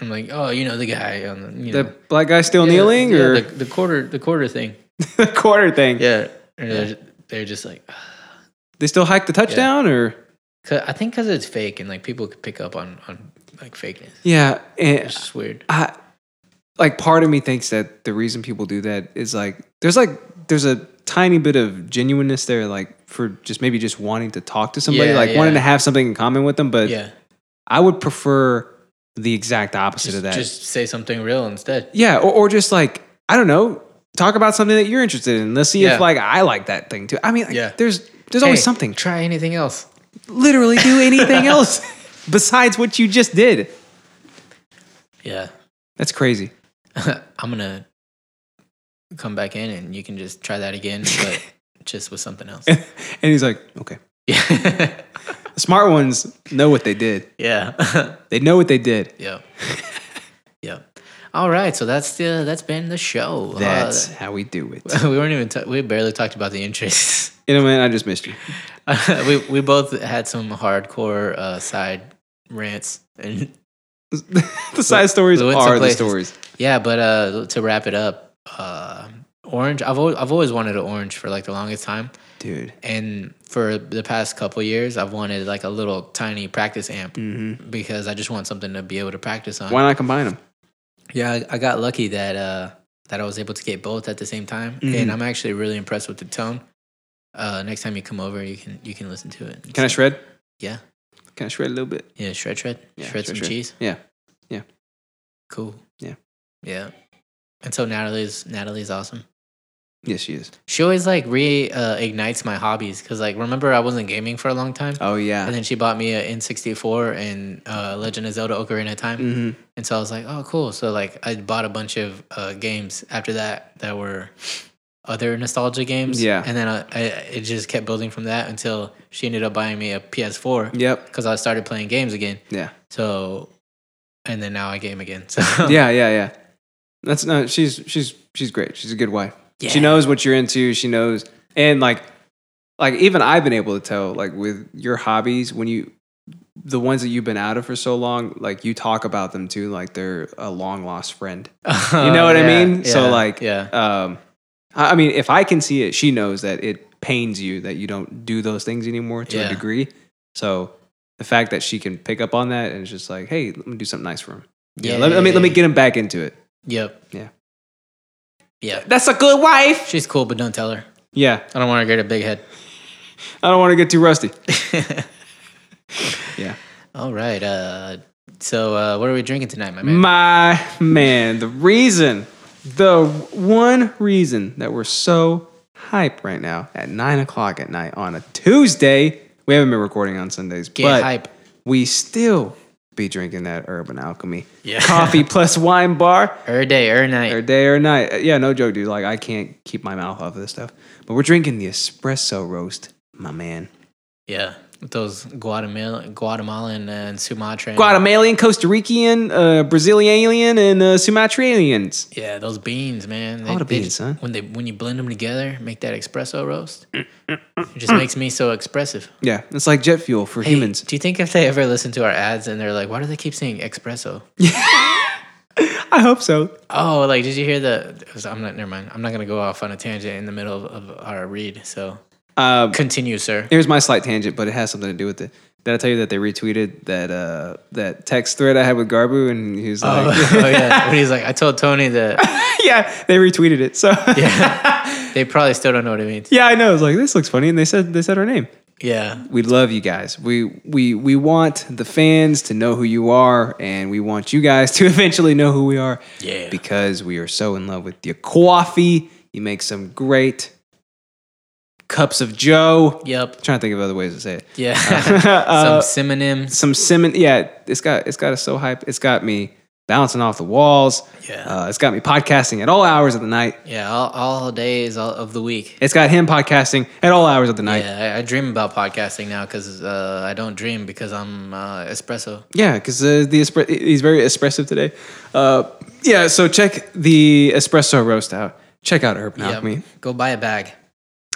Speaker 1: I'm like, oh, you know the guy on the you know
Speaker 2: The black guy still
Speaker 1: Yeah,
Speaker 2: kneeling
Speaker 1: yeah,
Speaker 2: or
Speaker 1: the, the quarter the quarter thing.
Speaker 2: the quarter thing?
Speaker 1: Yeah, and They're, they're just like.
Speaker 2: They still hiked the touchdown or
Speaker 1: Cause, I think because it's fake and like people could pick up on on like fakeness.
Speaker 2: yeah. And
Speaker 1: It's just weird.
Speaker 2: I like part of me thinks that the reason people do that is like there's like there's a tiny bit of genuineness there, like for just maybe just wanting to talk to somebody,
Speaker 1: Yeah,
Speaker 2: like wanting
Speaker 1: yeah.
Speaker 2: to have something in common with them. But
Speaker 1: Yeah,
Speaker 2: I would prefer the exact opposite of
Speaker 1: just,
Speaker 2: that.
Speaker 1: just say something real instead.
Speaker 2: Yeah, or, or just like I don't know, talk about something that you're interested in. Let's see
Speaker 1: Yeah.
Speaker 2: if like I like that thing too. I mean, like,
Speaker 1: Yeah.
Speaker 2: there's there's always
Speaker 1: Hey,
Speaker 2: something. Tr-
Speaker 1: Try anything else.
Speaker 2: Literally do anything else besides what you just did.
Speaker 1: Yeah,
Speaker 2: That's crazy.
Speaker 1: I'm gonna come back in and you can just try that again, but just was something else.
Speaker 2: and he's like, okay.
Speaker 1: yeah.
Speaker 2: The smart ones know what they did.
Speaker 1: yeah.
Speaker 2: They know what they did.
Speaker 1: yeah. Yeah. All right. So that's the that's been the show. Uh,
Speaker 2: That's how we do it.
Speaker 1: we weren't even ta- we barely talked about the interests.
Speaker 2: You know, man, I just missed you.
Speaker 1: we we both had some hardcore uh, side rants and
Speaker 2: the side stories
Speaker 1: we went
Speaker 2: are the
Speaker 1: someplace-
Speaker 2: stories.
Speaker 1: yeah. But uh, to wrap it up, uh, orange. I've always, I've always wanted an orange for like the longest time,
Speaker 2: Dude.
Speaker 1: and for the past couple years, I've wanted like a little tiny practice amp because I just want something to be able to practice on.
Speaker 2: Why not combine them?
Speaker 1: Yeah, I, I got lucky that uh, that I was able to get both at the same time,
Speaker 2: Mm-hmm.
Speaker 1: and I'm actually really impressed with the tone. Uh, next time you come over, you can you can listen to it.
Speaker 2: Can I shred?
Speaker 1: Yeah,
Speaker 2: Can I shred a little bit?
Speaker 1: yeah, shred, shred,
Speaker 2: Yeah,
Speaker 1: shred some cheese.
Speaker 2: Yeah.
Speaker 1: Cool.
Speaker 2: Yeah.
Speaker 1: yeah. And so Natalie's Natalie's awesome.
Speaker 2: Yes, she is.
Speaker 1: She always like re uh, ignites my hobbies because like remember I wasn't gaming for a long time.
Speaker 2: Oh, yeah.
Speaker 1: And then she bought me an N64 and uh, Legend of Zelda Ocarina of Time.
Speaker 2: hmm
Speaker 1: And so I was like, oh, cool. So like I bought a bunch of uh, games after that that were other nostalgia games.
Speaker 2: Yeah.
Speaker 1: And then I, I it just kept building from that until she ended up buying me a PS4
Speaker 2: Yep.
Speaker 1: because I started playing games again.
Speaker 2: Yeah.
Speaker 1: So, and then now I game again. So
Speaker 2: Yeah, yeah, yeah. That's not, she's, she's, she's great. She's a good wife. She
Speaker 1: Yeah.
Speaker 2: knows what you're into. She knows. And like, like even I've been able to tell, like with your hobbies, when you, the ones that you've been out of for so long, like you talk about them too, like they're a long lost friend. You know what I
Speaker 1: Yeah,
Speaker 2: mean? so
Speaker 1: yeah,
Speaker 2: like,
Speaker 1: yeah.
Speaker 2: Um, I I mean, if I can see it, she knows that it pains you that you don't do those things anymore to a
Speaker 1: Yeah.
Speaker 2: degree. So the fact that she can pick up on that and it's just like, hey, let me do something nice for him. Yeah. let, me- let me let me get him back into it.
Speaker 1: Yep.
Speaker 2: Yeah.
Speaker 1: Yeah.
Speaker 2: That's a good wife.
Speaker 1: She's cool, but don't tell her.
Speaker 2: Yeah.
Speaker 1: I don't want her to get a big head.
Speaker 2: I don't want to get too rusty. yeah.
Speaker 1: All right. Uh, so uh, what are we drinking tonight, my man?
Speaker 2: My man, the reason, the one reason that we're so hype right now at nine o'clock at night on a Tuesday, we haven't been recording on Sundays,
Speaker 1: Get
Speaker 2: but
Speaker 1: hype.
Speaker 2: we still be drinking that Urban Alchemy
Speaker 1: Yeah.
Speaker 2: coffee plus wine bar
Speaker 1: Her day, her night.
Speaker 2: or day or night. Uh, Yeah, no joke, dude. Like I can't keep my mouth off of this stuff, but we're drinking the espresso roast, my man.
Speaker 1: Yeah, with those Guatemala, Guatemalan and Sumatran.
Speaker 2: Guatemalan, Costa Rican, uh, Brazilian, and uh, Sumatralians.
Speaker 1: Yeah, those beans, man. They,
Speaker 2: All the
Speaker 1: they
Speaker 2: beans,
Speaker 1: just-
Speaker 2: huh?
Speaker 1: When they when you blend them together, make that espresso roast.
Speaker 2: Mm,
Speaker 1: it just makes me so expressive.
Speaker 2: Yeah, it's like jet fuel for
Speaker 1: Hey,
Speaker 2: humans.
Speaker 1: Do you think if they ever listen to our ads and they're like, "Why do they keep saying espresso?"
Speaker 2: I hope so.
Speaker 1: Oh, like did you hear the? I'm not. Never mind. I'm not gonna go off on a tangent in the middle of, of our read. So
Speaker 2: Uh,
Speaker 1: continue, sir.
Speaker 2: here's my slight tangent, but it has something to do with it. Did I tell you that they retweeted that uh, that text thread I had with Garbu, and he was like,
Speaker 1: oh yeah. But he's like, I told Tony that
Speaker 2: "Yeah, they retweeted it." So yeah.
Speaker 1: they probably still don't know what it means.
Speaker 2: I know. I was like, "This looks funny," and they said they said her name.
Speaker 1: Yeah.
Speaker 2: We love you guys. We we we want the fans to know who you are, and we want you guys to eventually know who we are.
Speaker 1: Yeah.
Speaker 2: because we are so in love with your coffee. You make some great cups of Joe.
Speaker 1: Yep.
Speaker 2: trying to think of other ways to say it.
Speaker 1: Yeah. Some
Speaker 2: Uh,
Speaker 1: synonyms.
Speaker 2: some simon yeah it's got it's got us so hype it's got me bouncing off the walls
Speaker 1: Yeah.
Speaker 2: uh, it's got me podcasting at all hours of the night
Speaker 1: Yeah, all, all days all of the week.
Speaker 2: it's got him podcasting at all hours of the night
Speaker 1: Yeah, I, I dream about podcasting now because uh, I don't dream because I'm uh, espresso.
Speaker 2: yeah because uh, the espre- he's very expressive today uh, yeah so check the espresso roast out check out urban
Speaker 1: Yep.
Speaker 2: alchemy
Speaker 1: Go buy a bag.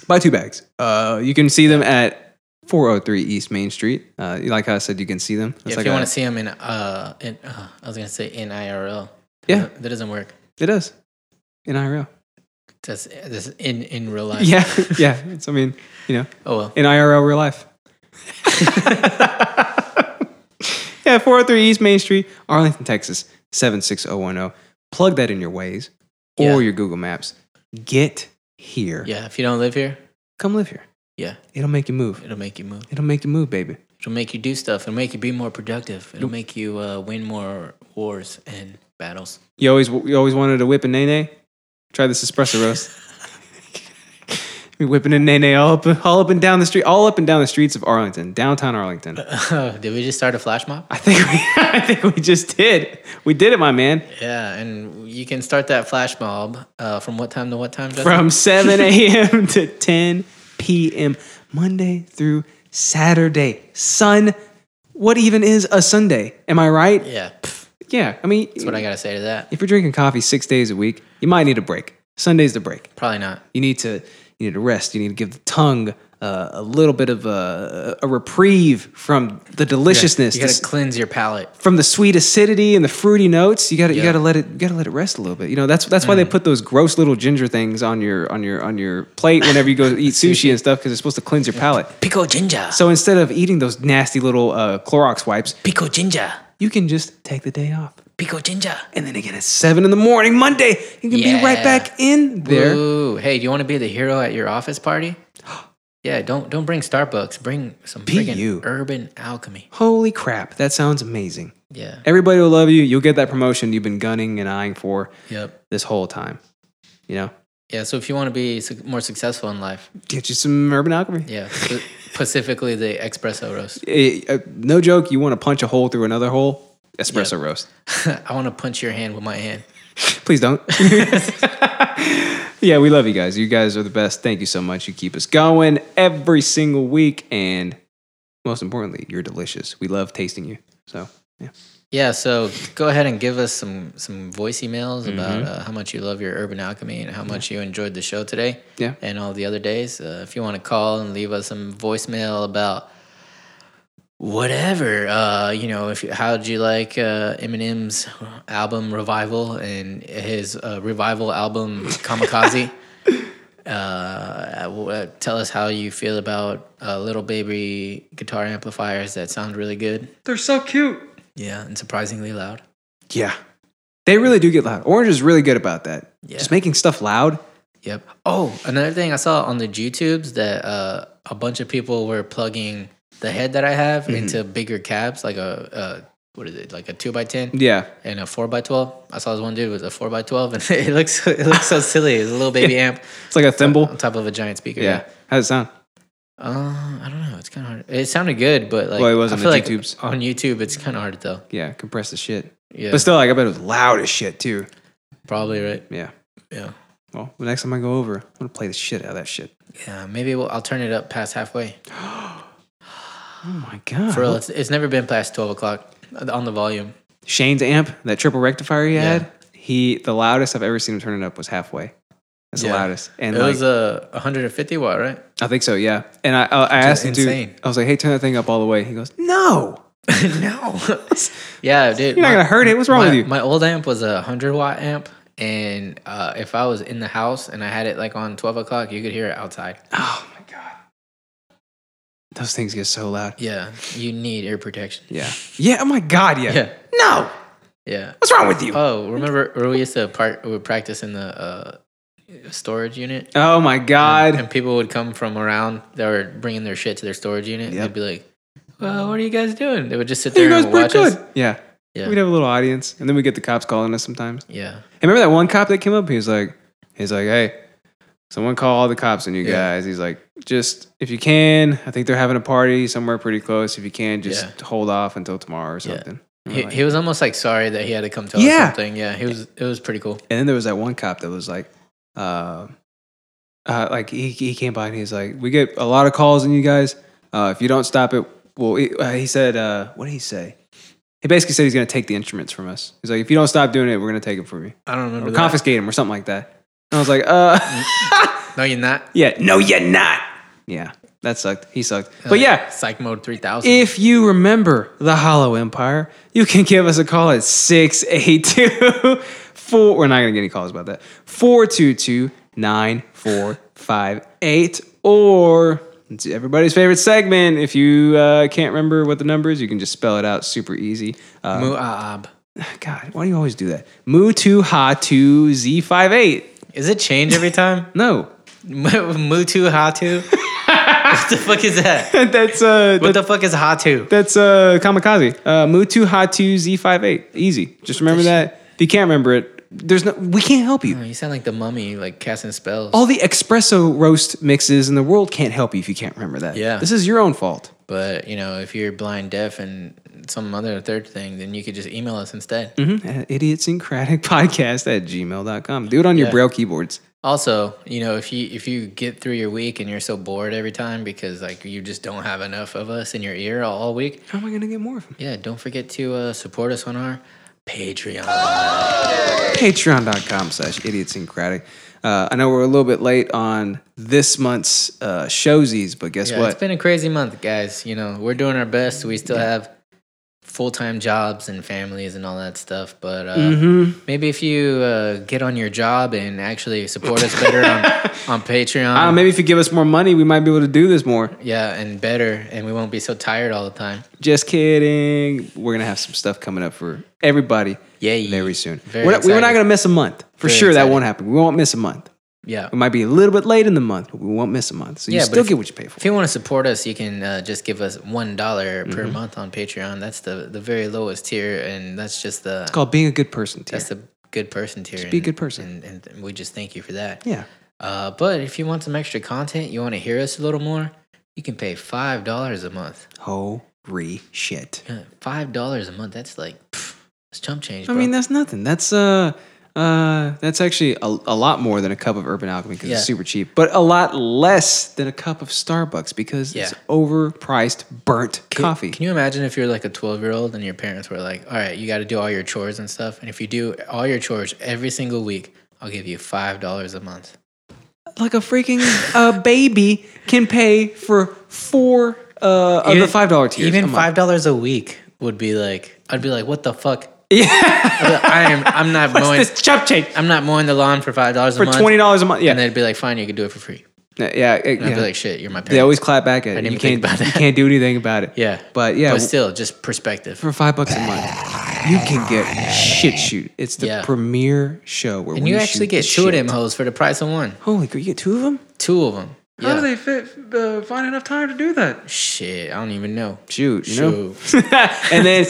Speaker 2: buy two bags uh, you can see them at 403 east main street uh, like i said you can see them
Speaker 1: Yeah,
Speaker 2: It's
Speaker 1: if
Speaker 2: like
Speaker 1: you
Speaker 2: a-
Speaker 1: want to see them in, uh, in uh, I was gonna say in IRL.
Speaker 2: Yeah.
Speaker 1: that doesn't work.
Speaker 2: it is in irl
Speaker 1: That's that's in in real life.
Speaker 2: yeah yeah it's, i mean you know
Speaker 1: Oh well.
Speaker 2: in IRL real life. yeah, 403 East Main Street, Arlington, Texas, 76010. oh. Plug that in your Waze or
Speaker 1: Yeah.
Speaker 2: your Google Maps. Get here.
Speaker 1: Yeah. If you don't live here,
Speaker 2: Come live here.
Speaker 1: yeah,
Speaker 2: It'll make you move.
Speaker 1: it'll make you move.
Speaker 2: It'll make you move, baby.
Speaker 1: It'll make you do stuff. It'll make you be more productive. It'll make you uh, win more wars and battles.
Speaker 2: You always you always wanted to whip a nene? Try this espresso roast. You're whipping a nene all up, all up and down the street, all up and down the streets of Arlington, downtown Arlington.
Speaker 1: Did we just start a flash mob?
Speaker 2: I think we, I think we just did. We did it, my man.
Speaker 1: Yeah, and you can start that flash mob uh, from what time to what time? Justin?
Speaker 2: from 7 a.m. to 10 p.m. Monday through Saturday. Son, what even is a Sunday? Am I right?
Speaker 1: Yeah, pff,
Speaker 2: Yeah. I mean,
Speaker 1: that's what I gotta say to that.
Speaker 2: if you're drinking coffee six days a week, you might need a break. Sunday's the break.
Speaker 1: Probably not.
Speaker 2: You need to you need to rest. You need to give the tongue uh, a little bit of a, a reprieve from the deliciousness,
Speaker 1: You gotta
Speaker 2: this-
Speaker 1: cleanse your palate.
Speaker 2: from the sweet acidity and the fruity notes. You gotta you
Speaker 1: Yeah. Mm.
Speaker 2: gotta let it you gotta let it rest a little bit. You know that's that's why they put those gross little ginger things on your on your on your plate whenever you go eat sushi and stuff because it's supposed to cleanse your palate.
Speaker 1: Pico ginger.
Speaker 2: So instead of eating those nasty little uh, Clorox wipes,
Speaker 1: Pico ginger.
Speaker 2: you can just take the day off.
Speaker 1: Pico ginger.
Speaker 2: And then again at seven in the morning Monday, you can be right
Speaker 1: Yeah.
Speaker 2: back in there.
Speaker 1: Ooh, hey, do you want to be the hero at your office party? Yeah, don't don't bring Starbucks. Bring some
Speaker 2: PU.
Speaker 1: friggin' Urban Alchemy.
Speaker 2: Holy crap, that sounds amazing.
Speaker 1: Yeah.
Speaker 2: Everybody will love you. You'll get that promotion you've been gunning and eyeing for
Speaker 1: Yep.
Speaker 2: this whole time. You know,
Speaker 1: Yeah. So if you want to be su- more successful in life,
Speaker 2: get you some urban alchemy.
Speaker 1: yeah, sp- specifically the espresso roast.
Speaker 2: Eh, uh, no joke, you want to punch a hole through another hole? Espresso
Speaker 1: Yep.
Speaker 2: roast.
Speaker 1: I want to punch your hand with my hand.
Speaker 2: Please don't. yeah, we love you guys. You guys are the best. Thank you so much. You keep us going every single week. And most importantly, you're delicious. We love tasting you. So, yeah.
Speaker 1: Yeah. So go ahead and give us some some voice emails about uh, how much you love your Urban Alchemy and how much you enjoyed the show today.
Speaker 2: Yeah.
Speaker 1: And all the other days. Uh, if you want to call and leave us some voicemail about whatever, uh, you know, if you, how'd you like uh, Eminem's album Revival and his uh, Revival album Kamikaze? uh, w- uh, tell us how you feel about uh, little baby guitar amplifiers that sound really good.
Speaker 2: They're so cute.
Speaker 1: Yeah, and surprisingly loud.
Speaker 2: Yeah. They really do get loud. Orange is really good about that.
Speaker 1: Yeah.
Speaker 2: Just making stuff loud.
Speaker 1: Yep. Oh, another thing I saw on the YouTubes that uh, a bunch of people were plugging the head that I have
Speaker 2: Mm-hmm.
Speaker 1: into bigger cabs, like a, a what is it, like a two by ten
Speaker 2: Yeah.
Speaker 1: and a four by twelve. I saw this one dude with a four by twelve, and it looks it looks so silly. It's a little baby amp
Speaker 2: It's like a thimble.
Speaker 1: on top of a giant speaker.
Speaker 2: yeah. How does it sound?
Speaker 1: Uh, I don't know. It's kind of hard. It sounded good, but like
Speaker 2: Well, it was
Speaker 1: I
Speaker 2: on
Speaker 1: feel
Speaker 2: the
Speaker 1: like
Speaker 2: YouTubes.
Speaker 1: on YouTube, it's kind of hard though.
Speaker 2: Yeah, compress the shit.
Speaker 1: Yeah,
Speaker 2: But still, like, I bet it was loud as shit, too.
Speaker 1: probably right.
Speaker 2: Yeah.
Speaker 1: Yeah,
Speaker 2: Well, the next time I go over, I'm going to play the shit out of that shit.
Speaker 1: yeah. Maybe we'll, I'll turn it up past halfway.
Speaker 2: Oh, my God.
Speaker 1: For real, it's, it's never been past twelve o'clock on the volume.
Speaker 2: Shane's amp, that triple rectifier he
Speaker 1: Yeah.
Speaker 2: had, he, the loudest I've ever seen him turn it up was halfway. That's
Speaker 1: Yeah.
Speaker 2: the loudest. And
Speaker 1: it
Speaker 2: like,
Speaker 1: was a 150 watt, right?
Speaker 2: I think so, yeah. And I, I, I asked him,
Speaker 1: insane.
Speaker 2: dude, I was like, hey, turn that thing up all the way. He goes, no.
Speaker 1: no. yeah, dude.
Speaker 2: You're not gonna hurt it. What's wrong
Speaker 1: my-
Speaker 2: with you?
Speaker 1: My old amp was a 100 watt amp, and uh, if I was in the house and I had it like on 12 o'clock, you could hear it outside.
Speaker 2: Oh, my God. Those things get so loud.
Speaker 1: Yeah, you need ear protection.
Speaker 2: Yeah. Yeah. Oh, my God. Yeah.
Speaker 1: Yeah.
Speaker 2: No.
Speaker 1: Yeah.
Speaker 2: What's wrong with you?
Speaker 1: Oh, remember where we used to part? We would practice in the uh, storage unit,
Speaker 2: oh, my God.
Speaker 1: and people would come from around. They were bringing their shit to their storage unit. and
Speaker 2: Yep.
Speaker 1: They'd be like, "Well, what are you guys doing?" They would just sit
Speaker 2: Hey,
Speaker 1: there
Speaker 2: you guys
Speaker 1: and
Speaker 2: pretty
Speaker 1: watch
Speaker 2: good.
Speaker 1: us.
Speaker 2: Yeah.
Speaker 1: Yeah.
Speaker 2: We'd have a little audience, and then we get the cops calling us sometimes.
Speaker 1: Yeah.
Speaker 2: And remember that one cop that came up? He was like, he's like, hey, someone call all the cops on you
Speaker 1: Yeah.
Speaker 2: guys. He's like, just if you can, I think they're having a party somewhere pretty close. If you can, just
Speaker 1: Yeah.
Speaker 2: hold off until tomorrow or
Speaker 1: Yeah.
Speaker 2: something. And we're
Speaker 1: He,
Speaker 2: like-
Speaker 1: he was almost like sorry that he had to come tell
Speaker 2: Yeah.
Speaker 1: us something. Yeah, he was. It was pretty cool.
Speaker 2: And then there was that one cop that was like, uh, uh, like he, he came by and he's like, we get a lot of calls on you guys. Uh, if you don't stop it, well, he, uh, he said, uh, what did he say? He basically said he's going to take the instruments from us. He's like, if you don't stop doing it, we're going to take them from you.
Speaker 1: I don't remember.
Speaker 2: or
Speaker 1: that.
Speaker 2: confiscate him or something like that. And I was like, uh,
Speaker 1: No, you're not.
Speaker 2: yeah, no, you're not. Yeah, that sucked. He sucked. But
Speaker 1: Like,
Speaker 2: yeah,
Speaker 1: Psych Mode 3000.
Speaker 2: if you remember the Hollow Empire, you can give us a call at 682 4. We're not going to get any calls about that. 422 9458. Or it's everybody's favorite segment. If you uh, can't remember what the number is, you can just spell it out super easy. Uh,
Speaker 1: Mu'ab.
Speaker 2: God, why do you always do that? Moo 2 Ha 2 Z58.
Speaker 1: Is it change every time?
Speaker 2: No,
Speaker 1: Mutu Hatu? what the fuck is that?
Speaker 2: that's uh
Speaker 1: What
Speaker 2: that-
Speaker 1: the fuck is Hatu?
Speaker 2: that's uh kamikaze. Uh Mutu Hatu Z58. Easy. Just remember that. If you can't remember it, there's no we can't help you.
Speaker 1: Oh, you sound like the mummy, like casting spells.
Speaker 2: All the espresso roast mixes in the world can't help you if you can't remember that.
Speaker 1: Yeah.
Speaker 2: This is your own fault.
Speaker 1: But, you know, if you're blind, deaf, and some other third thing, then you could just email us instead.
Speaker 2: Mm-hmm. Idiosyncratic podcast Uh, at gmail.com. Do it on your
Speaker 1: Yeah.
Speaker 2: braille keyboards.
Speaker 1: Also, you know, if you if you get through your week and you're so bored every time because like you just don't have enough of us in your ear all, all week,
Speaker 2: How am I gonna get more of them?
Speaker 1: yeah, don't forget to uh, support us on our Patreon.
Speaker 2: patreon.com slash idiosyncratic uh, i know we're a little bit late on this month's uh, showsies but guess
Speaker 1: Yeah,
Speaker 2: what
Speaker 1: it's been a crazy month, guys. You know, we're doing our best. We still have full time jobs and families and all that stuff. But uh, maybe if you uh, get on your job and actually support us better on, on Patreon,
Speaker 2: uh, maybe if you give us more money we might be able to do this more
Speaker 1: yeah, and better, and we won't be so tired all the time.
Speaker 2: just kidding we're gonna have some stuff coming up for everybody
Speaker 1: Yay.
Speaker 2: very soon
Speaker 1: Very
Speaker 2: we're, not, we're not
Speaker 1: excited.
Speaker 2: gonna miss a month for
Speaker 1: Very
Speaker 2: sure that
Speaker 1: excited.
Speaker 2: won't happen we won't miss a month
Speaker 1: Yeah.
Speaker 2: we might be a little bit late in the month but we won't miss a month so you
Speaker 1: Yeah, but
Speaker 2: still
Speaker 1: if-
Speaker 2: get what you pay for
Speaker 1: If you want to support us, you can uh, just give us one per month on Patreon. That's the the very lowest tier, and that's just the
Speaker 2: it's called being a good person tier.
Speaker 1: that's the good person tier.
Speaker 2: be a
Speaker 1: and-
Speaker 2: good person.
Speaker 1: and, and we just thank you for that.
Speaker 2: yeah
Speaker 1: Uh, but if you want some extra content, you want to hear us a little more, you can pay five dollars a month.
Speaker 2: holy shit
Speaker 1: Yeah, Five dollars a month. That's like pff, it's chump change.
Speaker 2: I
Speaker 1: Bro.
Speaker 2: mean, that's nothing. That's uh, uh, that's actually a, a lot more than a cup of Urban Alchemy because
Speaker 1: Yeah.
Speaker 2: it's super cheap, but a lot less than a cup of Starbucks because it's
Speaker 1: Yeah.
Speaker 2: overpriced burnt
Speaker 1: Can-
Speaker 2: coffee.
Speaker 1: Can you imagine if you're like a 12 year old and your parents were like, "All right, you got to do all your chores and stuff, and if you do all your chores every single week, I'll give you five dollars a month."
Speaker 2: like a freaking uh, baby can pay for four uh, of the
Speaker 1: Even-
Speaker 2: five dollar tiers. a
Speaker 1: Even
Speaker 2: month.
Speaker 1: five dollars a week would be like, I'd be like, "What the fuck?" Yeah, I am. I'm not
Speaker 2: What's
Speaker 1: mowing.
Speaker 2: this chop change
Speaker 1: I'm not mowing the lawn for five dollars a
Speaker 2: for
Speaker 1: month.
Speaker 2: twenty dollars a month? Yeah,
Speaker 1: and they'd be like, "Fine, you can do it for free."
Speaker 2: yeah, yeah. it-
Speaker 1: And I'd
Speaker 2: yeah.
Speaker 1: be like, "Shit, you're my parents."
Speaker 2: they always clap back at it.
Speaker 1: didn't
Speaker 2: You
Speaker 1: even think
Speaker 2: can't,
Speaker 1: about
Speaker 2: you
Speaker 1: that.
Speaker 2: can't do anything about it.
Speaker 1: Yeah.
Speaker 2: but yeah,
Speaker 1: But still, just perspective.
Speaker 2: for five bucks a month, you can get shit shoot. It's the
Speaker 1: Yeah.
Speaker 2: premiere show where
Speaker 1: and
Speaker 2: we
Speaker 1: you actually
Speaker 2: shoot
Speaker 1: get
Speaker 2: the
Speaker 1: two of
Speaker 2: shit.
Speaker 1: them hoes for the price of one.
Speaker 2: Holy cow, you get two of them?
Speaker 1: Two of them.
Speaker 2: How do they fit, uh, find enough time to do that?
Speaker 1: Shit, I don't even know.
Speaker 2: Shoot, you know.
Speaker 1: Shoot.
Speaker 2: and then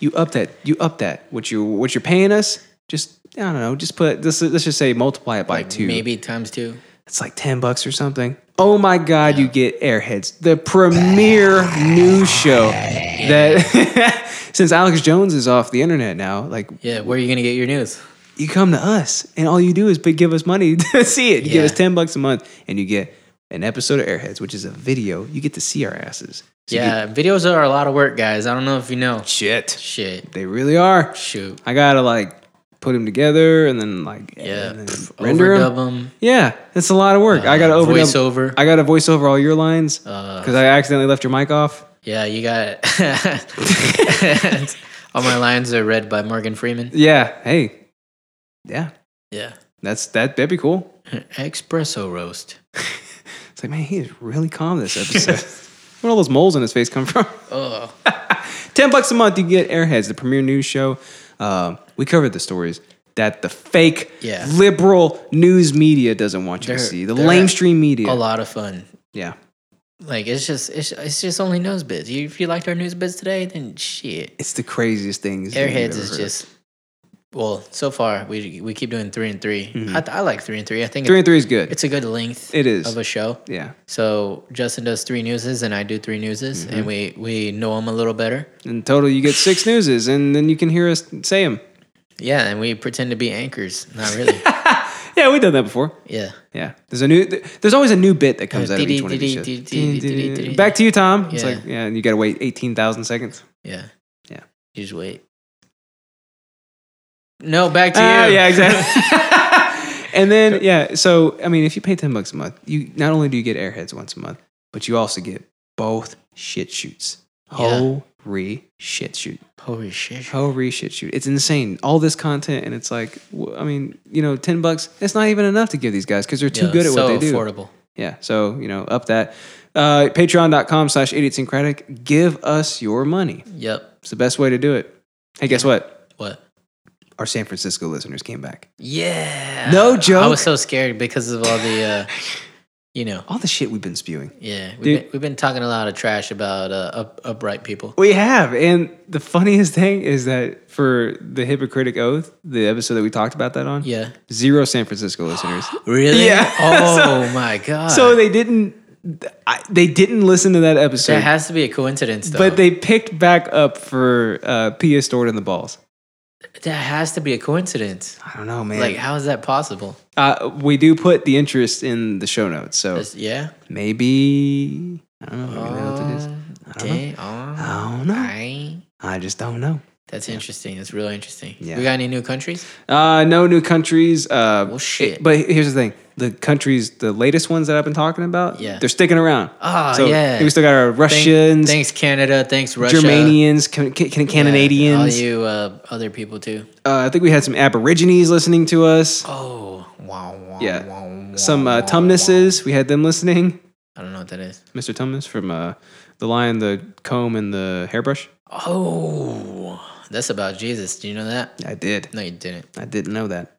Speaker 2: you up that, you up that. What you what you're paying us? Just I don't know. Just put this. Let's just say multiply it by two.
Speaker 1: Maybe times two.
Speaker 2: it's like ten bucks or something. Oh my god, you get Airheads, the premiere news show. That since Alex Jones is off the internet now, like
Speaker 1: Yeah, where are you gonna get your news?
Speaker 2: you come to us and all you do is but give us money to see it. You give
Speaker 1: Yeah.
Speaker 2: us 10 bucks a month and you get an episode of Airheads, which is a video. You get to see our asses. So you get-
Speaker 1: Yeah, videos are a lot of work, guys. I don't know if you know.
Speaker 2: shit.
Speaker 1: Shit.
Speaker 2: They really are.
Speaker 1: Shoot.
Speaker 2: I gotta like put them together and then like
Speaker 1: Yeah.
Speaker 2: and then
Speaker 1: pff,
Speaker 2: render 'em.
Speaker 1: Overdub them.
Speaker 2: Yeah, it's a lot of work. I gotta
Speaker 1: Uh,
Speaker 2: overdub.
Speaker 1: voiceover. Uh,
Speaker 2: I gotta voice over all your lines because I accidentally left your mic off.
Speaker 1: Yeah, you got it. All my lines are read by Morgan Freeman.
Speaker 2: Yeah. Hey. Yeah.
Speaker 1: Yeah.
Speaker 2: That's that. That'd be cool.
Speaker 1: Espresso roast.
Speaker 2: It's like man, he is really calm this episode. Where all those moles on his face come from?
Speaker 1: Oh,
Speaker 2: 10 bucks a month, you get Airheads, the premier news show. Um, we covered the stories that the fake
Speaker 1: Yeah.
Speaker 2: liberal news media doesn't want you to
Speaker 1: They're-
Speaker 2: see, the
Speaker 1: they're
Speaker 2: lamestream
Speaker 1: a
Speaker 2: media.
Speaker 1: lot of fun.
Speaker 2: Yeah.
Speaker 1: Like it's just it's, it's just only news bits. You, if you liked our news bits today, then shit.
Speaker 2: It's the craziest things. that you've
Speaker 1: Airheads
Speaker 2: ever
Speaker 1: is
Speaker 2: heard.
Speaker 1: just well. So far, we we keep doing three and 3 I, I like three and three. I think
Speaker 2: Mm-hmm. Three
Speaker 1: it's,
Speaker 2: and three is good.
Speaker 1: it's a good length.
Speaker 2: It is.
Speaker 1: of a show.
Speaker 2: yeah.
Speaker 1: So Justin does three newses, and I do three newses, and
Speaker 2: Mm-hmm.
Speaker 1: we we know them a little better.
Speaker 2: In total, you get six newses, and then you can hear us say them.
Speaker 1: Yeah, and we pretend to be anchors. Not really.
Speaker 2: Yeah, we've done that before.
Speaker 1: yeah.
Speaker 2: Yeah. There's a new. th- There's always a new bit that comes
Speaker 1: Uh,
Speaker 2: out of each one of these shows. Back to you, Tom. It's
Speaker 1: Yeah.
Speaker 2: like yeah, and you got to wait eighteen thousand seconds.
Speaker 1: Yeah.
Speaker 2: Yeah.
Speaker 1: You just wait. No, back to
Speaker 2: Ah,
Speaker 1: you.
Speaker 2: yeah, exactly. and then yeah, so I mean, if you pay ten bucks a month, you not only do you get airheads once a month, but you also get both shit shoots.
Speaker 1: Yeah.
Speaker 2: Holy shit shoot.
Speaker 1: Holy shit.
Speaker 2: Holy shit shoot. It's insane. All this content, and it's like, wh- I mean, you know, ten bucks. It's not even enough to give these guys because they're too
Speaker 1: Yeah,
Speaker 2: good at
Speaker 1: so
Speaker 2: what they do.
Speaker 1: Affordable.
Speaker 2: Yeah. So you know, up that. Uh, Patreon.com slash idiosyncratic. Give us your money.
Speaker 1: Yep.
Speaker 2: It's the best way to do it. Hey, guess what?
Speaker 1: What?
Speaker 2: Our San Francisco listeners came back.
Speaker 1: Yeah.
Speaker 2: No
Speaker 1: I
Speaker 2: joke.
Speaker 1: was so scared because of all the, uh, you know,
Speaker 2: All the shit we've been spewing.
Speaker 1: yeah. We've
Speaker 2: Dude.
Speaker 1: been, we've been talking a lot of trash about uh, up, upright people.
Speaker 2: We have. And the funniest thing is that for the Hippocratic Oath, the episode that we talked about that on,
Speaker 1: Yeah.
Speaker 2: zero San Francisco listeners.
Speaker 1: Really?
Speaker 2: Yeah.
Speaker 1: Oh my god.
Speaker 2: so they didn't I, they didn't listen to that episode.
Speaker 1: that has to be a coincidence, though.
Speaker 2: but they picked back up for uh, Pia Stored in the Balls.
Speaker 1: That has to be a coincidence.
Speaker 2: I don't know, man.
Speaker 1: Like, how is that possible?
Speaker 2: uh, we do put the interest in the show notes, so
Speaker 1: That's- yeah.
Speaker 2: maybe I don't know. Maybe that's what it is. I don't know.
Speaker 1: Okay. Oh,
Speaker 2: I don't know.
Speaker 1: I-
Speaker 2: I just don't know.
Speaker 1: That's interesting. That's really interesting.
Speaker 2: Yeah.
Speaker 1: We got any new countries?
Speaker 2: Uh, no new countries. Uh,
Speaker 1: Well, shit.
Speaker 2: but here's the thing: the countries, the latest ones that I've been talking about,
Speaker 1: Yeah.
Speaker 2: they're sticking around.
Speaker 1: Ah,
Speaker 2: so
Speaker 1: yeah.
Speaker 2: We still got our
Speaker 1: Thank-
Speaker 2: Russians,
Speaker 1: thanks, Canada. Thanks, Russia.
Speaker 2: Germanians, Can- Can- Can-
Speaker 1: Yeah,
Speaker 2: Canadians.
Speaker 1: All you uh, other people, too.
Speaker 2: uh, I think we had some Aborigines listening to us.
Speaker 1: Oh, wow, wow.
Speaker 2: yeah,
Speaker 1: wow, wow,
Speaker 2: some uh,
Speaker 1: wow,
Speaker 2: Tumnuses. We had them listening.
Speaker 1: wow. I don't know what that is.
Speaker 2: Mr. Tumnus from uh, the Lion, the Comb, and the Hairbrush.
Speaker 1: Oh, that's about Jesus. Do you know that?
Speaker 2: I did.
Speaker 1: No, you didn't.
Speaker 2: I didn't know that.